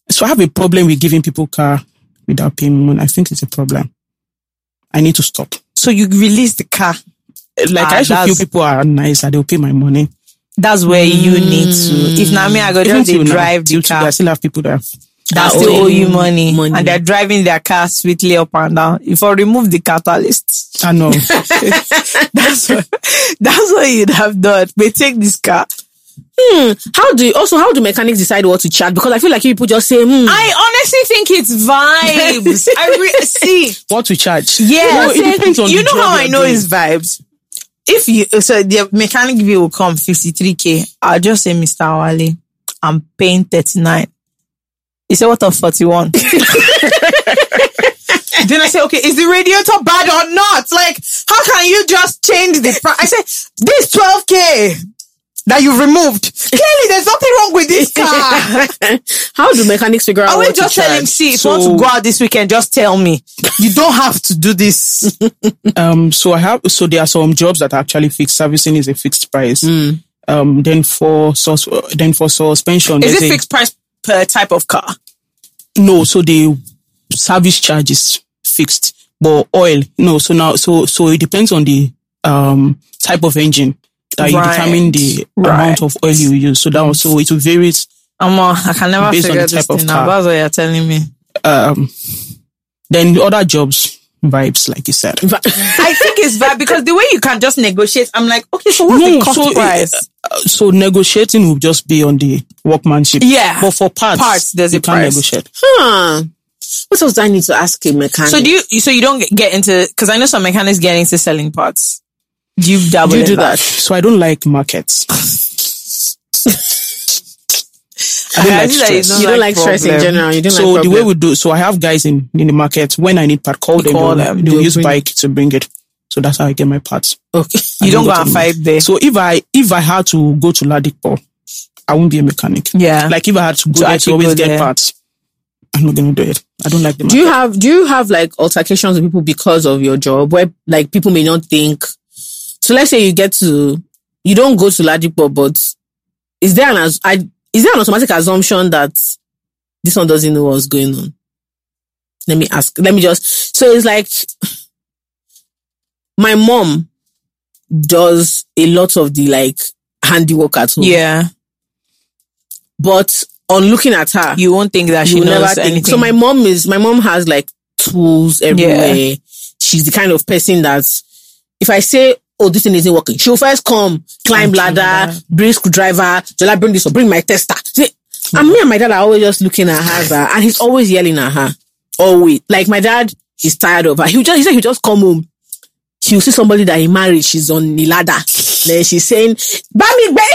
[SPEAKER 1] so I have a problem with giving people car without paying money. I think it's a problem. I need to stop.
[SPEAKER 5] So you released the car.
[SPEAKER 1] like
[SPEAKER 5] Ah,
[SPEAKER 1] I should feel
[SPEAKER 5] that's-
[SPEAKER 1] people are nice that they'll pay my money.
[SPEAKER 5] That's where you need to. Mm. If Nami Agoda,
[SPEAKER 1] Even
[SPEAKER 5] they
[SPEAKER 1] till now,
[SPEAKER 5] drive
[SPEAKER 1] till
[SPEAKER 5] the
[SPEAKER 1] today, I
[SPEAKER 5] car.
[SPEAKER 1] still have people that
[SPEAKER 5] That
[SPEAKER 6] owe
[SPEAKER 5] still owe
[SPEAKER 6] you
[SPEAKER 5] you money,
[SPEAKER 6] money.
[SPEAKER 5] and they're driving their car sweetly up and down. If I remove the catalyst,
[SPEAKER 1] I know.
[SPEAKER 5] that's what, that's what you'd have done. But take this car.
[SPEAKER 6] hmm, how do you, also how do mechanics decide what to charge? Because I feel like people just say, hmm,
[SPEAKER 5] I honestly think it's vibes. I re- see.
[SPEAKER 1] what to charge? No,
[SPEAKER 5] Yes,
[SPEAKER 1] it depends on
[SPEAKER 5] you
[SPEAKER 1] the
[SPEAKER 5] know
[SPEAKER 1] job
[SPEAKER 5] how
[SPEAKER 1] you're
[SPEAKER 5] I know
[SPEAKER 1] doing.
[SPEAKER 5] his vibes. If you uh, so the mechanic bill will come fifty three k, I'll just say, Mister Wale, I'm paying thirty nine. He said, "What of forty one? Then I say, okay, is the radiator bad or not? Like, how can you just change the price? I say, this 12K that you've removed. Clearly, there's nothing wrong with this car.
[SPEAKER 6] how do mechanics figure out
[SPEAKER 5] I will
[SPEAKER 6] what
[SPEAKER 5] just
[SPEAKER 6] to
[SPEAKER 5] tell him,
[SPEAKER 6] charge?
[SPEAKER 5] see, if you want to go out this weekend, just tell me. You don't have to do this.
[SPEAKER 1] Um, so I have. So there are some jobs that are actually fixed. Servicing is a fixed price.
[SPEAKER 5] Hmm.
[SPEAKER 1] Um, then for sus- uh, then for suspension,
[SPEAKER 5] Is
[SPEAKER 1] there's a-
[SPEAKER 5] it fixed price per type of car?
[SPEAKER 1] No, so the service charge is fixed, but oil no. So now, so so it depends on the um type of engine that
[SPEAKER 5] Right,
[SPEAKER 1] you determine the
[SPEAKER 5] right.
[SPEAKER 1] amount of oil you use. So that so it will vary
[SPEAKER 5] I'm a, I can never
[SPEAKER 1] Based on
[SPEAKER 5] figure
[SPEAKER 1] the
[SPEAKER 5] this
[SPEAKER 1] type of
[SPEAKER 5] thing out.
[SPEAKER 1] car.
[SPEAKER 5] That's what you're telling me.
[SPEAKER 1] um then the other jobs vibes like you said
[SPEAKER 5] I think it's bad because the way you can just negotiate, I'm like, okay, so what's
[SPEAKER 1] No,
[SPEAKER 5] the cost
[SPEAKER 1] so it-
[SPEAKER 5] price?
[SPEAKER 1] Uh, so negotiating will just be on the workmanship
[SPEAKER 5] Yeah.
[SPEAKER 1] but for parts
[SPEAKER 5] Parts, there's
[SPEAKER 1] you
[SPEAKER 5] a
[SPEAKER 1] can
[SPEAKER 5] price.
[SPEAKER 1] negotiate
[SPEAKER 6] Huh. What else do I need to ask a mechanic?
[SPEAKER 5] So do you? So you don't get into because I know some mechanics get into selling parts. Do you double?
[SPEAKER 6] you
[SPEAKER 5] in
[SPEAKER 6] do that?
[SPEAKER 1] so i don't like markets i don't
[SPEAKER 5] I
[SPEAKER 1] like
[SPEAKER 5] see that you
[SPEAKER 1] stress
[SPEAKER 5] don't
[SPEAKER 6] You don't like, stress in
[SPEAKER 5] problem.
[SPEAKER 6] general. You don't
[SPEAKER 1] so
[SPEAKER 6] like
[SPEAKER 1] the way
[SPEAKER 6] problem.
[SPEAKER 1] we do so i have guys in in the market when i need part call them
[SPEAKER 5] call
[SPEAKER 1] they'll-
[SPEAKER 5] them,
[SPEAKER 1] they will
[SPEAKER 5] they'll
[SPEAKER 1] use
[SPEAKER 5] bring-
[SPEAKER 1] bike to bring it so that's how i get my parts
[SPEAKER 6] okay.
[SPEAKER 5] You
[SPEAKER 1] I
[SPEAKER 5] don't go
[SPEAKER 1] to
[SPEAKER 5] and
[SPEAKER 1] the-
[SPEAKER 5] fight there.
[SPEAKER 1] so if i if i had to go to ladikpo i won't be a mechanic
[SPEAKER 5] Yeah.
[SPEAKER 1] Like if I had to go
[SPEAKER 5] To
[SPEAKER 1] there to
[SPEAKER 5] actually
[SPEAKER 1] always
[SPEAKER 5] go
[SPEAKER 1] get
[SPEAKER 5] there.
[SPEAKER 1] parts, I'm not gonna do it. I don't like the
[SPEAKER 6] Do
[SPEAKER 1] market.
[SPEAKER 6] you have do you have like altercations with people because of your job where like people may not think so let's say you get to you don't go to Ladipo but is there an as- I, is there an automatic assumption that this one doesn't know what's going on? Let me ask let me just so it's like my mom does a lot of the like handiwork at home.
[SPEAKER 5] Yeah.
[SPEAKER 6] But on looking at her,
[SPEAKER 5] You won't think that she
[SPEAKER 6] you
[SPEAKER 5] knows
[SPEAKER 6] never think.
[SPEAKER 5] anything.
[SPEAKER 6] So my mom is my mom has like tools everywhere.
[SPEAKER 5] Yeah.
[SPEAKER 6] She's the kind of person that if I say, "Oh, this thing isn't working," she'll first come, climb ladder, bring screwdriver. Shall I bring this or bring my tester? See, And me and my dad are always just looking at her, bah, and he's always yelling at her. Always, like my dad, he's tired of her. He just he said he just come home she'll see somebody that he married, she's on the ladder. Then she's saying, Bami Bay!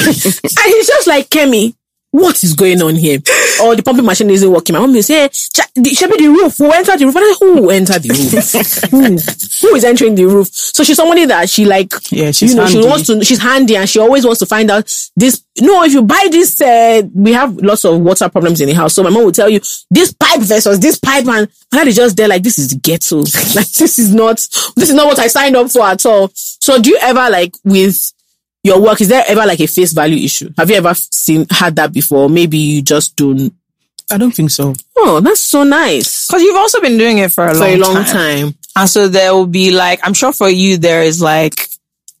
[SPEAKER 6] and he's just like, Kemi, what is going on here? Or the pumping machine isn't working. My mom is say, "Cha- the- Shebi, the roof, who entered the roof? And I, who will enter the roof? who? who is entering the roof? So she's somebody that she like,
[SPEAKER 1] Yeah, she's
[SPEAKER 6] you know, she
[SPEAKER 1] handy.
[SPEAKER 6] wants to, she's handy and she always wants to find out this. No, if you buy this, uh, we have lots of water problems in the house. So my mom will tell you this pipe versus this pipe and my dad is just there like, this is the ghetto. like this is not, this is not what I signed up for at all. So do you ever like with your work, is there ever like a face value issue? Have you ever seen, had that before? Maybe you just don't.
[SPEAKER 1] I don't think so.
[SPEAKER 6] Oh, that's so nice.
[SPEAKER 5] Because you've also been doing it for a
[SPEAKER 6] For
[SPEAKER 5] long,
[SPEAKER 6] a long time.
[SPEAKER 5] time. And so there will be like, I'm sure for you, there is like,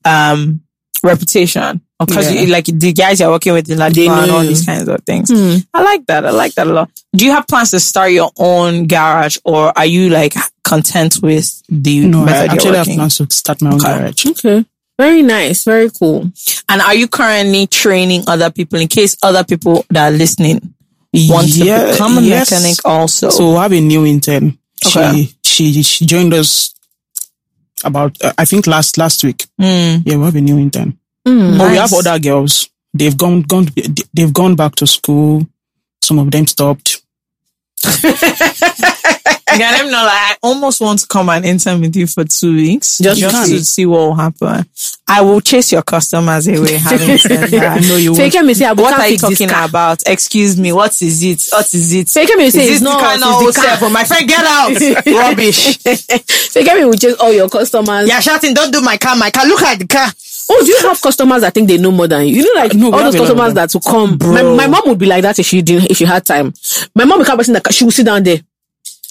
[SPEAKER 5] um, reputation. Because
[SPEAKER 1] Yeah.
[SPEAKER 5] you, like the guys you're working with in Ladino and
[SPEAKER 6] know
[SPEAKER 5] all
[SPEAKER 6] you.
[SPEAKER 5] these kinds of things.
[SPEAKER 1] Hmm.
[SPEAKER 5] I like that. I like that a lot. Do you have plans to start your own garage or are you like content with the
[SPEAKER 1] No, I
[SPEAKER 5] method
[SPEAKER 1] actually
[SPEAKER 5] you're
[SPEAKER 1] have
[SPEAKER 5] working?
[SPEAKER 1] plans to start my own
[SPEAKER 5] Okay.
[SPEAKER 1] garage.
[SPEAKER 6] Okay. Very nice. Very cool.
[SPEAKER 5] And are you currently training other people in case other people that are listening want to
[SPEAKER 1] Yeah,
[SPEAKER 5] become a
[SPEAKER 1] yes.
[SPEAKER 5] mechanic also?
[SPEAKER 1] So we have a new intern.
[SPEAKER 5] Okay.
[SPEAKER 1] She, she she joined us about uh, I think last last week.
[SPEAKER 5] Mm.
[SPEAKER 1] Yeah, we have a new intern. But we have
[SPEAKER 5] Nice.
[SPEAKER 1] other girls. They've gone gone they've gone back to school. Some of them stopped.
[SPEAKER 5] Yeah, I'm not like I almost want to come and intern with you for two weeks
[SPEAKER 6] Just
[SPEAKER 5] just,
[SPEAKER 6] to see.
[SPEAKER 5] to see what will happen. I will chase your customers away. Having said
[SPEAKER 1] I
[SPEAKER 5] that,
[SPEAKER 1] know you.
[SPEAKER 6] Take
[SPEAKER 1] won't.
[SPEAKER 6] care, me say, I
[SPEAKER 5] what
[SPEAKER 6] can't
[SPEAKER 5] are you
[SPEAKER 6] fix this
[SPEAKER 5] talking
[SPEAKER 6] car.
[SPEAKER 5] about? Excuse me, what is it? What is it?
[SPEAKER 6] Take care, me say,
[SPEAKER 5] is
[SPEAKER 6] it's
[SPEAKER 5] this
[SPEAKER 6] not,
[SPEAKER 5] the kind of
[SPEAKER 6] it's the car.
[SPEAKER 5] old my friend? Get out! Rubbish!
[SPEAKER 6] Take care, me will chase all your customers.
[SPEAKER 5] You're shouting. Don't do my car. My car. Look at the car.
[SPEAKER 6] Oh, do you have customers that think they know more than you? You know, like
[SPEAKER 1] Uh, no, we
[SPEAKER 6] all
[SPEAKER 1] have a
[SPEAKER 6] those
[SPEAKER 1] lot of
[SPEAKER 6] customers
[SPEAKER 1] them.
[SPEAKER 6] that will come. My, my mom would be like that if she didn't, if she had time. My mom become a person that she will sit down there.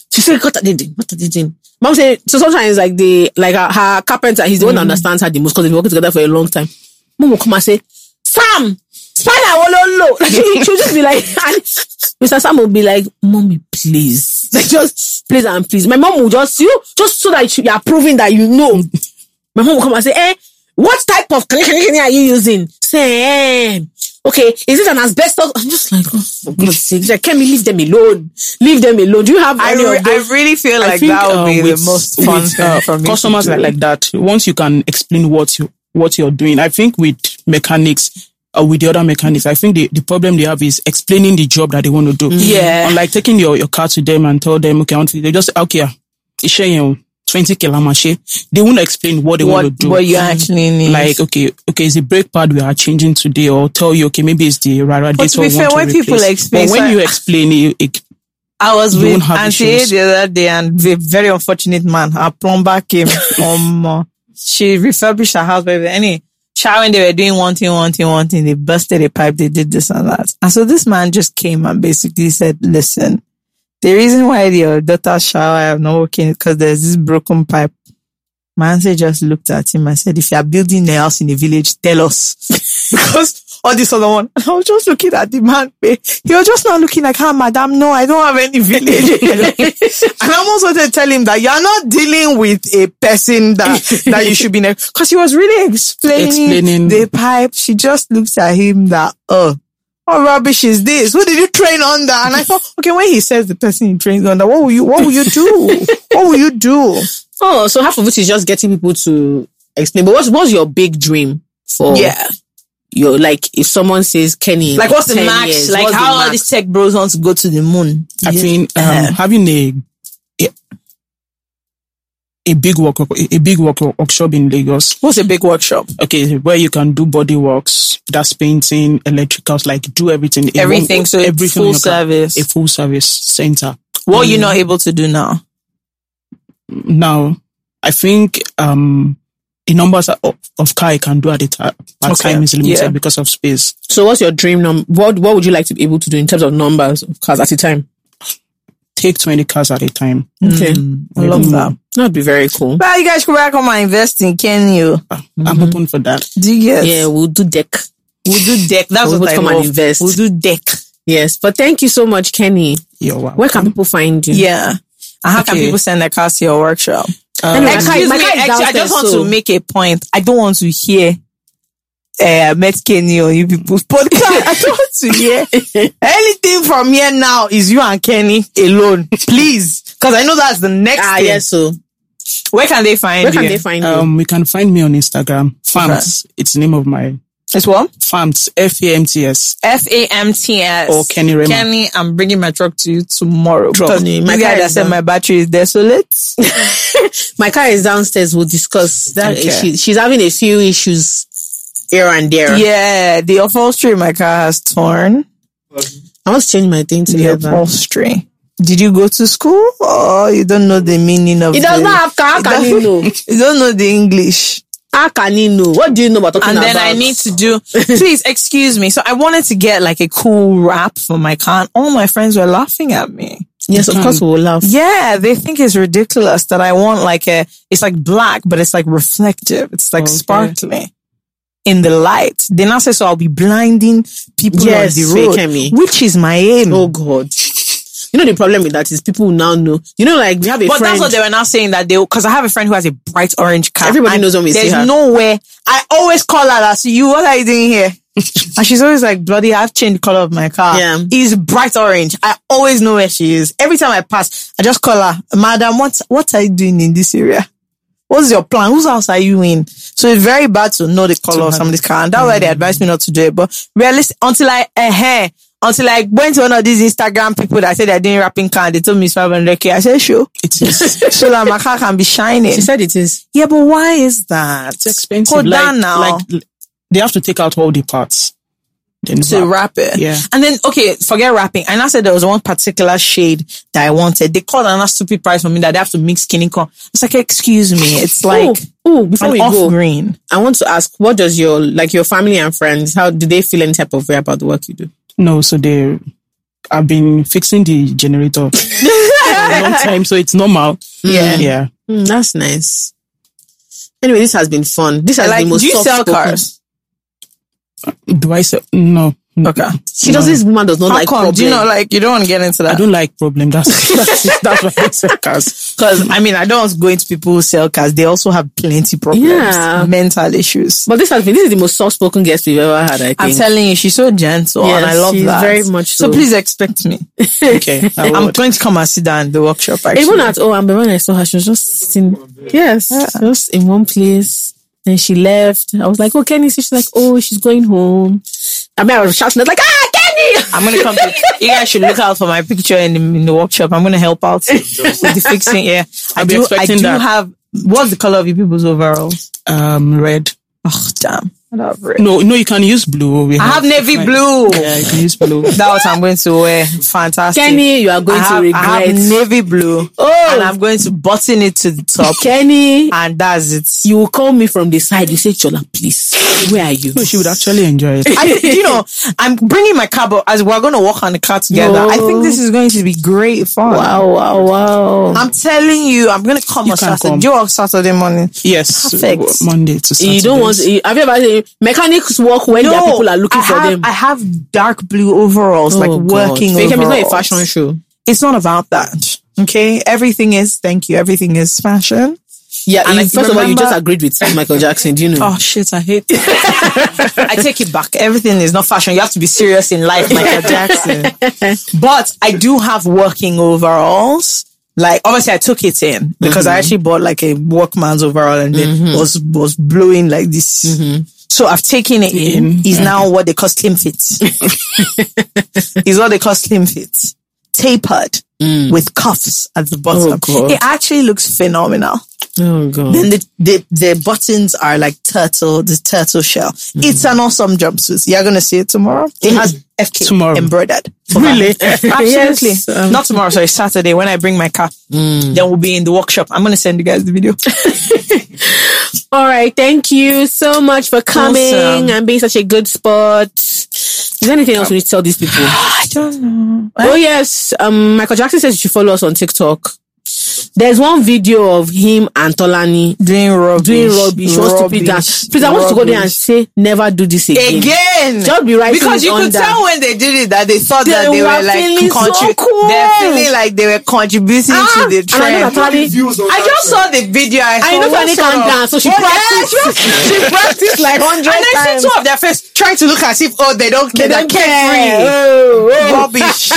[SPEAKER 6] She said, "What are they doing? What are they doing?" Mom said, "So sometimes like the like her, her carpenter, he's the one that
[SPEAKER 1] Mm-hmm.
[SPEAKER 6] understands her the most because they've been working together for a long time." Mom will come and say, "Sam, spider wololo." Like she, she'll just be like, and Mr. Sam will be like, "Mommy, please, like just please and please." My mom will just you just so that you are proving that you know. My mom will come and say, eh, what type of cleaning are you using? Say, eh, okay, is it an asbestos? I'm just like, oh, for God's sake, like, can we leave them alone? Leave them alone. Do you have
[SPEAKER 5] I,
[SPEAKER 6] any
[SPEAKER 5] re-
[SPEAKER 6] of
[SPEAKER 5] I um,
[SPEAKER 6] those?
[SPEAKER 5] really feel
[SPEAKER 1] I
[SPEAKER 5] like
[SPEAKER 1] think,
[SPEAKER 5] that would
[SPEAKER 1] uh,
[SPEAKER 5] be
[SPEAKER 1] with-
[SPEAKER 5] the most fun
[SPEAKER 1] with, uh,
[SPEAKER 5] thing for me. to
[SPEAKER 1] Customers
[SPEAKER 5] do.
[SPEAKER 1] like, like that. Once you can explain what you what you're doing, I think with mechanics or with the other mechanics, I think the, the problem they have is explaining the job that they want to do.
[SPEAKER 5] Mm-hmm. Yeah.
[SPEAKER 1] Unlike taking your, your car to them and tell them, okay, I want to, they just, okay, ah, it's you 20 kilometers. They won't explain what they
[SPEAKER 5] what,
[SPEAKER 1] want to do.
[SPEAKER 5] what you actually need.
[SPEAKER 1] like okay okay it's the brake pad we are changing today or tell you okay maybe it's the
[SPEAKER 5] But
[SPEAKER 1] radiator
[SPEAKER 5] to be
[SPEAKER 1] we
[SPEAKER 5] fair,
[SPEAKER 1] want to
[SPEAKER 5] when people
[SPEAKER 1] replace.
[SPEAKER 5] explain,
[SPEAKER 1] but
[SPEAKER 5] so
[SPEAKER 1] when
[SPEAKER 5] I-
[SPEAKER 1] you explain it, it
[SPEAKER 5] I was
[SPEAKER 1] You
[SPEAKER 5] with
[SPEAKER 1] won't have
[SPEAKER 5] Auntie A
[SPEAKER 1] issues.
[SPEAKER 5] the other day and the very unfortunate man, her plumber came. um, uh, she refurbished her house, but anyway, shower when they were doing one thing, one thing, one thing, they busted a pipe, they did this and that. And so this man just came and basically said, listen, the reason why your daughter's shower have not working is because there's this broken pipe. My auntie just looked at him and said, if you are building a house in a village, tell us. because all this other one. I was just looking at the man. eh, He was just not looking like, ah, madam, no, I don't have any village. and I almost wanted to tell him that you're not dealing with a person that, that you should be next. Cause he was really explaining,
[SPEAKER 1] Explaining.
[SPEAKER 5] the pipe. She just looked at him that, oh, what rubbish is this? Who did you train under? And I thought, okay, when he says the person he trains under, what will you, what will you do? what will you do?
[SPEAKER 6] Oh, so half of it is just getting people to explain. But what's, what's your big dream for your, like, if someone says, Kenny,
[SPEAKER 5] Like
[SPEAKER 6] in
[SPEAKER 5] what's the
[SPEAKER 6] 10
[SPEAKER 5] max?
[SPEAKER 6] years,
[SPEAKER 5] like
[SPEAKER 6] what's the
[SPEAKER 5] how all
[SPEAKER 6] max?
[SPEAKER 5] these tech bros want to go to the moon?
[SPEAKER 1] I think um,
[SPEAKER 5] Uh-huh.
[SPEAKER 1] having a, a a big work a big work workshop in Lagos
[SPEAKER 5] What's a big workshop?
[SPEAKER 1] okay, where you can do body works, that's painting, electricals, like do everything. in one-
[SPEAKER 5] Everything, so it's full
[SPEAKER 1] in your car.
[SPEAKER 5] service.
[SPEAKER 1] A full service center.
[SPEAKER 5] What are you not able to do now?
[SPEAKER 1] Now, I think, um, the numbers of, of car I can do at the ti- at
[SPEAKER 5] Okay,
[SPEAKER 1] time is limited
[SPEAKER 5] yeah.
[SPEAKER 1] because of space.
[SPEAKER 6] So what's your dream number? What, what would you like to be able to do in terms of numbers of cars at a time?
[SPEAKER 1] take 20 cars at a time.
[SPEAKER 5] Okay.
[SPEAKER 6] Hmm.
[SPEAKER 5] I Mm-hmm. love that.
[SPEAKER 6] That'd be very cool.
[SPEAKER 5] But you guys could back come and invest in can you? Mm-hmm.
[SPEAKER 1] I'm open for that.
[SPEAKER 5] Do you get?
[SPEAKER 6] Yeah, we'll do deck.
[SPEAKER 5] We'll do deck. That's
[SPEAKER 6] We'll
[SPEAKER 5] what I
[SPEAKER 6] come
[SPEAKER 5] love.
[SPEAKER 6] and invest.
[SPEAKER 5] We'll do deck.
[SPEAKER 6] Yes, but thank you so much, Kenny.
[SPEAKER 1] You're welcome.
[SPEAKER 6] Where can people find you?
[SPEAKER 5] Yeah. And how can
[SPEAKER 1] Okay.
[SPEAKER 5] people send their cars to your workshop?
[SPEAKER 6] Anyway, my car-
[SPEAKER 5] Um, Excuse
[SPEAKER 6] my
[SPEAKER 5] me.
[SPEAKER 6] car is
[SPEAKER 5] Actually, I
[SPEAKER 6] downstairs,
[SPEAKER 5] just want
[SPEAKER 6] so-
[SPEAKER 5] to make a point. I don't want to hear. Uh, I met Kenny on you people's podcast. I don't want to hear anything from here now. Is you and Kenny alone, please? Because I know that's the next
[SPEAKER 6] Ah,
[SPEAKER 5] thing.
[SPEAKER 6] yes, so
[SPEAKER 5] Where can they find
[SPEAKER 6] where can
[SPEAKER 5] you?
[SPEAKER 6] they find you?
[SPEAKER 1] Um, you can find me on Instagram. Farms. It's the name of my
[SPEAKER 5] it's what?
[SPEAKER 1] farms. F A M T S.
[SPEAKER 5] F A M T S.
[SPEAKER 1] Or Kenny Rema.
[SPEAKER 5] Oh, Kenny, I'm bringing my truck to you tomorrow. Because
[SPEAKER 6] Kenny,
[SPEAKER 5] you
[SPEAKER 6] my car
[SPEAKER 5] guys that
[SPEAKER 6] is
[SPEAKER 5] said
[SPEAKER 6] done.
[SPEAKER 5] my battery is desolate.
[SPEAKER 6] My car is downstairs. We'll discuss that.
[SPEAKER 5] Okay.
[SPEAKER 6] She, she's having a few issues here and there.
[SPEAKER 5] yeah, the upholstery in my car has torn.
[SPEAKER 6] I want to change my thing
[SPEAKER 5] The
[SPEAKER 6] together.
[SPEAKER 5] upholstery. Did you go to school or you don't know the meaning of
[SPEAKER 6] It does
[SPEAKER 5] the-
[SPEAKER 6] not have car. How can
[SPEAKER 5] It
[SPEAKER 6] you
[SPEAKER 5] doesn't-
[SPEAKER 6] know?
[SPEAKER 5] You don't know the English.
[SPEAKER 6] How can you know? What do you know about talking
[SPEAKER 5] and
[SPEAKER 6] about?
[SPEAKER 5] then I need to do. Please excuse me. So I wanted to get like a cool rap for my car, and all my friends were laughing at me.
[SPEAKER 6] Yes, of course we will laugh.
[SPEAKER 5] Yeah, they think it's ridiculous that I want like a. It's like black, but it's like reflective. It's like
[SPEAKER 1] Okay.
[SPEAKER 5] sparkling in the light. They now say so. I'll be blinding people
[SPEAKER 6] Yes,
[SPEAKER 5] on the road,
[SPEAKER 6] fake me.
[SPEAKER 5] which is my aim.
[SPEAKER 6] Oh God. You know the problem with that is people now know. You know, like we have a
[SPEAKER 5] But
[SPEAKER 6] friend.
[SPEAKER 5] that's what they were now saying that they because I have a friend who has a bright orange car.
[SPEAKER 6] Everybody
[SPEAKER 5] and
[SPEAKER 6] knows when we see
[SPEAKER 5] There's
[SPEAKER 6] her.
[SPEAKER 5] nowhere. I always call her. That's you. What are you doing here? and she's always like, "Bloody, I've changed the color of my car.
[SPEAKER 6] Yeah.
[SPEAKER 5] It's bright orange. I always know where she is. Every time I pass, I just call her, Madam. What What are you doing in this area? What's your plan? Whose house are you in? So it's very bad to know the color of somebody's car, and that's why
[SPEAKER 6] Mm.
[SPEAKER 5] they advised me not to do it. But realistic until I uh, until I went to one of these Instagram people that said they're doing rapping car, and they told me it's 500k. I said, sure
[SPEAKER 1] It is.
[SPEAKER 5] so that my car can be shining.
[SPEAKER 6] she said it is.
[SPEAKER 5] yeah, but why is that?
[SPEAKER 1] It's expensive.
[SPEAKER 5] Put
[SPEAKER 1] like,
[SPEAKER 5] down now
[SPEAKER 1] Like l- they have to take out all the parts. Then
[SPEAKER 5] to
[SPEAKER 1] wrap.
[SPEAKER 5] wrap it.
[SPEAKER 1] Yeah.
[SPEAKER 5] And then okay, forget wrapping. And I said there was one particular shade that I wanted. They called another stupid price for me that they have to mix skinny corn. It's like, excuse me, it's like
[SPEAKER 6] oh, before
[SPEAKER 5] an
[SPEAKER 6] we
[SPEAKER 5] off
[SPEAKER 6] go,
[SPEAKER 5] green.
[SPEAKER 6] I want to ask, what does your like your family and friends? How do they feel any type of way about the work you do?
[SPEAKER 1] No, so they I've been fixing the generator for a long time, so it's normal.
[SPEAKER 5] Yeah.
[SPEAKER 1] Yeah.
[SPEAKER 6] Mm, that's nice. Anyway, this has been fun. This has
[SPEAKER 5] Like,
[SPEAKER 6] been most
[SPEAKER 5] do you sell
[SPEAKER 6] soft-spoken-
[SPEAKER 5] cars?
[SPEAKER 1] Do I say no?
[SPEAKER 5] Okay.
[SPEAKER 6] She does. This woman does not
[SPEAKER 5] How
[SPEAKER 6] like
[SPEAKER 5] come?
[SPEAKER 6] problem.
[SPEAKER 5] Oh, Do you know, like, you don't want to get into
[SPEAKER 1] I
[SPEAKER 5] that?
[SPEAKER 1] don't like problem. That's that's, that's why I say cars.
[SPEAKER 5] Because, I mean, I don't want to go into people who sell cars. They also have plenty problems.
[SPEAKER 6] Yeah.
[SPEAKER 5] Mental issues.
[SPEAKER 6] but this has been. This is the most soft spoken guest we've ever had. I think.
[SPEAKER 5] I'm telling you, she's so gentle and I
[SPEAKER 6] Yes,
[SPEAKER 5] love
[SPEAKER 6] she's
[SPEAKER 5] that.
[SPEAKER 6] very much
[SPEAKER 5] So
[SPEAKER 6] so.
[SPEAKER 5] please expect me.
[SPEAKER 1] Okay. I
[SPEAKER 5] I'm
[SPEAKER 1] would.
[SPEAKER 5] going to come and sit down in the workshop. Actually.
[SPEAKER 6] Even at oh, and when I saw her, she was just sitting. Yes, just in one place. Then she left. I was like, "Oh, Kenny," so she's like, "Oh, she's going home." I mean, I was shouting I was like, "Ah, Kenny!"
[SPEAKER 5] I'm gonna come. To, you guys should look out for my picture in the, in the workshop. I'm gonna help out with the fixing. Yeah, I
[SPEAKER 1] be
[SPEAKER 5] do. I
[SPEAKER 1] expecting
[SPEAKER 5] do
[SPEAKER 1] that.
[SPEAKER 5] have. What's the color of your people's overalls?
[SPEAKER 1] um red.
[SPEAKER 5] Oh damn! I love red.
[SPEAKER 1] No, no, you can use blue. We
[SPEAKER 5] I have navy blue.
[SPEAKER 1] Yeah, you can use blue.
[SPEAKER 5] That's what I'm going to wear. Fantastic.
[SPEAKER 6] Kenny, you are
[SPEAKER 5] I
[SPEAKER 6] going
[SPEAKER 5] have,
[SPEAKER 6] to
[SPEAKER 5] I have
[SPEAKER 6] regret.
[SPEAKER 5] navy blue,
[SPEAKER 6] oh,
[SPEAKER 5] and I'm going to button it to the top,
[SPEAKER 6] Kenny,
[SPEAKER 5] and that's it.
[SPEAKER 6] you will call me from the side. You say, "Chola, please, where are you?"
[SPEAKER 1] No, she would actually enjoy it.
[SPEAKER 5] I, you know, I'm bringing my car, but as we're going to walk on the car together, I think this is going to be great fun.
[SPEAKER 6] Wow, wow, wow.
[SPEAKER 5] I'm telling you, I'm going to come on
[SPEAKER 1] can
[SPEAKER 5] Saturday.
[SPEAKER 1] come.
[SPEAKER 5] Do you work Saturday morning?
[SPEAKER 1] Yes,
[SPEAKER 5] Perfect.
[SPEAKER 1] Monday to Saturday.
[SPEAKER 6] you don't want. you- Have you ever seen mechanics work when their people are looking
[SPEAKER 5] I
[SPEAKER 6] for
[SPEAKER 5] have,
[SPEAKER 6] them?
[SPEAKER 5] I have dark blue overalls, like
[SPEAKER 6] Oh, God.
[SPEAKER 5] working
[SPEAKER 6] Fake him, It's
[SPEAKER 5] overalls.
[SPEAKER 6] not a fashion show.
[SPEAKER 5] It's not about that. Okay, everything is thank you. Everything is fashion.
[SPEAKER 6] Yeah,
[SPEAKER 5] And
[SPEAKER 6] you-
[SPEAKER 5] I
[SPEAKER 6] first of all, you
[SPEAKER 5] remember-
[SPEAKER 6] just agreed with Michael Jackson. Do you know?
[SPEAKER 5] Oh shit, I hate. That. I take it back. Everything is not fashion. You have to be serious in life, Michael Jackson. But I do have working overalls. Like obviously, I took it in because I actually bought like a workman's overall, and it was was blowing like this. So I've taken it in. Is now what they call slim fit. is what they call slim fit, tapered with cuffs at the
[SPEAKER 6] Mm.
[SPEAKER 5] bottom.
[SPEAKER 6] Oh, God.
[SPEAKER 5] it actually looks phenomenal.
[SPEAKER 6] Oh god.
[SPEAKER 5] Then the, the the buttons are like turtle, the turtle shell. It's an awesome jumpsuit. You're gonna see it tomorrow. It has FK
[SPEAKER 1] Tomorrow.
[SPEAKER 5] embroidered. Really? Absolutely.
[SPEAKER 6] Yes, um,
[SPEAKER 5] Not tomorrow. Sorry, Saturday when I bring my car. Then we'll be in the workshop. I'm gonna send you guys the video.
[SPEAKER 6] All right. Thank you so much for coming
[SPEAKER 5] Awesome.
[SPEAKER 6] and being such a good sport. Is there anything else we need to tell these people?
[SPEAKER 5] I don't know.
[SPEAKER 6] oh yes, um, Michael Jackson says you should follow us on TikTok. There's one video of him and Tolani
[SPEAKER 5] Doing rubbish.
[SPEAKER 6] doing rubbish, one stupid dance. Please, I want to go there and
[SPEAKER 5] Rubbish.
[SPEAKER 6] say, never do this again.
[SPEAKER 5] Again,
[SPEAKER 6] Just be writing
[SPEAKER 5] because
[SPEAKER 6] it
[SPEAKER 5] you could
[SPEAKER 6] under.
[SPEAKER 5] tell when they did it that they thought
[SPEAKER 6] They
[SPEAKER 5] that they
[SPEAKER 6] were
[SPEAKER 5] were like
[SPEAKER 6] feeling so cool.
[SPEAKER 5] They're feeling like they were contributing
[SPEAKER 6] Ah,
[SPEAKER 5] to the
[SPEAKER 6] and I know
[SPEAKER 5] trend.
[SPEAKER 6] that Tolani-
[SPEAKER 7] Views on
[SPEAKER 5] I
[SPEAKER 7] that
[SPEAKER 5] just
[SPEAKER 7] trend.
[SPEAKER 5] saw the video. I,
[SPEAKER 6] I know Tolani
[SPEAKER 5] saw, what sort
[SPEAKER 6] can
[SPEAKER 5] of-
[SPEAKER 6] dance, so she
[SPEAKER 5] Oh, Yes,
[SPEAKER 6] practiced.
[SPEAKER 5] she practiced like hundred
[SPEAKER 6] And
[SPEAKER 5] times.
[SPEAKER 6] I see two
[SPEAKER 5] of their face trying to look as if oh they don't care. They
[SPEAKER 6] don't care. Oh,
[SPEAKER 5] Rubbish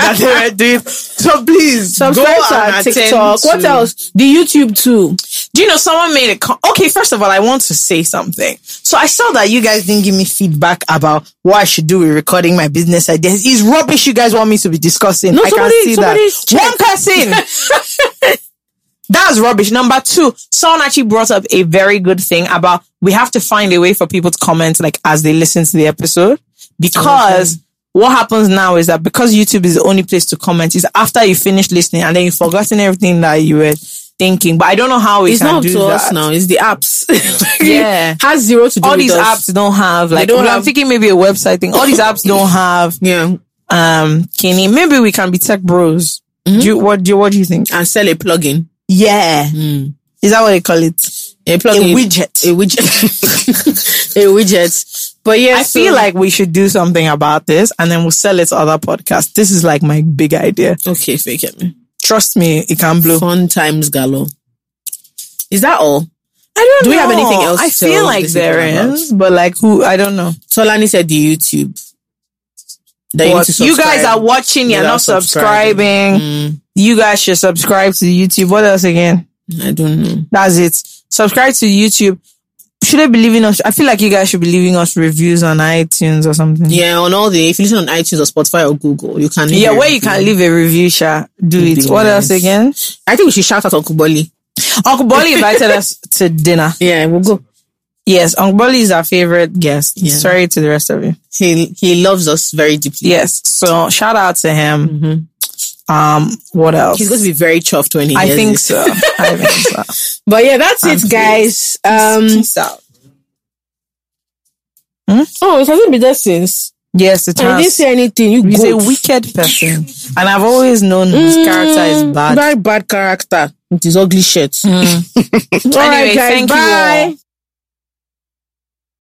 [SPEAKER 5] that they were doing. So please
[SPEAKER 6] Subscribe
[SPEAKER 5] go
[SPEAKER 6] to
[SPEAKER 5] and
[SPEAKER 6] our
[SPEAKER 5] attend
[SPEAKER 6] TikTok. What
[SPEAKER 5] to-
[SPEAKER 6] else? The YouTube too.
[SPEAKER 5] Do you know someone made a con- okay? First of all, I want to say something. So I saw that you guys didn't give me feedback about what I should do with recording my business ideas. It's rubbish. You guys want me to be discussing.
[SPEAKER 6] No,
[SPEAKER 5] I
[SPEAKER 6] somebody-
[SPEAKER 5] can see
[SPEAKER 6] somebody
[SPEAKER 5] that one person. That's rubbish. Number two, someone actually brought up a very good thing about we have to find a way for people to comment like as they listen to the episode because. What happens now is that because YouTube is the only place to comment, is after you finish listening and then you've forgotten everything that you were thinking. But I don't know how we
[SPEAKER 6] It's
[SPEAKER 5] can
[SPEAKER 6] not up
[SPEAKER 5] do
[SPEAKER 6] to
[SPEAKER 5] that.
[SPEAKER 6] us now. It's the apps.
[SPEAKER 5] Yeah.
[SPEAKER 6] has zero to do
[SPEAKER 5] All
[SPEAKER 6] with
[SPEAKER 5] these
[SPEAKER 6] us.
[SPEAKER 5] apps don't have like.
[SPEAKER 6] don't
[SPEAKER 5] well, I'm
[SPEAKER 6] have-
[SPEAKER 5] thinking maybe a website thing. All these apps don't have
[SPEAKER 6] Yeah.
[SPEAKER 5] um Kenny. Maybe we can be tech bros.
[SPEAKER 6] Hmm?
[SPEAKER 5] Do you, what do you, what do you think?
[SPEAKER 6] And sell a plugin. Hmm.
[SPEAKER 5] Yeah, is that what they call it?
[SPEAKER 6] A
[SPEAKER 5] A
[SPEAKER 6] plugin.
[SPEAKER 5] widget.
[SPEAKER 6] A widget. a widget. But yeah,
[SPEAKER 5] I
[SPEAKER 6] so-
[SPEAKER 5] feel like we should do something about this, and then we'll sell it to other podcasts. This is like my big idea.
[SPEAKER 6] okay, fake it.
[SPEAKER 5] Trust me, it can blow.
[SPEAKER 6] Fun times galore. Is that all?
[SPEAKER 5] I don't
[SPEAKER 6] Do we have anything else
[SPEAKER 5] I
[SPEAKER 6] to
[SPEAKER 5] feel like
[SPEAKER 6] this
[SPEAKER 5] there
[SPEAKER 6] about?
[SPEAKER 5] is, but like who? I don't know.
[SPEAKER 6] Solani said the YouTube. That
[SPEAKER 5] But
[SPEAKER 6] need to
[SPEAKER 5] you
[SPEAKER 6] subscribe.
[SPEAKER 5] guys
[SPEAKER 6] Hmm,
[SPEAKER 5] are watching. You're
[SPEAKER 6] without Mm.
[SPEAKER 5] not subscribing. You guys should subscribe to YouTube. What else again?
[SPEAKER 6] I don't know.
[SPEAKER 5] That's it. Subscribe to YouTube. Should I be leaving us? I feel like you guys should be leaving us reviews on iTunes or something.
[SPEAKER 6] Yeah, on all the if you listen on iTunes or Spotify or Google, you can. leave
[SPEAKER 5] Yeah,
[SPEAKER 6] a
[SPEAKER 5] where you
[SPEAKER 6] review.
[SPEAKER 5] can leave a review, Sha. Do
[SPEAKER 6] It'd
[SPEAKER 5] it.
[SPEAKER 6] be
[SPEAKER 5] What
[SPEAKER 6] nice.
[SPEAKER 5] else again?
[SPEAKER 6] I think we should shout out Uncle Bolly.
[SPEAKER 5] Uncle Bolly invited us to dinner.
[SPEAKER 6] Yeah, we'll go.
[SPEAKER 5] Yes, Uncle Bolly is our favorite guest.
[SPEAKER 6] Yeah.
[SPEAKER 5] Sorry to the rest of you.
[SPEAKER 6] He he loves us very deeply.
[SPEAKER 5] Yes, so shout out to him. Um, what else?
[SPEAKER 6] He's going to be very chuffed when he
[SPEAKER 5] I
[SPEAKER 6] hears
[SPEAKER 5] think
[SPEAKER 6] this.
[SPEAKER 5] so. I think so.
[SPEAKER 6] But yeah, that's it,
[SPEAKER 5] I'm
[SPEAKER 6] guys. Um,
[SPEAKER 5] Peace out.
[SPEAKER 6] oh, it hasn't been there since.
[SPEAKER 5] Yes, it
[SPEAKER 6] I didn't
[SPEAKER 5] has.
[SPEAKER 6] say anything. You
[SPEAKER 5] He's a
[SPEAKER 6] goat.
[SPEAKER 5] wicked person, and I've always known his character is
[SPEAKER 6] Mm,
[SPEAKER 5] bad. Mm.
[SPEAKER 6] Very bad character. It is ugly shit. All right,
[SPEAKER 5] Anyway,
[SPEAKER 6] guys,
[SPEAKER 5] thank you
[SPEAKER 6] bye.
[SPEAKER 5] all.